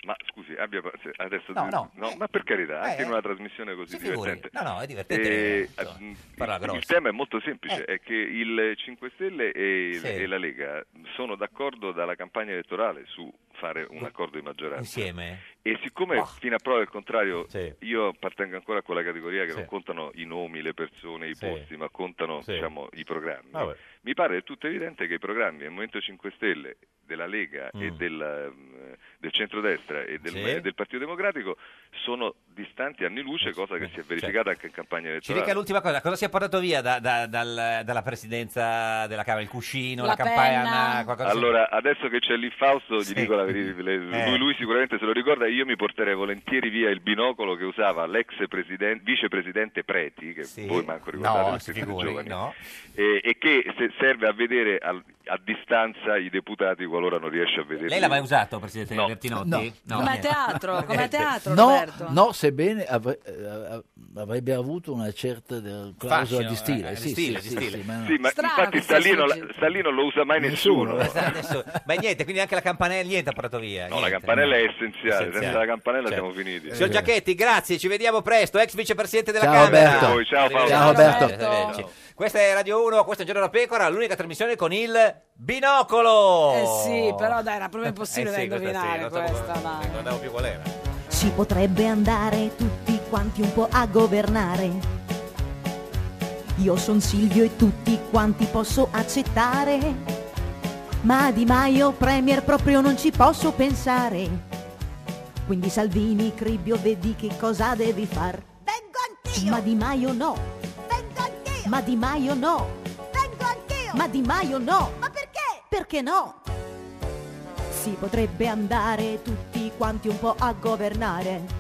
[SPEAKER 16] Ma scusi, abbia pazienza. Adesso
[SPEAKER 2] No, no.
[SPEAKER 16] ma per carità, anche
[SPEAKER 2] eh,
[SPEAKER 16] in una trasmissione così
[SPEAKER 2] si figuri.
[SPEAKER 16] divertente.
[SPEAKER 2] No, no, è divertente,
[SPEAKER 16] Eh,
[SPEAKER 2] certo.
[SPEAKER 16] mm,
[SPEAKER 2] Parla
[SPEAKER 16] il, il
[SPEAKER 2] grossa.
[SPEAKER 16] tema è molto semplice, è che il 5 Stelle e,
[SPEAKER 2] Sì.
[SPEAKER 16] e la Lega sono d'accordo dalla campagna elettorale su fare un accordo di maggioranza.
[SPEAKER 2] Insieme?
[SPEAKER 16] E siccome fino a prova del contrario
[SPEAKER 2] Sì.
[SPEAKER 16] io appartengo ancora a quella categoria che
[SPEAKER 2] Sì.
[SPEAKER 16] non contano i nomi, le persone, i
[SPEAKER 2] Sì.
[SPEAKER 16] posti, ma contano
[SPEAKER 2] Sì.
[SPEAKER 16] diciamo, i programmi,
[SPEAKER 2] Vabbè.
[SPEAKER 16] mi pare del tutto evidente che i programmi del Movimento 5 Stelle, della Lega e
[SPEAKER 2] Mm.
[SPEAKER 16] del, mm, del centrodestra e del,
[SPEAKER 2] Sì.
[SPEAKER 16] e del Partito Democratico sono distanti anni
[SPEAKER 2] Eh
[SPEAKER 16] luce, cosa che si è verificata anche in campagna
[SPEAKER 2] certo. Ci
[SPEAKER 16] elettorale.
[SPEAKER 2] dica l'ultima cosa, cosa si è portato via da- da- dal- dalla presidenza della Camera? Il cuscino, la, campana, qualcosa
[SPEAKER 16] Allora, adesso che c'è lì Fausto, gli dico la verità, le-
[SPEAKER 2] Eh.
[SPEAKER 16] lui, lui sicuramente se lo ricorda, io mi porterei volentieri via il binocolo che usava l'ex presidente, vicepresidente Preti, che voi manco ricordate
[SPEAKER 2] No,
[SPEAKER 16] perché
[SPEAKER 2] si
[SPEAKER 16] siete
[SPEAKER 2] figuri,
[SPEAKER 16] giovani,
[SPEAKER 2] no.
[SPEAKER 16] e, e che se- serve a vedere al- a, distanza i deputati qualora non riesce a vedere.
[SPEAKER 2] Lei l'ha mai usato, Presidente Bertinotti?
[SPEAKER 13] No. No. Ma a
[SPEAKER 1] teatro,
[SPEAKER 2] [laughs]
[SPEAKER 1] come a
[SPEAKER 16] Niente.
[SPEAKER 1] teatro,
[SPEAKER 13] No,
[SPEAKER 1] Roberto.
[SPEAKER 13] no, sebbene avre- eh, av- avrebbe avuto una certa eh, clausola di stile. Sì, sì, sì, sì, ma no.
[SPEAKER 16] Sì, ma infatti sta lì, non la- sta lì non lo usa mai nessuno.
[SPEAKER 2] Ma sta- adesso- ma niente, quindi anche la campanella niente ha portato via.
[SPEAKER 16] No, la
[SPEAKER 2] niente.
[SPEAKER 16] campanella è
[SPEAKER 2] No.
[SPEAKER 16] essenziale, senza la campanella siamo finiti.
[SPEAKER 2] Signor Giacchetti, grazie, ci vediamo presto. Ex vicepresidente della
[SPEAKER 16] Eh, Ciao,
[SPEAKER 2] Camera.
[SPEAKER 16] Roberto. A voi, ciao, Paolo.
[SPEAKER 13] Ciao, Roberto.
[SPEAKER 2] Arrivederci. Questa è Radio 1, questo è un giorno da pecora, l'unica trasmissione con il binocolo.
[SPEAKER 1] Eh sì, però dai, era proprio impossibile
[SPEAKER 2] Eh
[SPEAKER 1] da
[SPEAKER 2] sì, questa sì,
[SPEAKER 1] indovinare
[SPEAKER 2] non so-
[SPEAKER 1] questa, ma-
[SPEAKER 2] Non ricordavo più qual era.
[SPEAKER 12] Ci potrebbe andare tutti quanti un po' a governare. Io son Silvio e tutti quanti posso accettare. Ma Di Maio Premier proprio non ci posso pensare. Quindi Salvini, Cribbio, vedi che cosa devi far. Vengo anch'io! Ma Di Maio no! Vengo anch'io! Ma Di Maio no! Vengo anch'io! Ma Di Maio no! Ma perché? Perché no? Si potrebbe andare tutti quanti un po' a governare.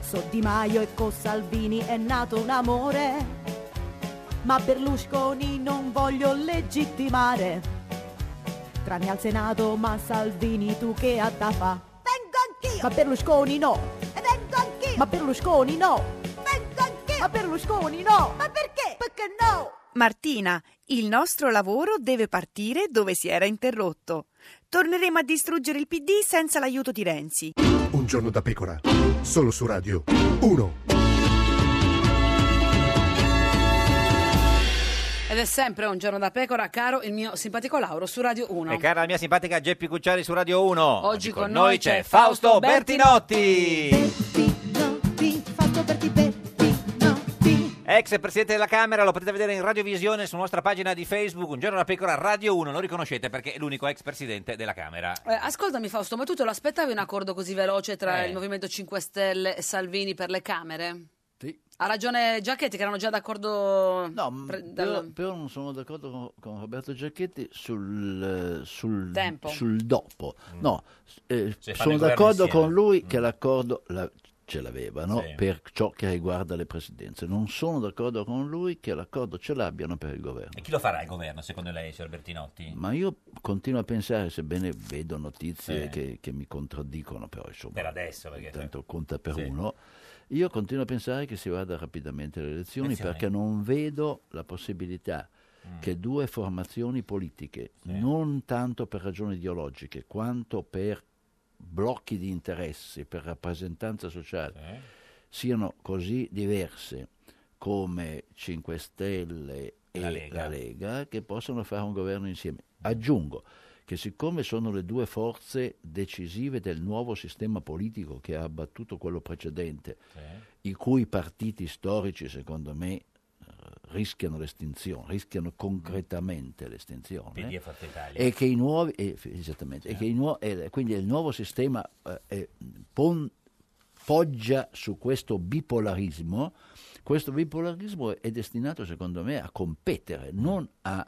[SPEAKER 12] So Di Maio e con Salvini è nato un amore, ma Berlusconi non voglio legittimare. Tranne al Senato, ma Salvini tu che ha da fa? Vengo anch'io! Ma Berlusconi no! E vengo anch'io! Ma Berlusconi no! Vengo anch'io! Ma Berlusconi no! Ma perché? Perché no!
[SPEAKER 15] Martina, il nostro lavoro deve partire dove si era interrotto. Torneremo a distruggere il PD senza l'aiuto di Renzi.
[SPEAKER 14] Un giorno da pecora, solo su Radio 1.
[SPEAKER 1] Ed è sempre un giorno da pecora, caro il mio simpatico Lauro su Radio 1.
[SPEAKER 2] E cara la mia simpatica Geppi Cucciari su Radio 1.
[SPEAKER 1] Oggi
[SPEAKER 2] Oggi
[SPEAKER 1] con
[SPEAKER 2] con
[SPEAKER 1] noi
[SPEAKER 2] noi c'è
[SPEAKER 1] c'è
[SPEAKER 2] Fausto
[SPEAKER 1] Fausto
[SPEAKER 2] Bertinotti. Ex presidente della Camera, lo potete vedere in radiovisione sulla nostra pagina di Facebook, un giorno la pecora Radio 1, lo riconoscete perché è l'unico ex presidente della Camera.
[SPEAKER 1] Eh, ascoltami Fausto, ma tu te lo aspettavi un accordo così veloce tra
[SPEAKER 2] Eh.
[SPEAKER 1] il Movimento 5 Stelle e Salvini per le Camere?
[SPEAKER 13] Sì.
[SPEAKER 1] Ha ragione Giacchetti che erano già d'accordo... pre-
[SPEAKER 13] Però,
[SPEAKER 1] dal-
[SPEAKER 13] però non sono d'accordo con, con Roberto Giacchetti sul, eh, sul-
[SPEAKER 1] Tempo.
[SPEAKER 13] sul dopo. No, s- eh,
[SPEAKER 2] Mm. Cioè, fanno
[SPEAKER 13] sono
[SPEAKER 2] il governo
[SPEAKER 13] d'accordo
[SPEAKER 2] insieme. Mm.
[SPEAKER 13] con lui che l'accordo la- ce l'avevano
[SPEAKER 2] Sì.
[SPEAKER 13] per ciò che riguarda le presidenze. Non sono d'accordo con lui che l'accordo ce l'abbiano per il governo.
[SPEAKER 2] Chi lo farà il governo secondo lei, signor Bertinotti?
[SPEAKER 13] Ma io continuo a pensare, sebbene vedo notizie
[SPEAKER 2] Sì.
[SPEAKER 13] che, che mi contraddicono, però insomma,
[SPEAKER 2] Eh. Per adesso, perché-
[SPEAKER 13] tanto conta per
[SPEAKER 2] Sì.
[SPEAKER 13] uno, io continuo a pensare che si vada rapidamente alle elezioni
[SPEAKER 2] Elezioni. Mm.
[SPEAKER 13] perché non vedo la possibilità che due formazioni politiche, non tanto per ragioni ideologiche, quanto per blocchi di interessi, per rappresentanza sociale, siano così diverse come 5 Stelle e la Lega. che possono fare un governo insieme. Aggiungo che siccome sono le due forze decisive del nuovo sistema politico che ha abbattuto quello precedente, i cui partiti storici, secondo me, eh, rischiano l'estinzione, rischiano concretamente l'estinzione.
[SPEAKER 2] PD e Forza Italia.
[SPEAKER 13] Eh? E che i nuovi, e- esattamente, e che i nuo- e- quindi il nuovo sistema eh, eh, pon- poggia su questo bipolarismo. Questo bipolarismo è destinato, secondo me, a competere, non a.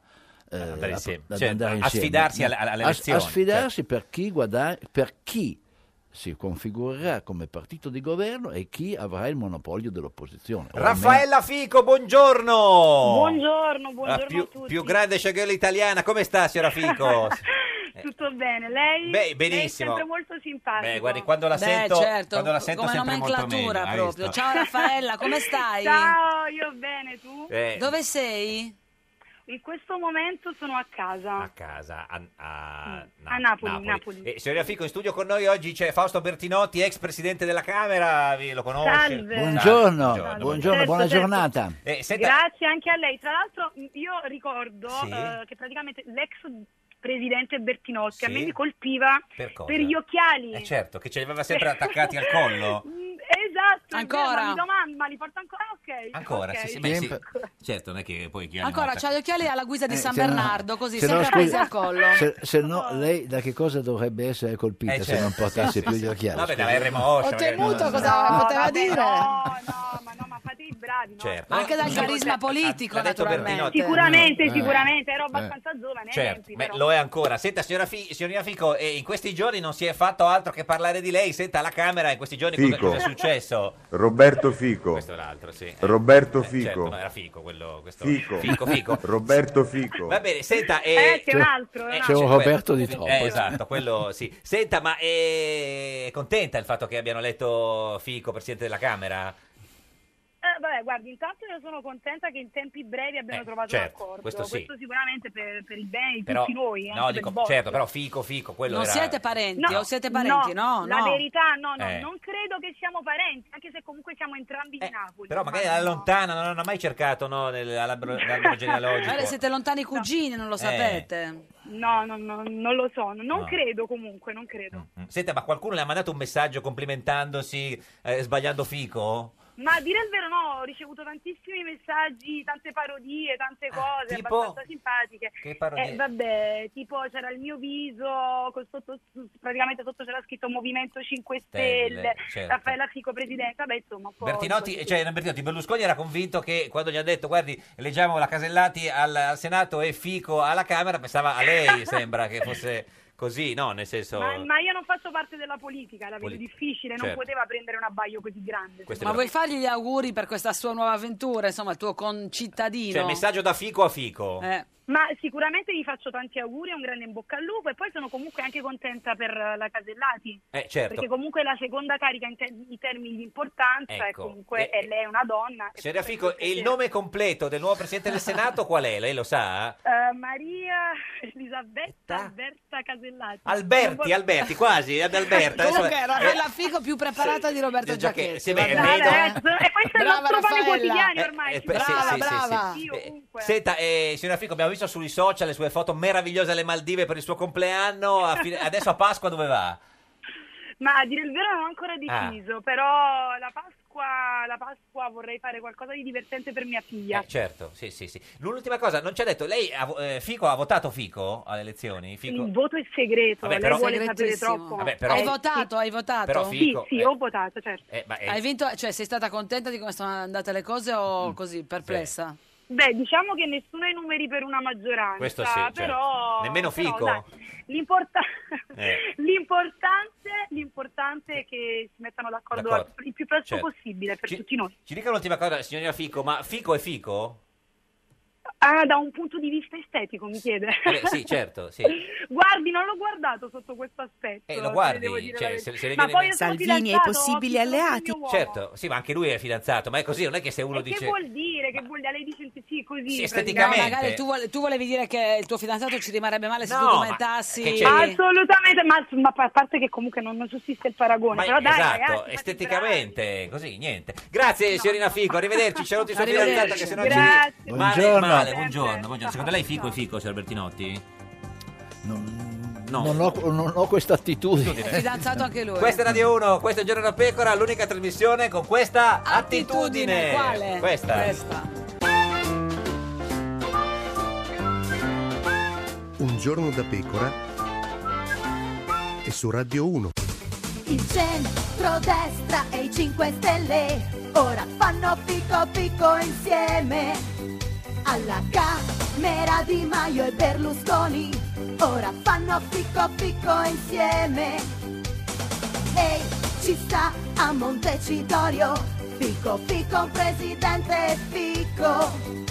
[SPEAKER 13] eh,
[SPEAKER 2] andare
[SPEAKER 13] a-
[SPEAKER 2] insieme.
[SPEAKER 13] ad
[SPEAKER 2] Cioè,
[SPEAKER 13] andare
[SPEAKER 2] a
[SPEAKER 13] insieme.
[SPEAKER 2] sfidarsi
[SPEAKER 13] No,
[SPEAKER 2] alle- alle
[SPEAKER 13] a-
[SPEAKER 2] elezioni, certo.
[SPEAKER 13] A sfidarsi per chi guadagna, per chi si configurerà come partito di governo e chi avrà il monopolio dell'opposizione. Ormai-
[SPEAKER 2] Raffaella Fico, buongiorno!
[SPEAKER 17] Buongiorno, buongiorno
[SPEAKER 2] La più,
[SPEAKER 17] a tutti.
[SPEAKER 2] più grande showgirl italiana, come sta signora
[SPEAKER 17] [laughs]
[SPEAKER 2] Fico?
[SPEAKER 17] Tutto bene, lei?
[SPEAKER 2] Beh,
[SPEAKER 17] lei
[SPEAKER 2] benissimo.
[SPEAKER 17] è sempre molto simpatico.
[SPEAKER 2] Beh, guardi, quando la
[SPEAKER 1] Beh,
[SPEAKER 2] sento,
[SPEAKER 1] certo,
[SPEAKER 2] quando la sento
[SPEAKER 1] come
[SPEAKER 2] sempre molto meglio.
[SPEAKER 1] nomenclatura
[SPEAKER 2] hai
[SPEAKER 1] proprio.
[SPEAKER 2] visto?
[SPEAKER 17] [laughs]
[SPEAKER 1] Ciao Raffaella, come stai?
[SPEAKER 17] Ciao, io bene, tu?
[SPEAKER 2] Eh.
[SPEAKER 1] Dove sei?
[SPEAKER 17] In questo momento sono a casa.
[SPEAKER 2] a casa a, a,
[SPEAKER 17] Mm. a Napoli, Napoli.
[SPEAKER 2] E, signorina Fico, in studio con noi oggi c'è Fausto Bertinotti, ex presidente della Camera, vi- lo conosce?
[SPEAKER 17] Salve.
[SPEAKER 13] Buongiorno,
[SPEAKER 17] Salve.
[SPEAKER 13] buongiorno,
[SPEAKER 17] Certo,
[SPEAKER 13] buona
[SPEAKER 17] certo.
[SPEAKER 13] giornata.
[SPEAKER 2] Eh, senta-
[SPEAKER 17] Grazie anche a lei. Tra l'altro m- io ricordo
[SPEAKER 13] Sì.
[SPEAKER 17] eh, che praticamente l'ex presidente Bertinotti a
[SPEAKER 2] Sì.
[SPEAKER 17] me mi colpiva
[SPEAKER 2] Per cosa?
[SPEAKER 17] per gli occhiali.
[SPEAKER 2] Eh, certo, che ce li aveva sempre attaccati al
[SPEAKER 17] [laughs]
[SPEAKER 2] collo.
[SPEAKER 17] Mm, Esatto, è
[SPEAKER 1] Ancora?
[SPEAKER 17] vero, ma mi domanda, ma li porto ancora? Ah, ok.
[SPEAKER 2] Ancora,
[SPEAKER 17] ok.
[SPEAKER 2] sì, sì, beh, sì. Certo, non è che poi chi ha
[SPEAKER 1] Ancora
[SPEAKER 2] limonato-
[SPEAKER 1] c'ha gli occhiali alla guisa di
[SPEAKER 13] Eh,
[SPEAKER 1] San
[SPEAKER 13] se no-
[SPEAKER 1] Bernardo, così,
[SPEAKER 13] se no,
[SPEAKER 1] sempre presi
[SPEAKER 13] scusi-
[SPEAKER 1] al collo.
[SPEAKER 13] Se, se
[SPEAKER 1] Ah.
[SPEAKER 13] no, lei da che cosa dovrebbe essere colpita
[SPEAKER 2] Eh,
[SPEAKER 13] se non
[SPEAKER 2] certo,
[SPEAKER 13] portasse
[SPEAKER 2] sì,
[SPEAKER 13] più
[SPEAKER 2] sì,
[SPEAKER 13] gli
[SPEAKER 2] sì.
[SPEAKER 13] occhiali?
[SPEAKER 2] Vabbè,
[SPEAKER 13] scusi.
[SPEAKER 2] dai, remoscia,
[SPEAKER 1] Ottenuto
[SPEAKER 2] magari-
[SPEAKER 1] cosa
[SPEAKER 17] No,
[SPEAKER 1] poteva
[SPEAKER 17] vabbè,
[SPEAKER 1] dire?
[SPEAKER 17] no, no, ma no, ma fate i bravi, no?
[SPEAKER 2] Certo.
[SPEAKER 1] Ma anche dal
[SPEAKER 2] Sì.
[SPEAKER 1] carisma politico,
[SPEAKER 2] l'ha detto
[SPEAKER 1] naturalmente.
[SPEAKER 2] Bertinotti.
[SPEAKER 17] Sicuramente,
[SPEAKER 2] Eh.
[SPEAKER 17] sicuramente, ero
[SPEAKER 2] Eh.
[SPEAKER 17] abbastanza giovane. ai
[SPEAKER 2] Certo,
[SPEAKER 17] tempi,
[SPEAKER 2] beh,
[SPEAKER 17] però.
[SPEAKER 2] lo è ancora. Senta, signora, Fi- signorina Fico, eh, in questi giorni non si è fatto altro che parlare di lei. Senta, alla Camera in questi giorni cosa,
[SPEAKER 9] Fico.
[SPEAKER 2] cosa è successo?
[SPEAKER 9] Roberto Fico.
[SPEAKER 2] Questo è l'altro, sì. Eh,
[SPEAKER 9] Roberto
[SPEAKER 2] eh,
[SPEAKER 9] Fico.
[SPEAKER 2] certo, no, era Fico quello. Questo...
[SPEAKER 9] Fico.
[SPEAKER 2] Fico, Fico.
[SPEAKER 9] [laughs] Roberto Fico.
[SPEAKER 2] Va bene, senta...
[SPEAKER 17] Eh, c'è un
[SPEAKER 2] eh,
[SPEAKER 17] altro, eh,
[SPEAKER 2] eh,
[SPEAKER 17] no.
[SPEAKER 13] C'è un
[SPEAKER 2] quello.
[SPEAKER 13] Roberto di troppo.
[SPEAKER 2] Eh, esatto, quello sì. Senta, ma eh, è contenta il fatto che abbiano letto Fico, Presidente della Camera?
[SPEAKER 17] Eh, vabbè, guardi, intanto io sono contenta che in tempi brevi abbiano
[SPEAKER 2] Eh,
[SPEAKER 17] trovato
[SPEAKER 2] certo,
[SPEAKER 17] un accordo.
[SPEAKER 2] questo sì.
[SPEAKER 17] sicuramente per, per il bene di
[SPEAKER 2] Però,
[SPEAKER 17] tutti noi. anche
[SPEAKER 2] no,
[SPEAKER 17] per
[SPEAKER 2] dico,
[SPEAKER 17] il vostro.
[SPEAKER 2] certo, però Fico, Fico, quello
[SPEAKER 1] Non
[SPEAKER 2] era...
[SPEAKER 1] siete parenti,
[SPEAKER 17] No,
[SPEAKER 1] o siete parenti, no,
[SPEAKER 17] la
[SPEAKER 1] no.
[SPEAKER 17] verità, no, no,
[SPEAKER 2] Eh.
[SPEAKER 17] non credo che siamo parenti, anche se comunque siamo entrambi di Napoli.
[SPEAKER 2] Però magari
[SPEAKER 17] Ma-
[SPEAKER 2] alla lontana non hanno mai cercato no, nel- all'albero all'albero genealogico.
[SPEAKER 1] Magari siete lontani cugini, non lo
[SPEAKER 2] Eh.
[SPEAKER 1] sapete.
[SPEAKER 17] No, no, no, non lo so, non
[SPEAKER 2] No.
[SPEAKER 17] credo comunque, non credo.
[SPEAKER 2] Mm. Senta, ma qualcuno le ha mandato un messaggio complimentandosi, eh, sbagliando fico?
[SPEAKER 17] Ma a dire il vero no, ho ricevuto tantissimi messaggi, tante parodie, tante cose
[SPEAKER 2] Ah, tipo?
[SPEAKER 17] abbastanza simpatiche.
[SPEAKER 2] Che parodie?
[SPEAKER 17] Eh, vabbè, tipo c'era il mio viso, col sotto- praticamente sotto c'era scritto Movimento 5 Stelle,
[SPEAKER 2] Stelle, certo.
[SPEAKER 17] Raffaella Fico Presidente, vabbè insomma un po'...
[SPEAKER 2] Bertinotti, cioè, non Bertinotti, Berlusconi era convinto che quando gli ha detto, guardi, leggiamo la Casellati al, al Senato e Fico alla Camera, pensava a
[SPEAKER 17] [laughs]
[SPEAKER 2] lei, sembra che fosse così, no? Nel senso...
[SPEAKER 17] Ma, Eh, ma io non faccio parte della politica, la vedo
[SPEAKER 2] Politica,
[SPEAKER 17] difficile, non
[SPEAKER 2] certo.
[SPEAKER 17] poteva prendere un abbaglio così grande.
[SPEAKER 2] Questo è
[SPEAKER 1] Ma
[SPEAKER 2] vero.
[SPEAKER 1] vuoi fargli gli auguri per questa sua nuova avventura, insomma, il tuo concittadino?
[SPEAKER 2] Cioè, messaggio da fico a fico.
[SPEAKER 1] Eh.
[SPEAKER 17] Ma sicuramente vi faccio tanti auguri, un grande in bocca al lupo e poi sono comunque anche contenta per eh, la Casellati.
[SPEAKER 2] Eh, certo.
[SPEAKER 17] Perché comunque la seconda carica in, te- in termini di importanza è
[SPEAKER 2] Ecco.
[SPEAKER 17] comunque
[SPEAKER 2] E-
[SPEAKER 17] e lei è una donna. e
[SPEAKER 2] Signora
[SPEAKER 17] questo
[SPEAKER 2] Fico,
[SPEAKER 17] è
[SPEAKER 2] e il nome completo del nuovo Presidente del Senato qual è? Lei lo sa?
[SPEAKER 17] Eh, Maria Elisabetta Alberta Casellati.
[SPEAKER 2] Alberti, Alberti, quasi, ad
[SPEAKER 17] [laughs]
[SPEAKER 2] Alberta. adesso-
[SPEAKER 1] Comunque, Raffaella
[SPEAKER 2] eh,
[SPEAKER 1] Fico più preparata di Roberto
[SPEAKER 2] Giacchetti,
[SPEAKER 1] Giacchetti.
[SPEAKER 2] sì, beh,
[SPEAKER 1] guardate,
[SPEAKER 2] vedo.
[SPEAKER 1] eh.
[SPEAKER 17] E questo è il
[SPEAKER 1] Brava,
[SPEAKER 17] nostro pane
[SPEAKER 1] Raffaella.
[SPEAKER 17] quotidiano
[SPEAKER 2] Eh,
[SPEAKER 17] ormai.
[SPEAKER 2] eh,
[SPEAKER 17] ci
[SPEAKER 2] beh, sì,
[SPEAKER 17] guarda.
[SPEAKER 2] sì, sì,
[SPEAKER 1] brava.
[SPEAKER 2] sì.
[SPEAKER 17] Io
[SPEAKER 2] Eh,
[SPEAKER 17] ovunque.
[SPEAKER 2] Senta, eh, signora Fico, abbiamo visto sui social le sue foto meravigliose alle Maldive per il suo compleanno. a fine- adesso a Pasqua dove va?
[SPEAKER 17] Ma a dire il vero non ho ancora
[SPEAKER 2] Ah.
[SPEAKER 17] deciso, però la Pasqua, la Pasqua vorrei fare qualcosa di divertente per mia figlia.
[SPEAKER 2] Eh, certo, sì, sì, sì. L'ultima cosa, non ci ha detto, lei ha vo- eh, Fico ha votato Fico alle elezioni? Fico...
[SPEAKER 17] Il voto è segreto,
[SPEAKER 2] Vabbè,
[SPEAKER 17] lei
[SPEAKER 2] però-
[SPEAKER 17] vuole sapere
[SPEAKER 1] Segretissimo.
[SPEAKER 17] troppo.
[SPEAKER 2] Vabbè, però-
[SPEAKER 17] Eh,
[SPEAKER 1] Hai
[SPEAKER 17] sì.
[SPEAKER 1] votato, hai votato.
[SPEAKER 2] Però
[SPEAKER 17] Sì,
[SPEAKER 2] Fico,
[SPEAKER 17] sì,
[SPEAKER 2] eh.
[SPEAKER 17] ho votato, certo.
[SPEAKER 2] Eh, ma, eh,
[SPEAKER 1] Hai vinto, cioè sei stata contenta di come sono andate le cose
[SPEAKER 2] Mm.
[SPEAKER 1] o così perplessa?
[SPEAKER 17] Beh, diciamo che nessuno ha i numeri per una maggioranza,
[SPEAKER 2] Questo sì, certo.
[SPEAKER 17] ah, però...
[SPEAKER 2] Nemmeno
[SPEAKER 17] però,
[SPEAKER 2] Fico?
[SPEAKER 17] dai, l'importa-
[SPEAKER 2] Eh.
[SPEAKER 17] [laughs] l'importante, l'importante è che si mettano d'accordo
[SPEAKER 2] D'accordo.
[SPEAKER 17] al- il più presto
[SPEAKER 2] Certo.
[SPEAKER 17] possibile per
[SPEAKER 2] Ci-
[SPEAKER 17] tutti noi.
[SPEAKER 2] Ci dica l'ultima cosa, signorina Fico, ma Fico è Fico?
[SPEAKER 17] Ah, da un punto di vista estetico, mi chiede.
[SPEAKER 2] Vabbè, sì, certo, sì.
[SPEAKER 17] [laughs] Guardi, non l'ho guardato sotto questo aspetto.
[SPEAKER 2] Eh,
[SPEAKER 17] se
[SPEAKER 2] lo guardi,
[SPEAKER 17] devo dire
[SPEAKER 2] cioè,
[SPEAKER 17] la
[SPEAKER 2] se-
[SPEAKER 17] verità.
[SPEAKER 2] se le
[SPEAKER 17] Ma
[SPEAKER 2] viene-
[SPEAKER 17] poi io sono
[SPEAKER 15] Salvini e i
[SPEAKER 17] fidanzato,
[SPEAKER 15] possibili
[SPEAKER 17] ho chiuso con
[SPEAKER 15] alleati.
[SPEAKER 17] mio uomo.
[SPEAKER 2] Certo, sì, ma anche lui è fidanzato, ma è così, non è che se uno
[SPEAKER 17] E
[SPEAKER 2] dice... Eh.
[SPEAKER 17] che vuol dire? Che vuol dire? Lei dice sì, così.
[SPEAKER 2] Sì,
[SPEAKER 1] No,
[SPEAKER 2] esteticamente.
[SPEAKER 17] praticamente.
[SPEAKER 1] magari tu, vole- tu volevi dire che il tuo fidanzato ci rimarrebbe male se
[SPEAKER 2] No,
[SPEAKER 1] tu
[SPEAKER 2] ma-
[SPEAKER 1] commentassi.
[SPEAKER 2] che c'è-
[SPEAKER 17] Assolutamente, ma, ma a parte che comunque non, non sussiste il paragone.
[SPEAKER 2] Ma-
[SPEAKER 17] però dai, eh,
[SPEAKER 2] esatto,
[SPEAKER 17] ragazzi, fate i
[SPEAKER 2] esteticamente, così, niente. Grazie, signorina Fico, arrivederci, saluti il suo
[SPEAKER 1] Arrivederci.
[SPEAKER 2] fidanzato che se no ci...
[SPEAKER 17] Grazie.
[SPEAKER 2] Male,
[SPEAKER 13] Buongiorno.
[SPEAKER 2] male, buongiorno, buongiorno. Secondo lei Fico è Fico, signor Bertinotti? No.
[SPEAKER 13] Non, ho, non ho questa
[SPEAKER 1] È
[SPEAKER 13] attitudine.
[SPEAKER 1] fidanzato anche lui.
[SPEAKER 2] Questa è Radio 1, questo è Giorno da Pecora, l'unica trasmissione con questa attitudine.
[SPEAKER 1] Attitudine, quale?
[SPEAKER 2] Questa.
[SPEAKER 1] Questa.
[SPEAKER 14] Un giorno da pecora e su Radio 1.
[SPEAKER 12] Il centro-destra e i 5 Stelle ora fanno picco picco insieme. Alla Camera Di Maio e Berlusconi ora fanno picco picco insieme. Ehi, ci sta a Montecitorio, picco picco un presidente picco.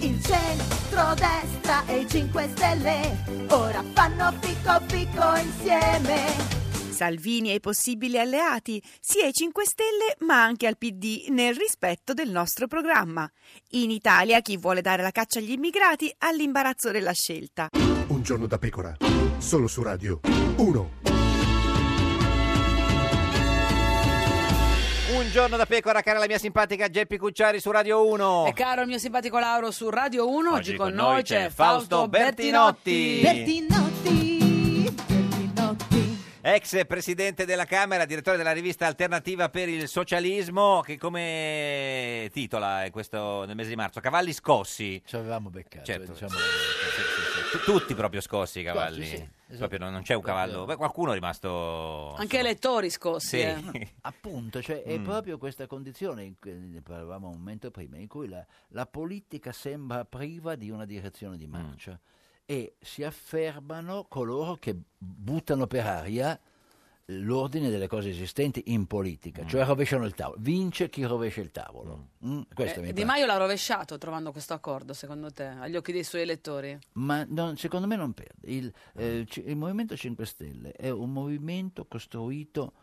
[SPEAKER 12] Il centro-destra e i 5 Stelle ora fanno picco picco insieme.
[SPEAKER 15] Salvini e i possibili alleati, sia ai 5 Stelle ma anche al PD, nel rispetto del nostro programma. In Italia chi vuole dare la caccia agli immigrati ha l'imbarazzo della scelta.
[SPEAKER 14] Un giorno da pecora, solo su Radio 1.
[SPEAKER 2] Un giorno da pecora, cara la mia simpatica Geppi Cucciari su Radio 1.
[SPEAKER 1] E caro il mio simpatico Lauro su Radio 1, oggi, con noi c'è
[SPEAKER 2] Fausto
[SPEAKER 1] Fausto Bertinotti.
[SPEAKER 12] Bertinotti, Bertinotti.
[SPEAKER 2] Ex presidente della Camera, direttore della rivista Alternativa per il Socialismo, che come titola in questo, nel mese di marzo, Cavalli Scossi.
[SPEAKER 13] Ci avevamo beccato,
[SPEAKER 2] Certo.
[SPEAKER 13] diciamo.
[SPEAKER 2] Tu- Tutti proprio scossi i cavalli.
[SPEAKER 13] Scossi, sì, esatto.
[SPEAKER 2] Proprio non, non c'è un cavallo. Beh, qualcuno è rimasto.
[SPEAKER 1] Anche elettori scossi.
[SPEAKER 2] Sì.
[SPEAKER 1] eh.
[SPEAKER 2] [laughs]
[SPEAKER 13] Appunto, cioè, è
[SPEAKER 2] Mm.
[SPEAKER 13] proprio questa condizione, in cui- ne parlavamo un momento prima, in cui la, la politica sembra priva di una direzione
[SPEAKER 2] Mm.
[SPEAKER 13] di marcia e si affermano coloro che buttano per aria l'ordine delle cose esistenti in
[SPEAKER 2] Mm.
[SPEAKER 13] politica, cioè rovesciano il tavolo, vince chi rovescia il tavolo. Mm, questo
[SPEAKER 1] Eh,
[SPEAKER 13] mi
[SPEAKER 1] Di
[SPEAKER 13] pare.
[SPEAKER 1] Maio l'ha rovesciato trovando questo accordo, secondo te, agli occhi dei suoi elettori?
[SPEAKER 13] Ma non- secondo me non perde. Il, eh, ci- il Movimento 5 Stelle è un movimento costruito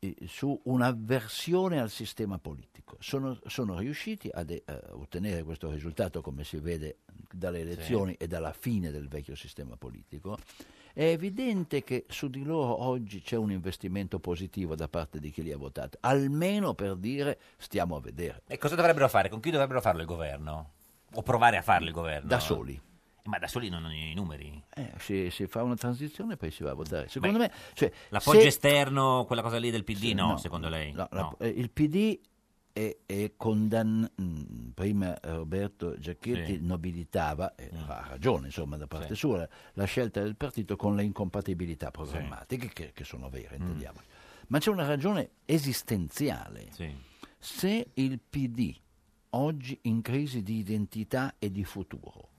[SPEAKER 13] eh, su un'avversione al sistema politico. Sono, sono riusciti ad, eh, a ottenere questo risultato, come si vede dalle elezioni e dalla fine del vecchio sistema politico. È evidente che su di loro oggi c'è un investimento positivo da parte di chi li ha votati, almeno per dire stiamo a vedere.
[SPEAKER 18] E cosa dovrebbero fare? Con chi dovrebbero farlo il governo? O provare a farlo il governo?
[SPEAKER 13] Da soli.
[SPEAKER 18] Ma da soli non hanno i numeri.
[SPEAKER 13] Eh, si, si fa una transizione e poi si va a votare. Secondo me, cioè,
[SPEAKER 18] L'appoggio
[SPEAKER 13] se-
[SPEAKER 18] esterno, quella cosa lì del PD,
[SPEAKER 13] Sì,
[SPEAKER 18] no,
[SPEAKER 13] no,
[SPEAKER 18] secondo lei?
[SPEAKER 13] No, la-
[SPEAKER 18] No.
[SPEAKER 13] eh, il PD è, è condann- mm, prima Roberto Giacchetti
[SPEAKER 18] Sì. Mm.
[SPEAKER 13] nobilitava, eh, ha ragione insomma da parte
[SPEAKER 18] Sì.
[SPEAKER 13] sua, la, la scelta del partito con le incompatibilità programmatiche che, che sono
[SPEAKER 18] Mm.
[SPEAKER 13] vere, intendiamoci. Ma c'è una ragione esistenziale. Se il PD oggi in crisi di identità e di futuro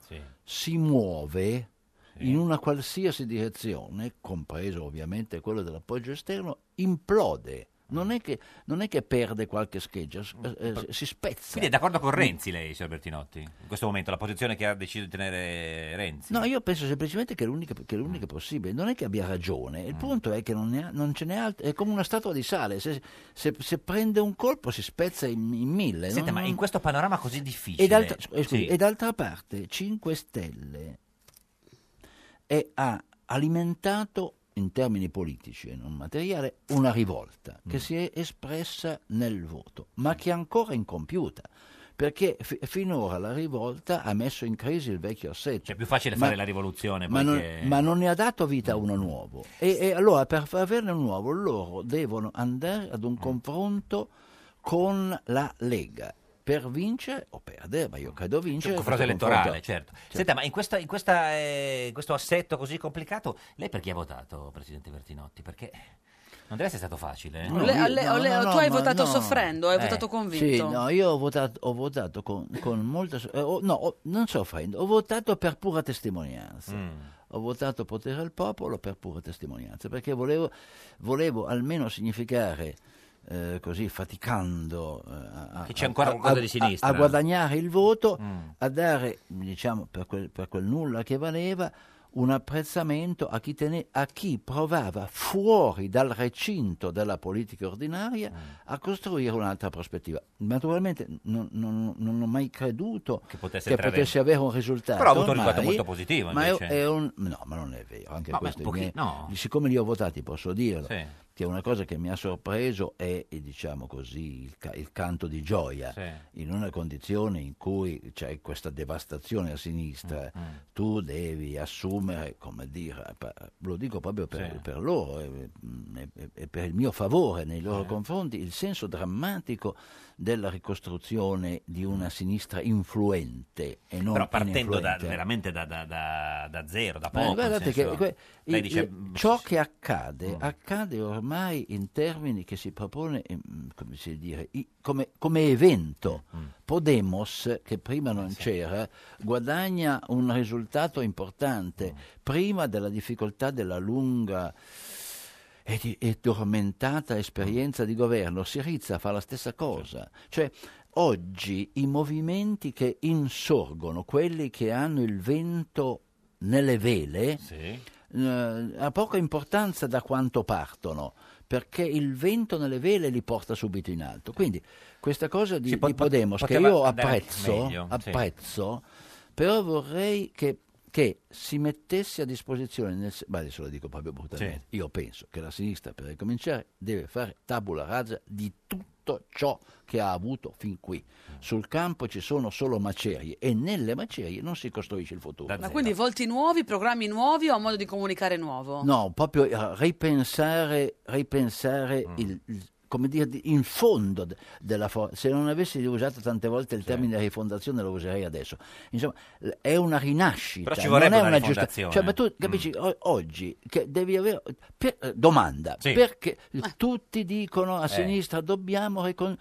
[SPEAKER 13] si muove in una qualsiasi direzione, compreso ovviamente quello dell'appoggio esterno, implode.
[SPEAKER 18] Mm.
[SPEAKER 13] Non è che, non è che perde qualche scheggia, s- eh, eh, si spezza. Mm.
[SPEAKER 18] Quindi è d'accordo con Renzi lei, signor Bertinotti? In questo momento la posizione che ha deciso di tenere Renzi?
[SPEAKER 13] No, io penso semplicemente che è l'unica, che è
[SPEAKER 18] Mm.
[SPEAKER 13] l'unica possibile. Non è che abbia ragione, il punto è che non, ne ha- non ce n'è altro. È come una statua di sale: se, se- se prende un colpo si spezza in, in mille.
[SPEAKER 18] Senta,
[SPEAKER 13] non-
[SPEAKER 18] ma in questo panorama così difficile... cioè,
[SPEAKER 13] E d'altra, eh, scusi,
[SPEAKER 18] Sì.
[SPEAKER 13] e d'altra parte 5 Stelle è- ha alimentato in termini politici e non materiali una rivolta
[SPEAKER 18] Mm.
[SPEAKER 13] che si è espressa nel voto, ma che è ancora incompiuta. Perché fi- finora la rivolta ha messo in crisi il vecchio assetto.
[SPEAKER 18] Cioè, È più facile
[SPEAKER 13] Ma-
[SPEAKER 18] fare la rivoluzione
[SPEAKER 13] ma
[SPEAKER 18] poi
[SPEAKER 13] non,
[SPEAKER 18] che-
[SPEAKER 13] ma non ne ha dato vita a uno nuovo. E, e allora per averne un nuovo loro devono andare ad
[SPEAKER 18] Mm.
[SPEAKER 13] un confronto con la Lega per vincere o perdere, ma io credo
[SPEAKER 18] Cioè,
[SPEAKER 13] vincere.
[SPEAKER 18] un confronto
[SPEAKER 13] questo
[SPEAKER 18] elettorale,
[SPEAKER 13] confronto. Cioè,
[SPEAKER 18] certo. Senta, ma in, questa- in questa, eh, in questo assetto così complicato, lei per chi ha votato, Presidente Bertinotti? Perché non deve essere stato facile. eh?
[SPEAKER 13] No,
[SPEAKER 1] Le-
[SPEAKER 13] io-
[SPEAKER 1] alle-
[SPEAKER 13] no,
[SPEAKER 1] ole-
[SPEAKER 13] no, no,
[SPEAKER 1] tu hai
[SPEAKER 13] ma
[SPEAKER 1] votato
[SPEAKER 13] no. Eh,
[SPEAKER 1] soffrendo, hai votato convinto.
[SPEAKER 13] Sì, no, io ho votato, ho votato con, con molta... so- eh, ho- no, ho- non soffrendo, ho votato per pura testimonianza.
[SPEAKER 18] Mm.
[SPEAKER 13] Ho votato potere al popolo per pura testimonianza, perché volevo, volevo almeno significare, eh, così faticando... eh, a- a-
[SPEAKER 18] Che c'è ancora
[SPEAKER 13] a-
[SPEAKER 18] qualcosa
[SPEAKER 13] a-
[SPEAKER 18] di
[SPEAKER 13] a-
[SPEAKER 18] sinistra.
[SPEAKER 13] A, guadagnare il voto,
[SPEAKER 18] Mm.
[SPEAKER 13] a dare, diciamo, per quel, per quel nulla che valeva, un apprezzamento a chi, tene- a chi provava fuori dal recinto della politica ordinaria
[SPEAKER 18] Mm.
[SPEAKER 13] a costruire un'altra prospettiva. Naturalmente non, non- non ho mai creduto che
[SPEAKER 18] potesse
[SPEAKER 13] che
[SPEAKER 18] entrare-
[SPEAKER 13] potesse avere un risultato.
[SPEAKER 18] Però ha avuto un risultato
[SPEAKER 13] mai,
[SPEAKER 18] molto positivo,
[SPEAKER 13] Ma è-
[SPEAKER 18] invece.
[SPEAKER 13] è un- no, ma non è vero. Anche
[SPEAKER 18] Ma beh,
[SPEAKER 13] questo è
[SPEAKER 18] pochi-
[SPEAKER 13] mie-
[SPEAKER 18] no.
[SPEAKER 13] Siccome li ho votati, posso dirlo.
[SPEAKER 18] Sì.
[SPEAKER 13] Che una cosa che mi ha sorpreso è, eh, diciamo così, il, ca- il canto di gioia.
[SPEAKER 18] Sì.
[SPEAKER 13] In una condizione in cui c'è questa devastazione a sinistra,
[SPEAKER 18] Mm,
[SPEAKER 13] tu devi assumere, come dire, pa- lo dico proprio per,
[SPEAKER 18] Sì.
[SPEAKER 13] per loro eh, mm, e, e- e per il mio favore nei loro confronti, il senso drammatico della ricostruzione di una sinistra influente e non
[SPEAKER 18] Però partendo da-
[SPEAKER 13] ininfluente.
[SPEAKER 18] veramente da, da- da- da zero, da
[SPEAKER 13] Ma
[SPEAKER 18] poco. nel
[SPEAKER 13] guardate
[SPEAKER 18] senso-
[SPEAKER 13] che que-
[SPEAKER 18] lei
[SPEAKER 13] il-
[SPEAKER 18] dice,
[SPEAKER 13] il- ciò che
[SPEAKER 18] Mm.
[SPEAKER 13] accade accade ormai in termini che si propone eh, mm, come, si dire, i- come- come evento.
[SPEAKER 18] Mm.
[SPEAKER 13] Podemos, che prima
[SPEAKER 18] Eh,
[SPEAKER 13] non c'era, guadagna un risultato importante
[SPEAKER 18] Mm.
[SPEAKER 13] prima della difficoltà della lunga e, di- e tormentata esperienza di governo. Sirizza fa la stessa cosa. Cioè, oggi i movimenti che insorgono, quelli che hanno il vento nelle vele, eh, ha poca importanza da quanto partono, perché il vento nelle vele li porta subito in alto. Quindi questa cosa di,
[SPEAKER 2] Sì, po-
[SPEAKER 13] di
[SPEAKER 2] po-
[SPEAKER 13] Podemos, che
[SPEAKER 2] poteva
[SPEAKER 13] io
[SPEAKER 2] andare
[SPEAKER 13] apprezzo,
[SPEAKER 2] meglio, sì.
[SPEAKER 13] apprezzo, però vorrei che, che si mettesse a disposizione, nel, se- ma adesso lo dico proprio brutalmente, io penso che la sinistra per ricominciare deve fare tabula rasa di tutto ciò che ha avuto fin qui.
[SPEAKER 2] Mm.
[SPEAKER 13] Sul campo ci sono solo macerie e nelle macerie non si costruisce il futuro.
[SPEAKER 1] Ma quindi volti nuovi, programmi nuovi o modo di comunicare nuovo?
[SPEAKER 13] No, proprio eh, ripensare, ripensare
[SPEAKER 2] Mm.
[SPEAKER 13] il, il- come dire, di- in fondo de- della forza. Se non avessi usato tante volte il termine rifondazione lo userei adesso. Insomma, l- è una rinascita,
[SPEAKER 2] Però ci vorrebbe
[SPEAKER 13] non
[SPEAKER 2] una
[SPEAKER 13] è una giusta...
[SPEAKER 2] rifondazione. Mm.
[SPEAKER 13] Cioè, ma tu capisci, o- oggi che devi avere... per- eh, domanda,
[SPEAKER 2] Sì.
[SPEAKER 13] perché tutti dicono a
[SPEAKER 2] Eh.
[SPEAKER 13] sinistra dobbiamo ricon-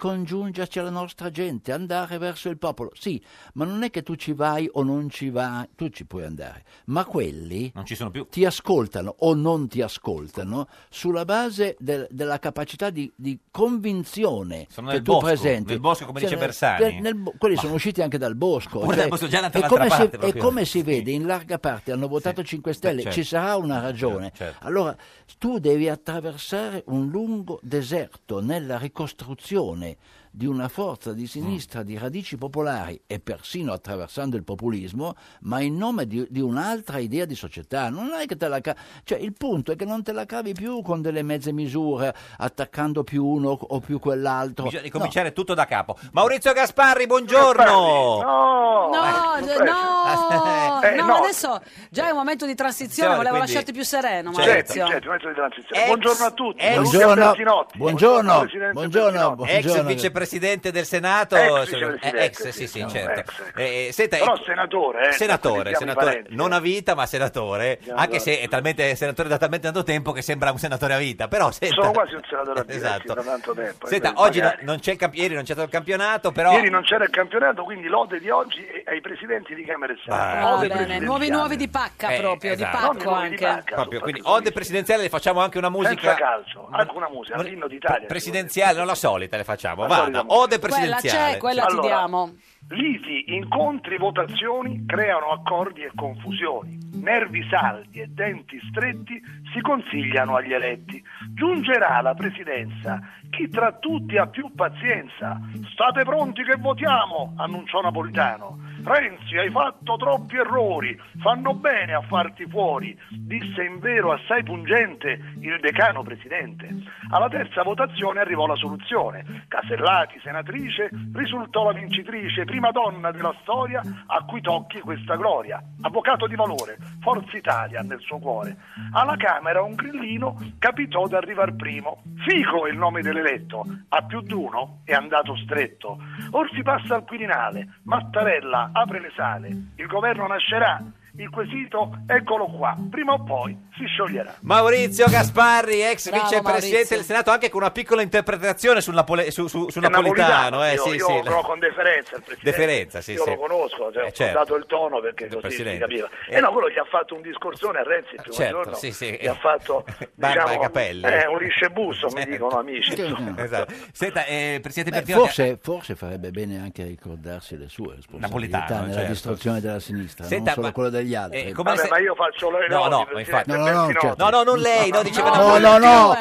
[SPEAKER 13] ricongiungerci alla nostra gente, andare verso il popolo. Sì, ma non è che tu ci vai o non ci vai, tu ci puoi andare, ma quelli
[SPEAKER 2] Non ci sono più.
[SPEAKER 13] ti ascoltano o non ti ascoltano sulla base del- della capacità di, di convinzione
[SPEAKER 2] Sono
[SPEAKER 13] che
[SPEAKER 2] nel
[SPEAKER 13] tu
[SPEAKER 2] bosco,
[SPEAKER 13] presenti.
[SPEAKER 2] nel bosco, come dice
[SPEAKER 13] nel-
[SPEAKER 2] Bersani.
[SPEAKER 13] nel- nel bo- quelli sono usciti anche dal bosco. cioè,
[SPEAKER 2] Oppure dal bosco, già
[SPEAKER 13] è,
[SPEAKER 2] dall'altra
[SPEAKER 13] come
[SPEAKER 2] parte
[SPEAKER 13] si, è
[SPEAKER 2] proprio.
[SPEAKER 13] come si vede, in larga parte hanno votato 5 Stelle,
[SPEAKER 2] certo.
[SPEAKER 13] ci sarà una ragione. Allora tu devi attraversare un lungo deserto nella ricostruzione di una forza di
[SPEAKER 2] Mm.
[SPEAKER 13] sinistra di radici popolari e persino attraversando il populismo, ma in nome di, di un'altra idea di società. Non è che te la ca- cioè, il punto è che non te la cavi più con delle mezze misure, attaccando più uno o più quell'altro.
[SPEAKER 2] Bisogna
[SPEAKER 13] No.
[SPEAKER 2] ricominciare tutto da capo. Maurizio Gasparri, buongiorno.
[SPEAKER 1] No, no,
[SPEAKER 2] prego.
[SPEAKER 1] no,
[SPEAKER 2] Eh, no.
[SPEAKER 1] adesso già è un momento di transizione,
[SPEAKER 2] Sì,
[SPEAKER 1] volevo
[SPEAKER 2] quindi-
[SPEAKER 1] lasciarti più sereno,
[SPEAKER 2] Certo,
[SPEAKER 1] Maurizio.
[SPEAKER 2] certo,
[SPEAKER 19] Buongiorno a tutti. Saluti a
[SPEAKER 13] Buongiorno,
[SPEAKER 19] Bertinotti.
[SPEAKER 13] buongiorno,
[SPEAKER 19] Presidente
[SPEAKER 13] buongiorno,
[SPEAKER 2] Ex
[SPEAKER 13] buongiorno.
[SPEAKER 2] vicepresidente del Senato,
[SPEAKER 19] Ex
[SPEAKER 2] se- eh,
[SPEAKER 19] vicepresidente,
[SPEAKER 2] ex, sì, sì,
[SPEAKER 19] no,
[SPEAKER 2] certo.
[SPEAKER 19] ex,
[SPEAKER 2] Eh, eh, senta,
[SPEAKER 19] Però
[SPEAKER 2] eh,
[SPEAKER 19] senatore, eh,
[SPEAKER 2] senatore,
[SPEAKER 19] quindi siamo
[SPEAKER 2] senatore,
[SPEAKER 19] parenti.
[SPEAKER 2] non a vita, ma senatore,
[SPEAKER 19] Siamo
[SPEAKER 2] anche
[SPEAKER 19] parenti.
[SPEAKER 2] se è talmente senatore da talmente tanto tempo che sembra un senatore a vita, però senta,
[SPEAKER 19] Sono quasi un senatore a vita,
[SPEAKER 2] [laughs] Esatto.
[SPEAKER 19] sì, da tanto tempo.
[SPEAKER 2] senta,
[SPEAKER 19] eh,
[SPEAKER 2] oggi
[SPEAKER 19] magari.
[SPEAKER 2] no- non c'è il camp- ieri non c'è stato il campionato, però
[SPEAKER 19] Ieri non c'era il campionato, quindi lode di oggi e- ai presidenti di Camera e Senato.
[SPEAKER 2] Ah,
[SPEAKER 19] Ode
[SPEAKER 2] bene,
[SPEAKER 19] presidenziali.
[SPEAKER 1] Nuovi nuovi di pacca
[SPEAKER 2] Eh,
[SPEAKER 1] proprio,
[SPEAKER 2] esatto.
[SPEAKER 1] di pacco
[SPEAKER 19] Nuovi nuovi di
[SPEAKER 1] anche.
[SPEAKER 19] pacca.
[SPEAKER 2] proprio, quindi ode presidenziale le facciamo anche una musica
[SPEAKER 19] Senza calcio, anche una musica, l'inno d'Italia.
[SPEAKER 2] presidenziale, non la solita le facciamo.
[SPEAKER 19] La
[SPEAKER 2] Vada,
[SPEAKER 19] solita
[SPEAKER 2] ode
[SPEAKER 1] Quella
[SPEAKER 2] presidenziale.
[SPEAKER 1] c'è, quella
[SPEAKER 19] Allora,
[SPEAKER 1] ti diamo.
[SPEAKER 19] Liti, incontri, votazioni creano accordi e confusioni. Nervi saldi e denti stretti si consigliano agli eletti. Giungerà alla presidenza chi tra tutti ha più pazienza. State pronti che votiamo, annunciò Napolitano. Renzi, hai fatto troppi errori, fanno bene a farti fuori, disse in vero assai pungente il decano presidente. Alla terza votazione arrivò la soluzione. Casellati, senatrice, risultò la vincitrice, prima donna della storia a cui tocchi questa gloria. Avvocato di valore, Forza Italia nel suo cuore. Alla Camera un grillino capitò d'arrivar primo. Fico è il nome dell'eletto, a più d'uno è andato stretto. Or si passa al Quirinale, Mattarella apre le sale, il governo nascerà, il quesito eccolo qua, prima o poi si scioglierà.
[SPEAKER 2] Maurizio Gasparri, ex
[SPEAKER 19] Bravo,
[SPEAKER 2] vicepresidente
[SPEAKER 19] Maurizio.
[SPEAKER 2] del Senato, anche con una piccola interpretazione sul, Napole- su- su- sul
[SPEAKER 19] È
[SPEAKER 2] napolitano. eh,
[SPEAKER 19] io,
[SPEAKER 2] sì,
[SPEAKER 19] io
[SPEAKER 2] sì,
[SPEAKER 19] lo
[SPEAKER 2] la-
[SPEAKER 19] trovo con deferenza il presidente.
[SPEAKER 2] Deferenza, sì,
[SPEAKER 19] io
[SPEAKER 2] sì.
[SPEAKER 19] lo conosco, cioè,
[SPEAKER 2] Eh,
[SPEAKER 19] ho
[SPEAKER 2] certo.
[SPEAKER 19] dato il tono perché così si
[SPEAKER 2] Presidente.
[SPEAKER 19] capiva. E
[SPEAKER 2] Eh.
[SPEAKER 19] no, quello gli ha fatto un discorsone a Renzi il primo
[SPEAKER 2] Certo,
[SPEAKER 19] giorno.
[SPEAKER 2] sì, sì.
[SPEAKER 19] Gli ha fatto
[SPEAKER 2] [laughs] Barba
[SPEAKER 19] diciamo,
[SPEAKER 2] e capelli.
[SPEAKER 19] eh, un liscebusso, mi dicono amici.
[SPEAKER 2] Esatto. Senta, eh, presidente
[SPEAKER 13] Beh,
[SPEAKER 2] Bertinotti,
[SPEAKER 13] forse, forse farebbe bene anche ricordarsi le sue responsabilità
[SPEAKER 2] Napolitano,
[SPEAKER 13] nella
[SPEAKER 2] certo.
[SPEAKER 13] distruzione della sinistra,
[SPEAKER 2] Senta,
[SPEAKER 13] non solo
[SPEAKER 2] ma-
[SPEAKER 13] quella degli altri.
[SPEAKER 2] eh,
[SPEAKER 19] Vabbè, ma io faccio le
[SPEAKER 2] No, no,
[SPEAKER 19] lodi,
[SPEAKER 2] ma
[SPEAKER 19] perché-
[SPEAKER 2] infatti.
[SPEAKER 13] No, no, no,
[SPEAKER 19] Bertinotti.
[SPEAKER 13] certo.
[SPEAKER 2] No, no, non lei, no, diceva Eh,
[SPEAKER 13] No, no, no, no, no,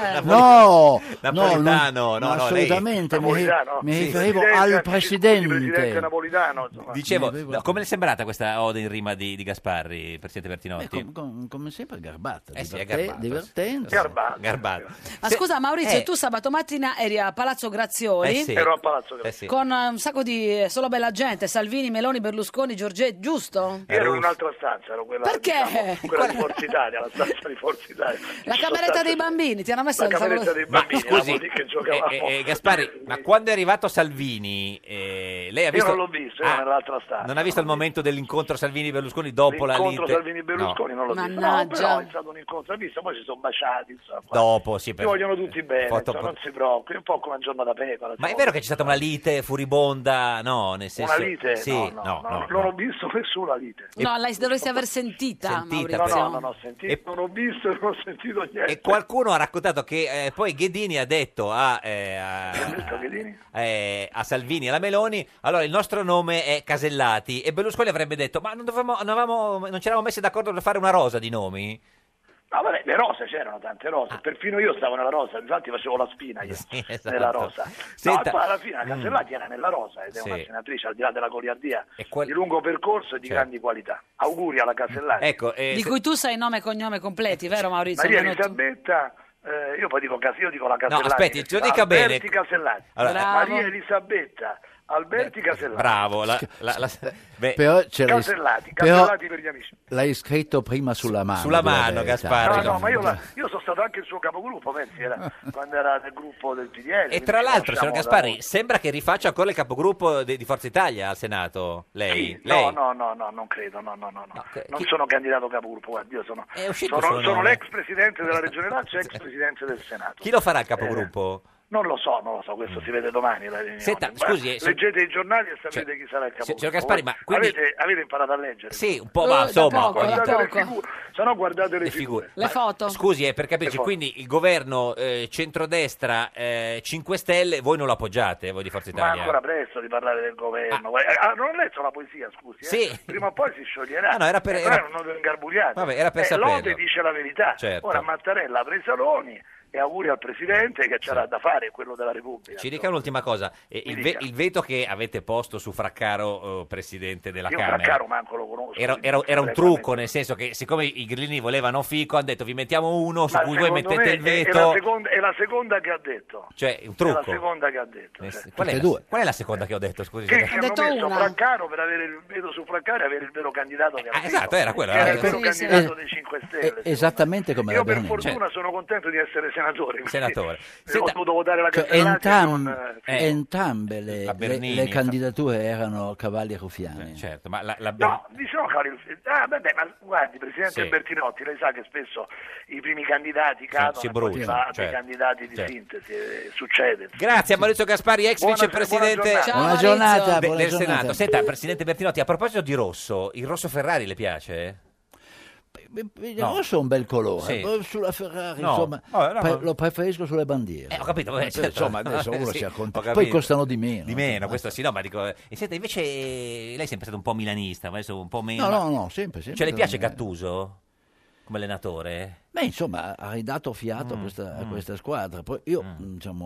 [SPEAKER 2] Napolitano,
[SPEAKER 13] non-
[SPEAKER 2] no, no,
[SPEAKER 13] assolutamente,
[SPEAKER 2] lei.
[SPEAKER 13] mi, ri-
[SPEAKER 2] Napolitano.
[SPEAKER 13] mi
[SPEAKER 2] Sì, sì.
[SPEAKER 13] riferivo
[SPEAKER 2] Presidente,
[SPEAKER 13] al presidente.
[SPEAKER 19] Presidente Napolitano, insomma.
[SPEAKER 2] Dicevo, no, come le è sembrata questa ode in rima di, di Gasparri, presidente Bertinotti?
[SPEAKER 13] Beh, Eh, com- ecco, com- come sempre garbata,
[SPEAKER 2] Eh sì, è
[SPEAKER 13] diverte-
[SPEAKER 2] garbata,
[SPEAKER 13] divertente.
[SPEAKER 19] Garbato.
[SPEAKER 2] Garbato.
[SPEAKER 1] Ma
[SPEAKER 2] Se-
[SPEAKER 1] scusa Maurizio,
[SPEAKER 2] eh.
[SPEAKER 1] tu sabato mattina eri a Palazzo Grazioli.
[SPEAKER 2] Eh sì.
[SPEAKER 19] Ero a Palazzo
[SPEAKER 2] Eh sì.
[SPEAKER 1] Con eh, un sacco di eh, solo bella gente, Salvini, Meloni, Berlusconi, Giorgetti,
[SPEAKER 2] Eh,
[SPEAKER 1] giusto?
[SPEAKER 19] Io ero in un'altra stanza, ero quella,
[SPEAKER 1] Perché?
[SPEAKER 19] diciamo, quella di Forza Italia, la stanza di Forza Italia.
[SPEAKER 1] La
[SPEAKER 19] Ci sono
[SPEAKER 1] cameretta
[SPEAKER 19] state-
[SPEAKER 1] dei bambini, ti hanno messo
[SPEAKER 19] La
[SPEAKER 1] al tavolo-
[SPEAKER 19] cameretta dei
[SPEAKER 2] Ma
[SPEAKER 19] bambini,
[SPEAKER 2] scusi,
[SPEAKER 19] eravamo lì che
[SPEAKER 2] eh,
[SPEAKER 19] giocavamo.
[SPEAKER 2] eh, eh, Gasparri, ma quando è arrivato Salvini, eh, lei ha visto...
[SPEAKER 19] Io non l'ho visto, ero
[SPEAKER 2] Ah,
[SPEAKER 19] nell'altra stanza.
[SPEAKER 2] non ha visto il momento dell'incontro Salvini-Berlusconi dopo la
[SPEAKER 19] L'incontro
[SPEAKER 2] l'inter-
[SPEAKER 19] Salvini-Berlusconi
[SPEAKER 2] No.
[SPEAKER 19] non l'ho visto. No,
[SPEAKER 1] Mannaggia.
[SPEAKER 19] però è stato un incontro, hai visto? Poi si sono baciati, insomma.
[SPEAKER 2] Dopo, sì,
[SPEAKER 19] Ti
[SPEAKER 2] per-
[SPEAKER 19] vogliono tutti bene,
[SPEAKER 2] Foto-
[SPEAKER 19] insomma, non si preoccupi, è un po' come un giorno da pecora.
[SPEAKER 2] Ma è
[SPEAKER 19] insomma.
[SPEAKER 2] vero che c'è stata una lite furibonda? No, nel senso...
[SPEAKER 19] Una lite?
[SPEAKER 2] Sì,
[SPEAKER 19] no, no, no,
[SPEAKER 2] no, no,
[SPEAKER 19] non ho visto nessuna lite.
[SPEAKER 1] No, l'hai- dovresti pensi aver sentita,
[SPEAKER 2] Sentita,
[SPEAKER 1] Maurizio?
[SPEAKER 2] però.
[SPEAKER 19] No, no, no, sentito, non ho visto, non ho sentito niente.
[SPEAKER 2] E qualcuno ha raccontato che eh, poi Ghedini ha detto a, eh, a- eh, a Salvini e alla Meloni, allora il nostro nome è Casellati e Berlusconi avrebbe detto, ma non, dovevamo- non avevamo- non ci eravamo messi d'accordo per fare una rosa di nomi?
[SPEAKER 19] No, vabbè, le rose c'erano tante rose, perfino io stavo nella rosa, infatti facevo la
[SPEAKER 2] [laughs]
[SPEAKER 19] spina io
[SPEAKER 2] Ah. esatto.
[SPEAKER 19] nella rosa. No,
[SPEAKER 2] Senta-
[SPEAKER 19] e poi alla fine la
[SPEAKER 2] Mm.
[SPEAKER 19] Casellati era nella rosa ed è
[SPEAKER 2] Sì.
[SPEAKER 19] una senatrice al di là della goliardia
[SPEAKER 2] qual-
[SPEAKER 19] di lungo percorso e di
[SPEAKER 2] Certo.
[SPEAKER 19] grandi qualità. Auguri alla Casellati.
[SPEAKER 2] Ecco, eh,
[SPEAKER 1] Di
[SPEAKER 2] se-
[SPEAKER 1] cui tu sai nome e cognome completi, vero Maurizio?
[SPEAKER 19] Maria
[SPEAKER 1] Almeno tu.
[SPEAKER 19] Elisabetta, eh, io poi dico, Cas- io dico la Casellati.
[SPEAKER 2] aspetti,
[SPEAKER 19] perché
[SPEAKER 2] lo dica
[SPEAKER 19] Alberti
[SPEAKER 2] bene.
[SPEAKER 19] Casellati.
[SPEAKER 2] Allora- Bravo.
[SPEAKER 19] Maria Elisabetta, Alberti Casellati.
[SPEAKER 2] Bravo, la- la- la- beh,
[SPEAKER 13] Però ce l'hai-
[SPEAKER 19] Casellati,
[SPEAKER 13] però
[SPEAKER 19] Casellati per gli amici.
[SPEAKER 13] L'hai scritto prima sulla mano.
[SPEAKER 2] Sulla
[SPEAKER 13] della
[SPEAKER 2] mano,
[SPEAKER 13] verità.
[SPEAKER 2] Gasparri.
[SPEAKER 19] No, no, ma io, la- io sono stato anche il suo capogruppo,
[SPEAKER 2] [laughs]
[SPEAKER 19] pensi, era, quando era nel gruppo del PDL.
[SPEAKER 2] E
[SPEAKER 19] quindi
[SPEAKER 2] tra
[SPEAKER 19] ci
[SPEAKER 2] l'altro, signor
[SPEAKER 19] conosciamo da
[SPEAKER 2] Gasparri, sembra che rifaccia ancora il capogruppo di, di Forza Italia al Senato. Lei?
[SPEAKER 19] Sì,
[SPEAKER 2] lei.
[SPEAKER 19] No, no, no, no, non credo, no, no, no, no. non
[SPEAKER 2] chi-
[SPEAKER 19] sono candidato capogruppo, guarda, io sono,
[SPEAKER 2] È uscito
[SPEAKER 19] sono,
[SPEAKER 2] il suo
[SPEAKER 19] sono
[SPEAKER 2] nome.
[SPEAKER 19] l'ex presidente
[SPEAKER 2] [laughs]
[SPEAKER 19] della Regione Lazio e ex presidente del Senato.
[SPEAKER 2] Chi lo farà il capogruppo?
[SPEAKER 19] Non lo so, non lo so, questo si vede domani. la riunione.
[SPEAKER 2] Senta,
[SPEAKER 19] Guarda,
[SPEAKER 2] scusi, eh, se-
[SPEAKER 19] Leggete i giornali e sapete
[SPEAKER 2] Cioè,
[SPEAKER 19] chi sarà il capogruppo.
[SPEAKER 2] signor Gasparri, ma quindi-
[SPEAKER 19] avete, avete imparato a leggere?
[SPEAKER 2] Sì, un po', ma Eh, da insomma, poco, da
[SPEAKER 19] Guardate le
[SPEAKER 2] poco.
[SPEAKER 19] figure, se no guardate le
[SPEAKER 2] Le
[SPEAKER 19] figure.
[SPEAKER 2] figure. Ma- Scusi, eh, per capirci,
[SPEAKER 19] Le foto.
[SPEAKER 2] quindi il governo eh, centrodestra eh, 5 Stelle, voi non lo appoggiate, eh, voi di Forza
[SPEAKER 19] Ma è
[SPEAKER 2] Italia?
[SPEAKER 19] ancora presto di parlare del governo. Guarda- Ah, non ho letto la poesia, scusi. eh.
[SPEAKER 2] Sì.
[SPEAKER 19] Prima o poi si scioglierà.
[SPEAKER 2] Ah, no, era per-
[SPEAKER 19] Eh,
[SPEAKER 2] era-
[SPEAKER 19] però erano due ingarbugliate.
[SPEAKER 2] Vabbè, era per
[SPEAKER 19] Eh,
[SPEAKER 2] saperlo.
[SPEAKER 19] Lode dice la verità.
[SPEAKER 2] Certo.
[SPEAKER 19] Ora Mattarella apre i saloni e auguri al Presidente che c'era da fare, quello della Repubblica.
[SPEAKER 2] Ci dica un'ultima cosa, eh, il, ve- il veto che avete posto su Fraccaro, eh, presidente della
[SPEAKER 19] Io
[SPEAKER 2] Camera,
[SPEAKER 19] Fraccaro manco lo conosco.
[SPEAKER 2] era,
[SPEAKER 19] quindi
[SPEAKER 2] era-
[SPEAKER 19] non
[SPEAKER 2] era un
[SPEAKER 19] saprei
[SPEAKER 2] trucco, nel senso che siccome i grillini volevano Fico, hanno detto vi mettiamo uno su
[SPEAKER 19] Ma
[SPEAKER 2] cui voi
[SPEAKER 19] secondo
[SPEAKER 2] mettete
[SPEAKER 19] me
[SPEAKER 2] il
[SPEAKER 19] è- È la,
[SPEAKER 2] veto.
[SPEAKER 19] seconda, è la seconda che ha detto.
[SPEAKER 2] Cioè, un
[SPEAKER 19] È la
[SPEAKER 2] trucco.
[SPEAKER 19] seconda che ha detto.
[SPEAKER 2] Eh,
[SPEAKER 19] cioè.
[SPEAKER 2] sì, Qual è, la, qual è la seconda che ho detto? Scusi,
[SPEAKER 19] Che,
[SPEAKER 2] signora?
[SPEAKER 19] che hanno messo Fraccaro per avere il veto su Fraccaro e avere il vero candidato che era Fico,
[SPEAKER 2] esatto, era quello,
[SPEAKER 19] che era
[SPEAKER 2] era
[SPEAKER 19] il vero
[SPEAKER 2] quello. Sì, sì.
[SPEAKER 19] candidato
[SPEAKER 13] Eh,
[SPEAKER 19] dei 5
[SPEAKER 13] Eh,
[SPEAKER 19] Stelle.
[SPEAKER 13] esattamente come
[SPEAKER 19] Io per
[SPEAKER 13] l'abbiamo
[SPEAKER 2] Cioè,
[SPEAKER 19] fortuna sono contento di essere senatore.
[SPEAKER 2] certo.
[SPEAKER 19] quindi [laughs]
[SPEAKER 2] Senatore.
[SPEAKER 19] Ho dovuto votare la
[SPEAKER 13] Cioè,
[SPEAKER 19] Casellati e
[SPEAKER 13] entram-
[SPEAKER 19] non, eh,
[SPEAKER 13] entrambe le,
[SPEAKER 2] La
[SPEAKER 13] le-
[SPEAKER 2] Bernini,
[SPEAKER 13] le
[SPEAKER 2] infatti.
[SPEAKER 13] candidature erano cavalli ruffiani.
[SPEAKER 2] certo, ma la, la
[SPEAKER 19] No, diciamo Carlo, ah, vabbè, ma guardi, Presidente
[SPEAKER 13] Sì.
[SPEAKER 19] Bertinotti, lei sa che spesso i primi candidati cadono
[SPEAKER 2] si
[SPEAKER 19] e poi si
[SPEAKER 2] bruciano,
[SPEAKER 19] va a dei
[SPEAKER 2] certo,
[SPEAKER 19] candidati di
[SPEAKER 2] certo.
[SPEAKER 19] sintesi, eh, succede.
[SPEAKER 2] Grazie a Maurizio Gaspari, ex
[SPEAKER 19] Buona-
[SPEAKER 2] vicepresidente
[SPEAKER 19] buona giornata. Buona giornata,
[SPEAKER 2] de-
[SPEAKER 19] buona
[SPEAKER 2] del
[SPEAKER 19] giornata.
[SPEAKER 2] Senato. Senta, Presidente Bertinotti, a proposito di rosso, il rosso Ferrari le piace?
[SPEAKER 13] Il
[SPEAKER 2] No.
[SPEAKER 13] rosso è un bel colore,
[SPEAKER 2] Sì.
[SPEAKER 13] poi sulla Ferrari,
[SPEAKER 2] No.
[SPEAKER 13] insomma,
[SPEAKER 2] Vabbè, no,
[SPEAKER 13] pre-
[SPEAKER 2] ma-
[SPEAKER 13] lo preferisco sulle bandiere.
[SPEAKER 2] Eh, ho capito, vabbè,
[SPEAKER 13] Eh,
[SPEAKER 2] certo. [laughs]
[SPEAKER 13] Insomma, adesso uno
[SPEAKER 2] Sì,
[SPEAKER 13] si
[SPEAKER 2] ho
[SPEAKER 13] accontenta.
[SPEAKER 2] capito.
[SPEAKER 13] Poi costano di meno.
[SPEAKER 2] Di meno, questo sì, no, ma dico... eh, E senta, invece eh, lei è sempre stato un po' milanista, ma adesso un po' meno...
[SPEAKER 13] No,
[SPEAKER 2] ma-
[SPEAKER 13] no, no, sempre, sempre.
[SPEAKER 2] Cioè, le piace Gattuso come allenatore?
[SPEAKER 13] Beh, insomma, ha ridato fiato a,
[SPEAKER 2] Mm,
[SPEAKER 13] questa, a
[SPEAKER 2] mm.
[SPEAKER 13] questa squadra. Poi io, diciamo,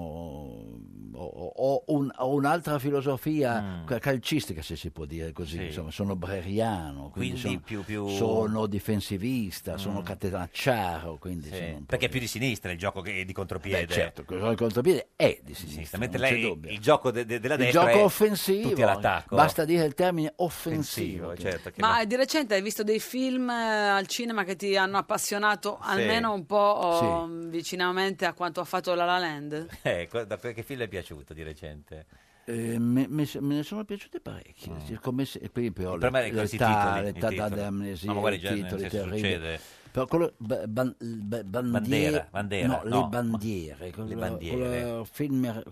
[SPEAKER 13] ho, ho- ho un- ho un'altra filosofia ca- calcistica, se si può dire così.
[SPEAKER 2] Mm. Sì.
[SPEAKER 13] Insomma, sono breriano,
[SPEAKER 2] Quindi
[SPEAKER 13] quindi, sono,
[SPEAKER 2] più- più-
[SPEAKER 13] sono difensivista, sono catenacciaro, quindi
[SPEAKER 2] Mm. Sì,
[SPEAKER 13] sono un po'...
[SPEAKER 2] perché è più di sinistra il gioco che di contropiede.
[SPEAKER 13] Beh, certo, il contropiede è di sinistra,
[SPEAKER 2] Mentre
[SPEAKER 13] non c'è
[SPEAKER 2] lei
[SPEAKER 13] dubbio.
[SPEAKER 2] il gioco de- de- della
[SPEAKER 13] Il
[SPEAKER 2] destra
[SPEAKER 13] gioco
[SPEAKER 2] è
[SPEAKER 13] offensivo,
[SPEAKER 2] tutti all'attacco.
[SPEAKER 13] basta dire il termine offensivo.
[SPEAKER 2] offensivo, certo, che
[SPEAKER 1] Ma di recente hai visto dei film eh, al cinema che ti hanno appassionato almeno un po' oh, vicinamente a quanto ha fatto La La Land?
[SPEAKER 2] [laughs] Eh, co- da che film le è piaciuto di recente?
[SPEAKER 13] Eh, me, me- me ne sono piaciuti parecchi.
[SPEAKER 2] Mm.
[SPEAKER 13] Come se, per esempio,
[SPEAKER 2] Il problema è
[SPEAKER 13] l'età-
[SPEAKER 2] questi titoli, i
[SPEAKER 13] l'età
[SPEAKER 2] titoli.
[SPEAKER 13] dell'amnesia,
[SPEAKER 2] No, ma guarda,
[SPEAKER 13] i
[SPEAKER 2] già, nel
[SPEAKER 13] titoli
[SPEAKER 2] senso,
[SPEAKER 13] terribili.
[SPEAKER 2] succede.
[SPEAKER 13] Però quello, ba- ban- ba- bandiere,
[SPEAKER 2] Bandiera, bandiera,
[SPEAKER 13] no,
[SPEAKER 2] no.
[SPEAKER 13] le bandiere, quello,
[SPEAKER 2] bandiere.
[SPEAKER 13] quello film mer-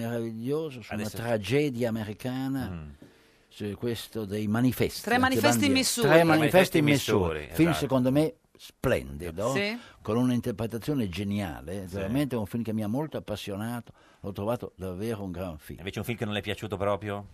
[SPEAKER 13] meraviglioso su
[SPEAKER 2] Adesso- Mm.
[SPEAKER 13] una tragedia americana. su questo dei manifesti.
[SPEAKER 1] Tre
[SPEAKER 13] anche
[SPEAKER 1] manifesti in
[SPEAKER 13] bandiere.
[SPEAKER 1] Missouri.
[SPEAKER 13] Tre manifesti in
[SPEAKER 2] Manifesti in
[SPEAKER 13] Missouri.
[SPEAKER 2] Missouri,
[SPEAKER 13] Film
[SPEAKER 2] esatto.
[SPEAKER 13] secondo me splendido,
[SPEAKER 1] Sì.
[SPEAKER 13] con un'interpretazione geniale, veramente un film che mi ha molto appassionato, l'ho trovato davvero un gran film.
[SPEAKER 2] Invece un film che non le è piaciuto proprio?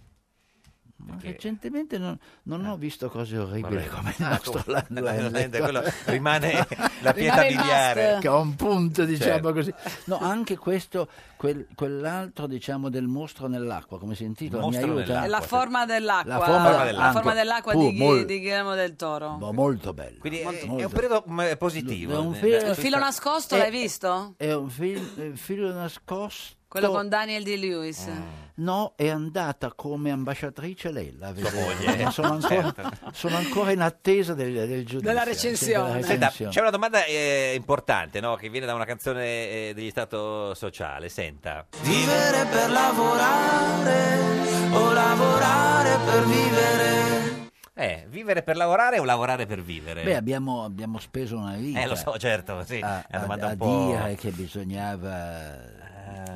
[SPEAKER 13] Ma Recentemente non, non ho visto cose orribili
[SPEAKER 2] Eh. Vabbè. [laughs]
[SPEAKER 13] come il
[SPEAKER 2] Ah,
[SPEAKER 13] nostro
[SPEAKER 2] come-
[SPEAKER 13] Landland.
[SPEAKER 2] Landland,
[SPEAKER 13] [laughs]
[SPEAKER 2] quello rimane la pietra
[SPEAKER 13] Rimane il
[SPEAKER 2] miliare.
[SPEAKER 13] must. Che è un punto, diciamo
[SPEAKER 2] Certo.
[SPEAKER 13] così. No, anche questo, quel- quell'altro, diciamo, del mostro nell'acqua, come si intitola? Mi
[SPEAKER 2] Mostro
[SPEAKER 13] aiuta?
[SPEAKER 1] È La forma dell'acqua.
[SPEAKER 13] La forma
[SPEAKER 1] la
[SPEAKER 13] dell'acqua.
[SPEAKER 1] forma dell'acqua
[SPEAKER 13] Pur
[SPEAKER 1] di,
[SPEAKER 13] mol-
[SPEAKER 1] di Guillermo del Toro.
[SPEAKER 13] Ma molto bello.
[SPEAKER 2] Quindi è-
[SPEAKER 13] molto-
[SPEAKER 2] è,
[SPEAKER 13] molto.
[SPEAKER 2] un periodo mm, positivo.
[SPEAKER 13] È un
[SPEAKER 2] Eh,
[SPEAKER 13] film-
[SPEAKER 2] beh,
[SPEAKER 1] Il filo nascosto
[SPEAKER 13] Eh,
[SPEAKER 1] l'hai visto?
[SPEAKER 13] È un film, eh, filo nascosto.
[SPEAKER 1] Quello con Daniel D. Lewis.
[SPEAKER 2] Ah.
[SPEAKER 13] No, è andata come ambasciatrice lei, la
[SPEAKER 2] Sua
[SPEAKER 13] vedete.
[SPEAKER 2] moglie. eh?
[SPEAKER 13] Ma sono ancora,
[SPEAKER 2] Certo.
[SPEAKER 13] sono ancora in attesa del, del giudizio.
[SPEAKER 1] Della
[SPEAKER 13] recensione.
[SPEAKER 2] Senta, c'è una domanda eh, importante no? che viene da una canzone eh, degli Stato Sociale. Senta,
[SPEAKER 20] Vivere per lavorare o lavorare per vivere.
[SPEAKER 2] eh, vivere per lavorare o lavorare per vivere?
[SPEAKER 13] Beh, abbiamo, abbiamo speso una vita
[SPEAKER 2] eh, lo so, certo. Sì.
[SPEAKER 13] a,
[SPEAKER 2] È una domanda
[SPEAKER 13] a-
[SPEAKER 2] un
[SPEAKER 13] a
[SPEAKER 2] po'. Eh.
[SPEAKER 13] dire che bisognava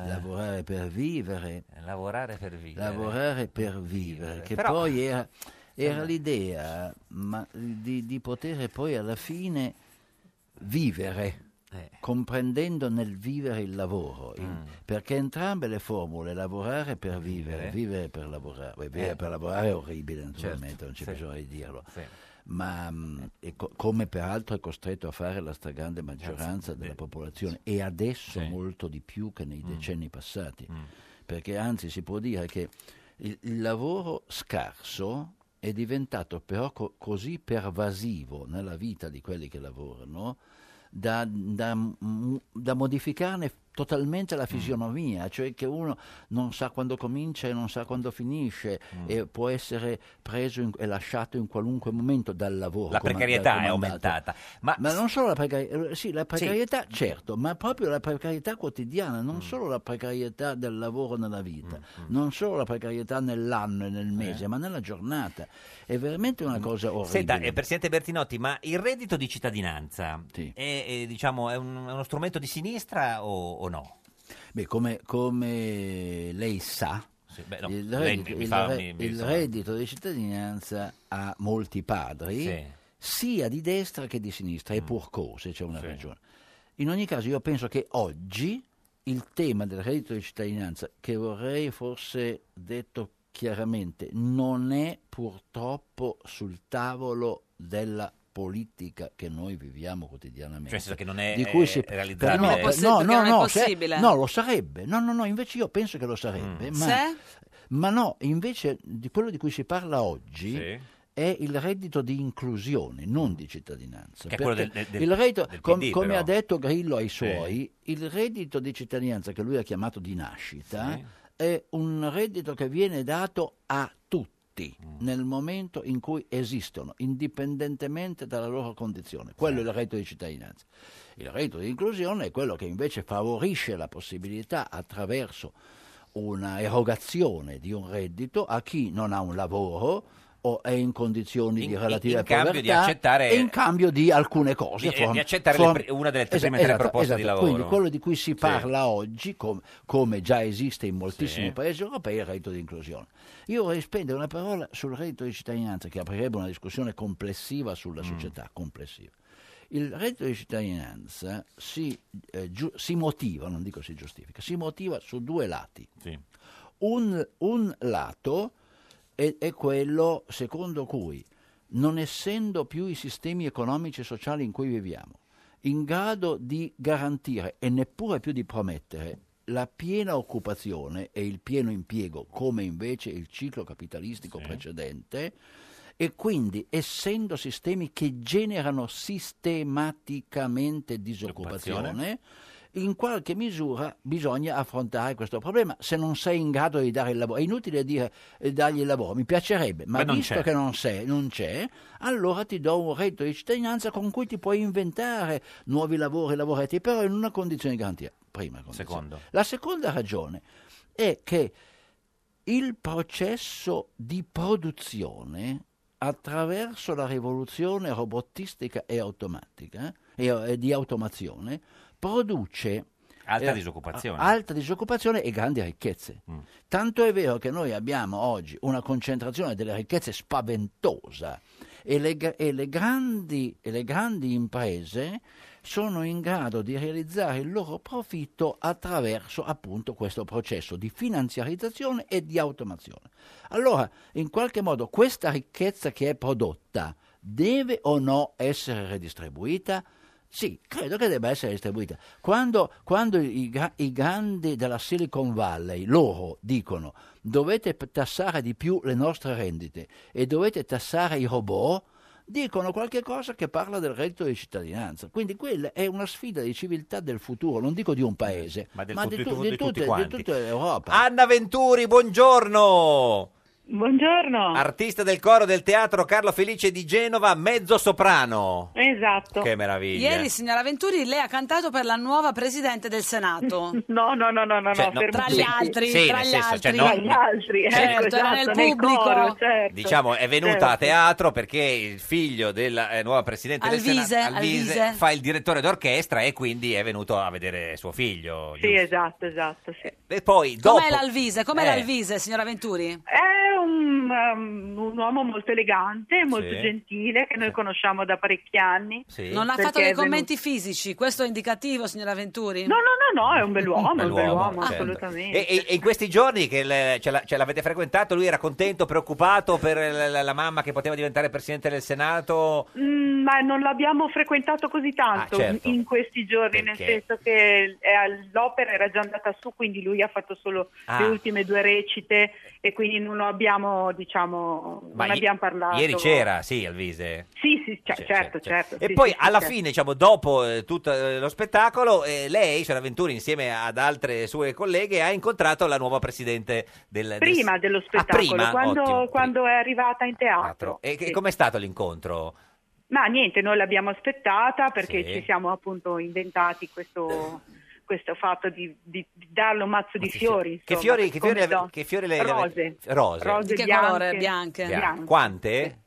[SPEAKER 13] lavorare per vivere,
[SPEAKER 2] Lavorare per vivere.
[SPEAKER 13] lavorare per vivere, che
[SPEAKER 2] Però-
[SPEAKER 13] poi era era l'idea ma, di, di poter poi alla fine vivere.
[SPEAKER 18] Eh.
[SPEAKER 13] Comprendendo nel vivere il lavoro, il- perché entrambe le formule, lavorare per vivere,
[SPEAKER 18] Mm. Vivere.
[SPEAKER 13] vivere per lavorare, Beh, vivere
[SPEAKER 18] Eh.
[SPEAKER 13] per lavorare è orribile, naturalmente,
[SPEAKER 18] Certo,
[SPEAKER 13] non c'è
[SPEAKER 18] sì. Eh.
[SPEAKER 13] bisogno di dirlo.
[SPEAKER 18] Sì.
[SPEAKER 13] Ma mh, e co- come peraltro è costretto a fare la stragrande maggioranza della popolazione, e adesso molto di più che
[SPEAKER 18] Mm.
[SPEAKER 13] nei decenni passati, perché anzi si può dire che il, il lavoro scarso è diventato però co- così pervasivo nella vita di quelli che lavorano da, da m- da modificarne totalmente
[SPEAKER 18] Mm.
[SPEAKER 13] la fisionomia, cioè che uno non sa quando comincia e non sa quando finisce
[SPEAKER 18] Mm.
[SPEAKER 13] e può essere preso in- e lasciato in qualunque momento dal lavoro.
[SPEAKER 18] La
[SPEAKER 13] comand-
[SPEAKER 18] precarietà
[SPEAKER 13] dal
[SPEAKER 18] è
[SPEAKER 13] comandato.
[SPEAKER 18] aumentata.
[SPEAKER 13] Ma, non solo la precarietà, sì, Mm. la precarietà certo, ma proprio la precarietà quotidiana, non solo la precarietà del lavoro nella vita, non solo la precarietà nell'anno e nel mese, ma nella giornata. È veramente una cosa orribile.
[SPEAKER 18] Senta, eh, Presidente Bertinotti, ma il reddito di cittadinanza è, è, diciamo, è un- è uno strumento di sinistra o, o no?
[SPEAKER 13] Beh, come, come lei sa,
[SPEAKER 18] beh, no,
[SPEAKER 13] il,
[SPEAKER 18] lei
[SPEAKER 13] reddito,
[SPEAKER 18] mi
[SPEAKER 13] il
[SPEAKER 18] fa-
[SPEAKER 13] re-
[SPEAKER 18] mi- mi-
[SPEAKER 13] il
[SPEAKER 18] insomma.
[SPEAKER 13] reddito di cittadinanza ha molti padri,
[SPEAKER 18] Sì. Mm.
[SPEAKER 13] sia di destra che di sinistra, e pur cose c'è una ragione. In ogni caso, io penso che oggi il tema del reddito di cittadinanza, che vorrei fosse detto chiaramente, non è purtroppo sul tavolo della politica che noi viviamo quotidianamente.
[SPEAKER 18] Cioè, nel senso che non è,
[SPEAKER 13] di cui si-
[SPEAKER 18] eh, realizzabile.
[SPEAKER 13] per- no,
[SPEAKER 18] Non è
[SPEAKER 13] per-
[SPEAKER 18] possibile,
[SPEAKER 13] no,
[SPEAKER 18] perché
[SPEAKER 13] no,
[SPEAKER 18] non è
[SPEAKER 13] no, se-
[SPEAKER 18] possibile.
[SPEAKER 13] no, lo sarebbe. No, no, no, invece io penso che lo sarebbe.
[SPEAKER 18] Mm.
[SPEAKER 13] Ma,
[SPEAKER 1] Se?
[SPEAKER 13] ma no, invece di quello di cui si parla oggi è il reddito di inclusione, non di cittadinanza.
[SPEAKER 18] Che è quello
[SPEAKER 13] Perché
[SPEAKER 18] del- del-
[SPEAKER 13] il reddito,
[SPEAKER 18] del
[SPEAKER 13] com-
[SPEAKER 18] PD,
[SPEAKER 13] come
[SPEAKER 18] però.
[SPEAKER 13] ha detto Grillo ai suoi, il reddito di cittadinanza che lui ha chiamato di nascita
[SPEAKER 18] Sì.
[SPEAKER 13] è un reddito che viene dato a tutti.
[SPEAKER 18] Mm.
[SPEAKER 13] Nel momento in cui esistono, indipendentemente dalla loro condizione, quello è il reddito di cittadinanza. Il reddito di inclusione è quello che invece favorisce la possibilità attraverso una erogazione di un reddito a chi non ha un lavoro o è in condizioni di relativa
[SPEAKER 18] in cambio di
[SPEAKER 13] povertà
[SPEAKER 18] accettare-
[SPEAKER 13] e in cambio di alcune cose.
[SPEAKER 18] Di- eh, di accettare le pri- una delle tre
[SPEAKER 13] Esa-
[SPEAKER 18] prime tre
[SPEAKER 13] esatto,
[SPEAKER 18] proposte
[SPEAKER 13] esatto.
[SPEAKER 18] di lavoro.
[SPEAKER 13] Quindi quello di cui si
[SPEAKER 18] Sì.
[SPEAKER 13] parla oggi, com- come già esiste in moltissimi
[SPEAKER 18] Sì.
[SPEAKER 13] paesi europei, è il reddito di inclusione. Io vorrei spendere una parola sul reddito di cittadinanza che aprirebbe una discussione complessiva sulla
[SPEAKER 18] Mm.
[SPEAKER 13] società complessiva. Il reddito di cittadinanza si, eh, giu- si motiva, non dico si giustifica, si motiva su due lati. Un, un lato è, è quello secondo cui, non essendo più i sistemi economici e sociali in cui viviamo, in grado di garantire e neppure più di promettere la piena occupazione e il pieno impiego, come invece il ciclo capitalistico precedente, e quindi essendo sistemi che generano sistematicamente disoccupazione, in qualche misura bisogna affrontare questo problema se non sei in grado di dare il lavoro. È inutile dire eh, dargli il lavoro, mi piacerebbe, ma
[SPEAKER 18] Ma non
[SPEAKER 13] visto
[SPEAKER 18] c'è.
[SPEAKER 13] che non, sei- non c'è, allora ti do un reddito di cittadinanza con cui ti puoi inventare nuovi lavori, lavoretti, però in una condizione di garantia. Prima condizione.
[SPEAKER 18] Secondo.
[SPEAKER 13] La seconda ragione è che il processo di produzione attraverso la rivoluzione robotistica e automatica e, e eh, di automazione produce
[SPEAKER 18] Alta
[SPEAKER 13] eh,
[SPEAKER 18] disoccupazione.
[SPEAKER 13] a- alta disoccupazione e grandi ricchezze. Tanto è vero che noi abbiamo oggi una concentrazione delle ricchezze spaventosa e le, gr- e le grandi, e le grandi imprese sono in grado di realizzare il loro profitto attraverso appunto questo processo di finanziarizzazione e di automazione. Allora, in qualche modo, questa ricchezza che è prodotta deve o no essere redistribuita? Sì, credo che debba essere distribuita. Quando, quando i, gra- i grandi della Silicon Valley, loro dicono, dovete p- tassare di più le nostre rendite e dovete tassare i robot, dicono qualche cosa che parla del reddito di cittadinanza. Quindi quella è una sfida di civiltà del futuro, non dico di un paese, ma,
[SPEAKER 18] del
[SPEAKER 13] di,
[SPEAKER 18] futuro-
[SPEAKER 13] tu-
[SPEAKER 18] di
[SPEAKER 13] di
[SPEAKER 18] tutti
[SPEAKER 13] tutte- di
[SPEAKER 18] quanti.
[SPEAKER 13] tutta l'Europa.
[SPEAKER 2] Ah,
[SPEAKER 18] Anna Venturi, buongiorno!
[SPEAKER 21] Buongiorno.
[SPEAKER 18] Artista del coro del teatro Carlo Felice di Genova, mezzo soprano.
[SPEAKER 21] Esatto.
[SPEAKER 18] Che meraviglia.
[SPEAKER 1] Ieri, signora Venturi, lei ha cantato per la nuova Presidente del Senato.
[SPEAKER 21] [laughs] No, no, no, no, no,
[SPEAKER 18] Cioè, no,
[SPEAKER 1] tra
[SPEAKER 18] sì,
[SPEAKER 1] gli altri,
[SPEAKER 18] sì,
[SPEAKER 1] tra
[SPEAKER 18] nel
[SPEAKER 1] gli
[SPEAKER 18] senso,
[SPEAKER 1] altri.
[SPEAKER 18] cioè, no- Tra gli
[SPEAKER 21] altri,
[SPEAKER 1] certo,
[SPEAKER 21] ecco,
[SPEAKER 1] era
[SPEAKER 21] esatto,
[SPEAKER 1] nel
[SPEAKER 21] nel
[SPEAKER 1] pubblico.
[SPEAKER 21] coro, certo.
[SPEAKER 18] Diciamo, è venuta a
[SPEAKER 21] certo.
[SPEAKER 18] teatro perché il figlio della eh, nuova presidente del
[SPEAKER 1] Alvise,
[SPEAKER 18] Senato
[SPEAKER 1] Alvise.
[SPEAKER 18] fa il direttore d'orchestra e quindi è venuto a vedere suo figlio.
[SPEAKER 21] Sì, esatto, esatto, sì.
[SPEAKER 18] E poi dopo
[SPEAKER 1] Com'è l'Alvise? Com'è
[SPEAKER 18] Eh.
[SPEAKER 1] l'Alvise, signora Venturi?
[SPEAKER 21] È un un, um, un uomo molto elegante, molto
[SPEAKER 1] Sì.
[SPEAKER 21] gentile, che noi conosciamo da parecchi anni.
[SPEAKER 1] Non ha
[SPEAKER 21] Perché
[SPEAKER 1] fatto dei
[SPEAKER 21] è venuto-
[SPEAKER 1] commenti fisici, questo è indicativo, signora Venturi?
[SPEAKER 21] No, no, no, no, è un bell'uomo, è un
[SPEAKER 2] Bell'uomo,
[SPEAKER 21] bell'uomo,
[SPEAKER 2] certo.
[SPEAKER 21] assolutamente.
[SPEAKER 2] E, e- e in questi giorni che le- ce, la- ce l'avete frequentato, lui era contento, preoccupato per la, la- la mamma che poteva diventare presidente del Senato?
[SPEAKER 21] Mm, ma non l'abbiamo frequentato così tanto
[SPEAKER 2] Ah, certo.
[SPEAKER 21] in questi giorni, nel
[SPEAKER 2] Perché?
[SPEAKER 21] senso che eh, l'opera era già andata su, quindi lui ha fatto solo
[SPEAKER 2] Ah.
[SPEAKER 21] le ultime due recite e quindi non abbiamo, diciamo,
[SPEAKER 2] Ma
[SPEAKER 21] non
[SPEAKER 2] i-
[SPEAKER 21] abbiamo parlato.
[SPEAKER 2] Ieri c'era, sì, Alvise.
[SPEAKER 21] Sì, sì, cer- certo, certo.
[SPEAKER 2] E
[SPEAKER 21] sì,
[SPEAKER 2] poi
[SPEAKER 21] sì, sì,
[SPEAKER 2] alla
[SPEAKER 21] certo.
[SPEAKER 2] fine, diciamo, dopo eh, tutto eh, lo spettacolo, eh, lei, Sara Venturi, insieme ad altre sue colleghe, ha incontrato la nuova presidente del... del-
[SPEAKER 21] Prima dello spettacolo,
[SPEAKER 2] prima?
[SPEAKER 21] quando,
[SPEAKER 2] Ottimo,
[SPEAKER 21] quando è arrivata in teatro.
[SPEAKER 2] E, e
[SPEAKER 21] Sì.
[SPEAKER 2] com'è stato l'incontro?
[SPEAKER 21] Ma niente, noi l'abbiamo aspettata perché
[SPEAKER 2] Sì.
[SPEAKER 21] ci siamo appunto inventati questo, questo fatto di, di- di darle un mazzo di fiori.
[SPEAKER 2] Che
[SPEAKER 21] insomma,
[SPEAKER 2] fiori, che
[SPEAKER 21] come
[SPEAKER 2] fiori,
[SPEAKER 21] do-
[SPEAKER 2] ave- che fiori le le
[SPEAKER 21] Rose.
[SPEAKER 2] avete- Rose.
[SPEAKER 21] Rose
[SPEAKER 1] Di che
[SPEAKER 21] bianche.
[SPEAKER 1] colore? Bianche.
[SPEAKER 21] Bianche.
[SPEAKER 2] Quante?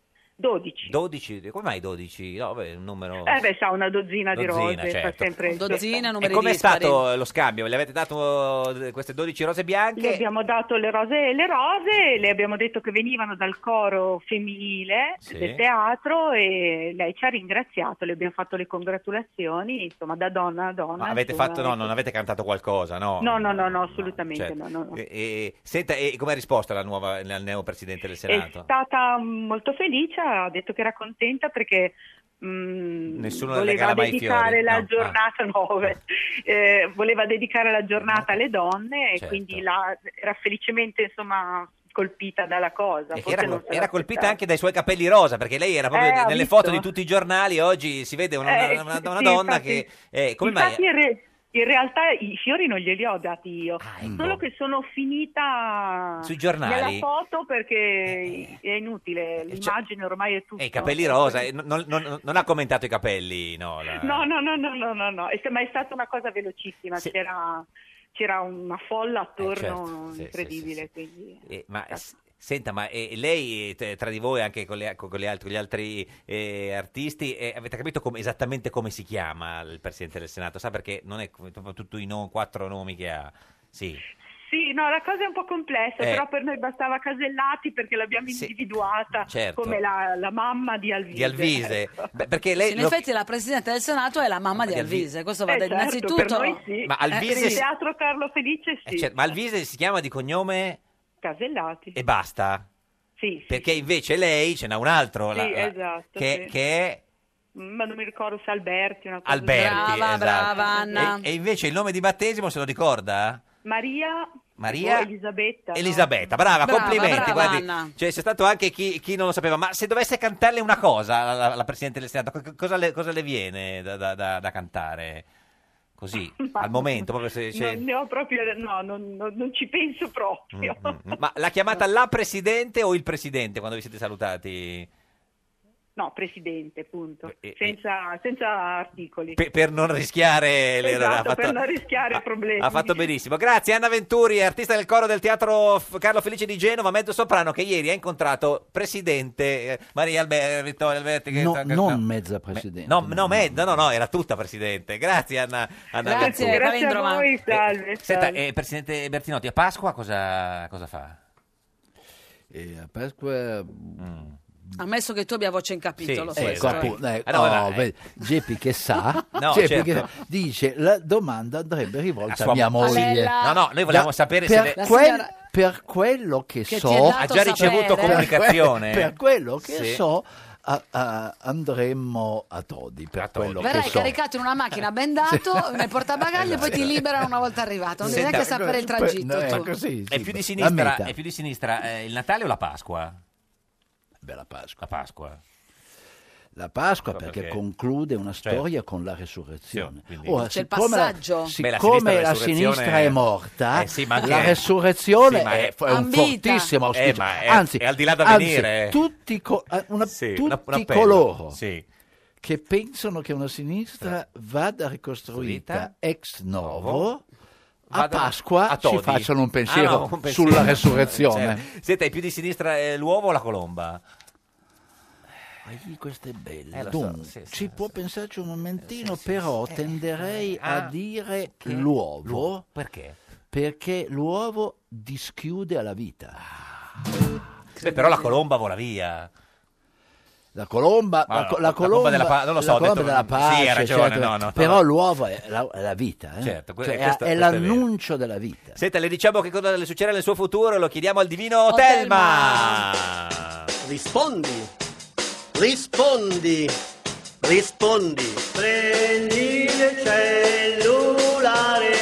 [SPEAKER 21] 12.
[SPEAKER 2] 12? Come mai 12? No, beh, un numero...
[SPEAKER 21] Eh beh, sa, una dozzina, di
[SPEAKER 2] Dozzina,
[SPEAKER 21] rose. fa
[SPEAKER 2] certo.
[SPEAKER 21] sempre
[SPEAKER 1] Dozzina,
[SPEAKER 2] E
[SPEAKER 1] numeri
[SPEAKER 2] com'è
[SPEAKER 1] dispari.
[SPEAKER 2] stato lo scambio? Le avete dato eh, queste 12 rose bianche?
[SPEAKER 21] Gli abbiamo dato le rose, le rose, le abbiamo detto che venivano dal coro femminile
[SPEAKER 2] Sì.
[SPEAKER 21] del teatro e lei ci ha ringraziato, le abbiamo fatto le congratulazioni, insomma, da donna a donna.
[SPEAKER 2] Ma avete
[SPEAKER 21] insomma.
[SPEAKER 2] fatto, no, non avete cantato qualcosa, no?
[SPEAKER 21] eh. No, no, no, no, assolutamente
[SPEAKER 2] Certo.
[SPEAKER 21] no, no, no.
[SPEAKER 2] E, e- senta, e come ha risposto la nuova, la neo presidente del
[SPEAKER 21] È
[SPEAKER 2] Senato?
[SPEAKER 21] stata molto felice, ha detto che era contenta perché mm,
[SPEAKER 2] Nessuno le
[SPEAKER 21] voleva
[SPEAKER 2] regala mai i
[SPEAKER 21] dedicare
[SPEAKER 2] fiori,
[SPEAKER 21] la
[SPEAKER 2] no? Ah. [laughs]
[SPEAKER 21] giornata nuove, eh, voleva dedicare la giornata alle donne e
[SPEAKER 2] Certo.
[SPEAKER 21] quindi la- era felicemente insomma colpita dalla cosa.
[SPEAKER 2] E che
[SPEAKER 21] forse
[SPEAKER 2] era,
[SPEAKER 21] non
[SPEAKER 2] col-
[SPEAKER 21] se
[SPEAKER 2] era
[SPEAKER 21] l'aspettava.
[SPEAKER 2] colpita anche dai suoi capelli rosa, perché lei era proprio
[SPEAKER 21] Eh, ha
[SPEAKER 2] nelle
[SPEAKER 21] visto.
[SPEAKER 2] foto di tutti i giornali, oggi si vede una,
[SPEAKER 21] Eh,
[SPEAKER 2] una- una-
[SPEAKER 21] sì,
[SPEAKER 2] una
[SPEAKER 21] sì,
[SPEAKER 2] donna
[SPEAKER 21] infatti.
[SPEAKER 2] che... eh, come mai?
[SPEAKER 21] Infatti in, re- in realtà i fiori non glieli ho dati io, solo che sono finita
[SPEAKER 2] Ah, ecco. Sui giornali?
[SPEAKER 21] nella foto perché è inutile, l'immagine ormai è tutto.
[SPEAKER 2] Eh, i capelli rosa, eh, non, non- non ha commentato i capelli, no? la-
[SPEAKER 21] No, no, no, no, no, no, no. È sta- ma è stata una cosa velocissima, c'era, c'era una folla attorno
[SPEAKER 2] certo, sì,
[SPEAKER 21] incredibile, quindi...
[SPEAKER 2] Eh, ma s- senta, ma eh, lei eh, t- tra di voi, anche con, le- con le alt- con gli altri eh, artisti, eh, avete capito come- esattamente come si chiama il Presidente del Senato? Sa perché non è come- proprio tutti i no- quattro nomi che ha. Sì.
[SPEAKER 21] Sì, no, la cosa è un po' complessa,
[SPEAKER 2] Eh.
[SPEAKER 21] però per noi bastava Casellati perché l'abbiamo individuata
[SPEAKER 2] certo.
[SPEAKER 21] come la, la mamma di Alvise.
[SPEAKER 2] Di Alvise.
[SPEAKER 21] certo.
[SPEAKER 2] Beh, perché lei
[SPEAKER 1] in
[SPEAKER 2] lo-
[SPEAKER 1] effetti la Presidente del Senato è la mamma di
[SPEAKER 2] di Alvise.
[SPEAKER 1] Alvise, questo va
[SPEAKER 21] Eh,
[SPEAKER 1] detto
[SPEAKER 21] certo, per
[SPEAKER 1] innanzitutto.
[SPEAKER 21] noi sì. Eh,
[SPEAKER 2] Ma Alvise-
[SPEAKER 21] Il teatro Carlo Felice sì,
[SPEAKER 2] eh, cioè, ma Alvise si chiama di cognome
[SPEAKER 21] Casellati.
[SPEAKER 2] e basta.
[SPEAKER 21] Sì,
[SPEAKER 2] Perché invece lei ce n'ha un altro. oh, la-
[SPEAKER 21] sì,
[SPEAKER 2] la-
[SPEAKER 21] esatto.
[SPEAKER 2] che-
[SPEAKER 21] sì. Mm,
[SPEAKER 2] che è
[SPEAKER 21] Ma non mi ricordo se Alberti, una cosa
[SPEAKER 2] Alberti,
[SPEAKER 21] del genere.
[SPEAKER 2] esatto. E, e invece il nome di battesimo se lo ricorda?
[SPEAKER 21] Maria,
[SPEAKER 2] Maria
[SPEAKER 21] o Elisabetta. no?
[SPEAKER 2] Elisabetta, brava,
[SPEAKER 1] Brava,
[SPEAKER 2] complimenti.
[SPEAKER 1] brava,
[SPEAKER 2] guardi,
[SPEAKER 1] Anna.
[SPEAKER 2] cioè, c'è stato anche chi, chi non lo sapeva. Ma se dovesse cantarle una cosa alla, alla Presidente del Senato, co- cosa le, cosa le viene da, da- da- da cantare? Così,
[SPEAKER 21] [laughs] Ma-
[SPEAKER 2] al momento, proprio se- se-
[SPEAKER 21] Non ne ho proprio, no, non, non- non ci penso proprio.
[SPEAKER 2] Mm, Ma l'ha chiamata la Presidente o il Presidente quando vi siete salutati?
[SPEAKER 21] No, presidente, punto. Senza, senza articoli.
[SPEAKER 2] Pe- per non rischiare le-
[SPEAKER 21] Esatto,
[SPEAKER 2] ha
[SPEAKER 21] per
[SPEAKER 2] fatto-
[SPEAKER 21] non rischiare problemi.
[SPEAKER 2] Ha fatto benissimo. Grazie Anna Venturi, artista del coro del teatro F- Carlo Felice di Genova, mezzo soprano, che ieri ha incontrato presidente eh, Maria Alberti. Vittorio Alberti che-
[SPEAKER 13] No,
[SPEAKER 2] che-
[SPEAKER 13] non
[SPEAKER 2] no.
[SPEAKER 13] mezza presidente.
[SPEAKER 2] No, no, me- no, no, no, era tutta presidente. Grazie Anna, Anna
[SPEAKER 1] Grazie,
[SPEAKER 2] Venturi.
[SPEAKER 1] grazie a voi,
[SPEAKER 21] salve.
[SPEAKER 2] Senta, eh, presidente Bertinotti, a Pasqua cosa, cosa fa?
[SPEAKER 13] E a Pasqua...
[SPEAKER 1] Ammesso che tu abbia voce in capitolo.
[SPEAKER 13] Ecco,
[SPEAKER 1] questo, eh.
[SPEAKER 13] appunto, ecco,
[SPEAKER 2] Ah, no, ma-
[SPEAKER 13] oh, vedi, Geppi che sa,
[SPEAKER 2] No,
[SPEAKER 13] Geppi
[SPEAKER 2] certo.
[SPEAKER 13] che- dice la domanda andrebbe
[SPEAKER 2] A
[SPEAKER 13] rivolta a,
[SPEAKER 2] sua-
[SPEAKER 13] mia moglie.
[SPEAKER 1] Alella.
[SPEAKER 2] No, no, noi volevamo sapere se
[SPEAKER 13] per,
[SPEAKER 2] le- La
[SPEAKER 13] quel-
[SPEAKER 1] signora-
[SPEAKER 13] per quello che,
[SPEAKER 1] Che ti è
[SPEAKER 13] so,
[SPEAKER 1] dato Ha già ricevuto sapere. comunicazione.
[SPEAKER 13] Per, quello che
[SPEAKER 1] Sì.
[SPEAKER 13] so, a- a- andremmo a Todi. Per quello
[SPEAKER 1] Verrai
[SPEAKER 13] che so.
[SPEAKER 1] caricato in una macchina bendato nel portabagagli e poi ti liberano una volta arrivato. Non devi
[SPEAKER 2] Senta-
[SPEAKER 1] neanche sapere il tragitto.
[SPEAKER 13] No, eh, è
[SPEAKER 1] tu.
[SPEAKER 13] così,
[SPEAKER 2] è,
[SPEAKER 13] sì,
[SPEAKER 2] più
[SPEAKER 13] la
[SPEAKER 2] di sinistra,
[SPEAKER 13] meta.
[SPEAKER 2] è più di sinistra eh, il Natale o la Pasqua?
[SPEAKER 13] Beh, la Pasqua.
[SPEAKER 2] La Pasqua.
[SPEAKER 13] La Pasqua
[SPEAKER 2] Ma
[SPEAKER 13] perché,
[SPEAKER 2] perché?
[SPEAKER 13] conclude una
[SPEAKER 2] Certo.
[SPEAKER 13] storia con la resurrezione.
[SPEAKER 2] Sì, quindi-
[SPEAKER 13] Ora,
[SPEAKER 1] C'è il
[SPEAKER 13] siccome la-
[SPEAKER 1] passaggio?
[SPEAKER 2] Beh, la
[SPEAKER 13] siccome
[SPEAKER 2] sinistra
[SPEAKER 13] la
[SPEAKER 2] resurrezione-
[SPEAKER 13] sinistra è morta,
[SPEAKER 2] Eh sì, ma
[SPEAKER 13] la
[SPEAKER 2] anche-
[SPEAKER 13] resurrezione
[SPEAKER 2] sì, ma
[SPEAKER 13] è,
[SPEAKER 2] è-
[SPEAKER 13] è un
[SPEAKER 1] Ambita.
[SPEAKER 13] fortissimo auspicio.
[SPEAKER 2] Eh, ma è-
[SPEAKER 13] anzi,
[SPEAKER 2] è al di là da
[SPEAKER 13] anzi,
[SPEAKER 2] venire.
[SPEAKER 13] Tutti, co- eh, una-
[SPEAKER 2] Sì,
[SPEAKER 13] tutti
[SPEAKER 2] una- un appello.
[SPEAKER 13] coloro
[SPEAKER 2] Sì.
[SPEAKER 13] che pensano che una sinistra vada ricostruita ex novo. A
[SPEAKER 2] Vado-
[SPEAKER 13] Pasqua
[SPEAKER 2] a
[SPEAKER 13] ci
[SPEAKER 2] Todi.
[SPEAKER 13] facciano un pensiero,
[SPEAKER 2] Ah, no, un pensiero.
[SPEAKER 13] sulla resurrezione.
[SPEAKER 2] Certo. Senta, è più di sinistra eh, l'uovo o la colomba?
[SPEAKER 13] Ai, Questo è bello.
[SPEAKER 2] Eh, lo so,
[SPEAKER 13] Dunque,
[SPEAKER 2] sì, sì,
[SPEAKER 13] ci può pensarci un momentino, però tenderei a
[SPEAKER 2] Ah,
[SPEAKER 13] dire l'uovo,
[SPEAKER 2] Perché?
[SPEAKER 13] perché l'uovo dischiude alla vita.
[SPEAKER 2] Beh, però la colomba vola via.
[SPEAKER 13] Certo. La colomba,
[SPEAKER 2] Ma
[SPEAKER 13] la,
[SPEAKER 2] no,
[SPEAKER 13] co- la colomba,
[SPEAKER 2] Ah, della pa- non lo so,
[SPEAKER 13] la
[SPEAKER 2] ho
[SPEAKER 13] colomba
[SPEAKER 2] detto-
[SPEAKER 13] della pace,
[SPEAKER 2] sì, hai ragione,
[SPEAKER 13] certo.
[SPEAKER 2] no, no,
[SPEAKER 13] però
[SPEAKER 2] no.
[SPEAKER 13] l'uovo è la, è la vita, eh?
[SPEAKER 2] Certo, que-
[SPEAKER 13] Cioè, è,
[SPEAKER 2] questo-
[SPEAKER 13] è
[SPEAKER 2] questo è vero.
[SPEAKER 13] l'annuncio della vita.
[SPEAKER 2] Senta, le diciamo che cosa le succederà nel suo futuro, lo chiediamo al divino
[SPEAKER 13] Otelma.
[SPEAKER 2] Telma.
[SPEAKER 3] Rispondi, rispondi, rispondi. Prendi il cellulare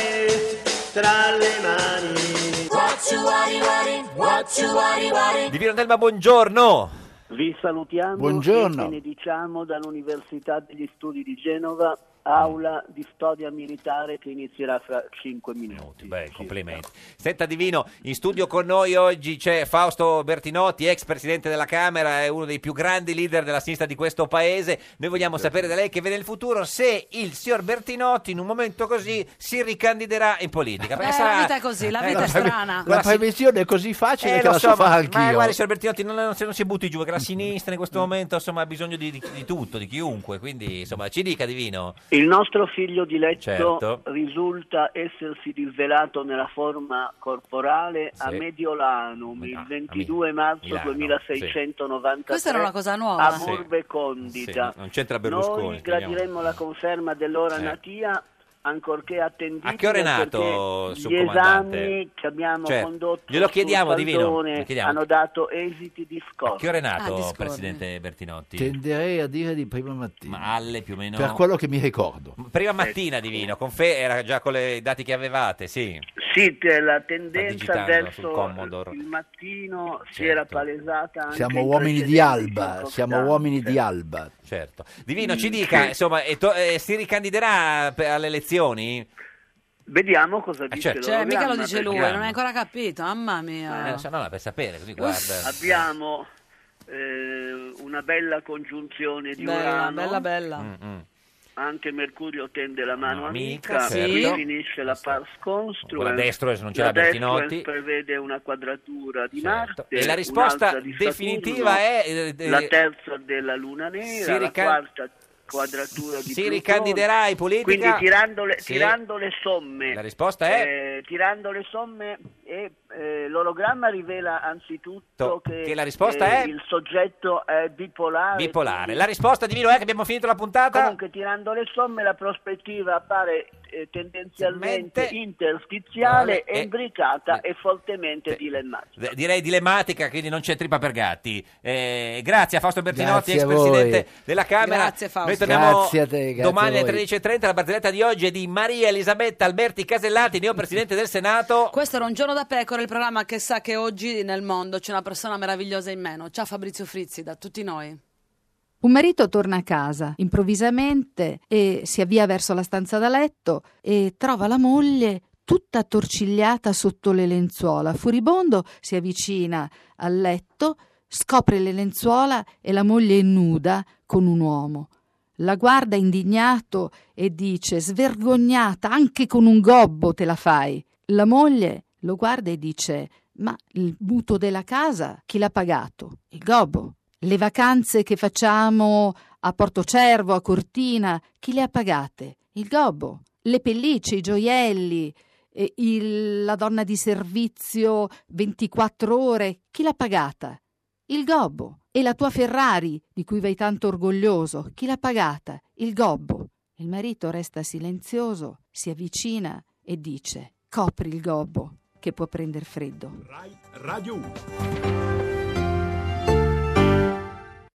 [SPEAKER 3] tra le mani.
[SPEAKER 22] What you worry, worry, what you worry, worry.
[SPEAKER 2] Divino Telma, buongiorno.
[SPEAKER 3] Vi salutiamo
[SPEAKER 2] Buongiorno.
[SPEAKER 3] e benediciamo dall'Università degli Studi di Genova, aula di storia militare che inizierà fra 5 minuti.
[SPEAKER 2] Beh, complimenti. Senta Divino, in studio con noi oggi c'è Fausto Bertinotti, ex presidente della Camera, è uno dei più grandi leader della sinistra di questo paese. Noi vogliamo sapere da lei che vede il futuro se il signor Bertinotti in un momento così si ricandiderà in politica.
[SPEAKER 1] Eh, la vita è così, la vita è
[SPEAKER 2] Ah,
[SPEAKER 1] strana.
[SPEAKER 13] La previsione è così facile che la so
[SPEAKER 2] Eh, ma,
[SPEAKER 13] fare
[SPEAKER 2] ma guarda,
[SPEAKER 13] anch'io.
[SPEAKER 2] signor Bertinotti, non, non, si- non si butti giù, che la sinistra in questo momento insomma, ha bisogno di, di- di tutto, di chiunque. Quindi, insomma, ci dica Divino.
[SPEAKER 3] Il nostro figlio diletto
[SPEAKER 2] Certo.
[SPEAKER 3] risulta essersi disvelato nella forma corporale a
[SPEAKER 1] Sì.
[SPEAKER 3] Mediolanum il 22 marzo
[SPEAKER 2] Milano,
[SPEAKER 3] 2693.
[SPEAKER 1] Questa era una cosa nuova.
[SPEAKER 3] A
[SPEAKER 1] Sì.
[SPEAKER 3] Burbe Condita.
[SPEAKER 2] Sì, non c'entra
[SPEAKER 3] Noi
[SPEAKER 2] Berlusconi, spieghiamo.
[SPEAKER 3] gradiremmo la conferma dell'ora
[SPEAKER 2] Eh.
[SPEAKER 3] natia ancorché attendibile
[SPEAKER 2] A che ora è nato,
[SPEAKER 3] perché gli
[SPEAKER 2] subcomandante?
[SPEAKER 3] esami che abbiamo
[SPEAKER 2] Certo.
[SPEAKER 3] condotto
[SPEAKER 2] Glielo
[SPEAKER 3] sul
[SPEAKER 2] chiediamo, Divino,
[SPEAKER 3] Faldone
[SPEAKER 2] glielo chiediamo.
[SPEAKER 3] hanno dato esiti di scorta.
[SPEAKER 2] Che ora è
[SPEAKER 1] Ah,
[SPEAKER 2] nato, presidente Bertinotti?
[SPEAKER 13] Tenderei a dire di prima mattina.
[SPEAKER 2] Ma alle più o meno.
[SPEAKER 13] Per quello che mi ricordo.
[SPEAKER 2] Prima mattina Divino, con Fe era già con le- i dati che avevate, sì.
[SPEAKER 3] Sì, te- la
[SPEAKER 2] Sta
[SPEAKER 3] tendenza
[SPEAKER 2] digitando sul Certo.
[SPEAKER 3] verso
[SPEAKER 2] Commodore.
[SPEAKER 3] il mattino si era palesata anche
[SPEAKER 13] Siamo
[SPEAKER 3] in
[SPEAKER 13] uomini di
[SPEAKER 3] precedenti
[SPEAKER 13] alba, siamo
[SPEAKER 3] circostanze.
[SPEAKER 13] uomini di alba.
[SPEAKER 2] Certo. Divino, ci dica, insomma, e to- eh, si ricandiderà per- alle elezioni?
[SPEAKER 3] Vediamo cosa
[SPEAKER 2] dice certo.
[SPEAKER 1] Cioè, mica lo dice lui, non
[SPEAKER 2] programma.
[SPEAKER 1] hai ancora capito, mamma mia.
[SPEAKER 2] Eh, non so, no, no, per sapere, così guarda.
[SPEAKER 3] Abbiamo eh, una bella congiunzione di
[SPEAKER 1] Bella,
[SPEAKER 3] Urano.
[SPEAKER 1] bella, bella.
[SPEAKER 3] Anche Mercurio tende la mano
[SPEAKER 2] amica,
[SPEAKER 3] amica,
[SPEAKER 2] certo.
[SPEAKER 3] qui finisce la pars construens.
[SPEAKER 2] Ora Destrez, non c'è la
[SPEAKER 3] Destrez
[SPEAKER 2] Bertinotti.
[SPEAKER 3] prevede una quadratura di Marte.
[SPEAKER 2] Certo. E la risposta
[SPEAKER 3] un'altra di Saturno,
[SPEAKER 2] definitiva è, eh, eh,
[SPEAKER 3] la terza della Luna Nera,
[SPEAKER 2] si
[SPEAKER 3] la
[SPEAKER 2] rica-
[SPEAKER 3] quarta quadratura di
[SPEAKER 2] Si
[SPEAKER 3] Plutone.
[SPEAKER 2] ricandiderà in politica?
[SPEAKER 3] Quindi tirando le,
[SPEAKER 2] Sì.
[SPEAKER 3] tirando le somme,
[SPEAKER 2] La risposta è?
[SPEAKER 3] eh, tirando le somme, e, eh, l'orogramma rivela anzitutto
[SPEAKER 2] To-
[SPEAKER 3] che,
[SPEAKER 2] che la risposta
[SPEAKER 3] eh,
[SPEAKER 2] è?
[SPEAKER 3] il soggetto è bipolare.
[SPEAKER 2] Bipolare. La risposta Divino è che abbiamo finito la puntata?
[SPEAKER 3] Comunque, tirando le somme, la prospettiva appare eh, tendenzialmente
[SPEAKER 2] Vale, eh.
[SPEAKER 3] interstiziale,
[SPEAKER 2] e-
[SPEAKER 3] embricata e fortemente dilemmatica.
[SPEAKER 2] D- Direi dilematica, quindi non c'è trippa per gatti. Eh, grazie a Fausto Bertinotti,
[SPEAKER 13] Grazie
[SPEAKER 2] ex
[SPEAKER 13] a voi.
[SPEAKER 2] presidente della Camera.
[SPEAKER 1] Grazie, Fausto.
[SPEAKER 2] Noi torniamo
[SPEAKER 13] Grazie a te, grazie
[SPEAKER 2] domani
[SPEAKER 13] a
[SPEAKER 2] alle
[SPEAKER 13] voi.
[SPEAKER 2] 13.30. La barzelletta di oggi è di Maria Elisabetta Alberti Casellati, neo presidente del Senato.
[SPEAKER 1] Questo era un giorno da pecora, il programma che sa che oggi nel mondo c'è una persona meravigliosa in meno. Ciao Fabrizio Frizzi, da tutti noi.
[SPEAKER 23] Un marito torna a casa improvvisamente e si avvia verso la stanza da letto e trova la moglie tutta attorcigliata sotto le lenzuola. Furibondo si avvicina al letto, scopre le lenzuola e la moglie è nuda con un uomo. La guarda indignato e dice: Svergognata, anche con un gobbo te la fai. La moglie lo guarda e dice: Ma il mutuo della casa chi l'ha pagato? Il gobbo. Le vacanze che facciamo a Portocervo, a Cortina, chi le ha pagate? Il gobbo. Le pellicce, i gioielli, eh, il- la donna di servizio 24 ore, chi l'ha pagata? Il gobbo. E la tua Ferrari, di cui vai tanto orgoglioso, chi l'ha pagata? Il gobbo. Il marito resta silenzioso, si avvicina e dice: Copri il gobbo, che può prender freddo.
[SPEAKER 24] Radio 1.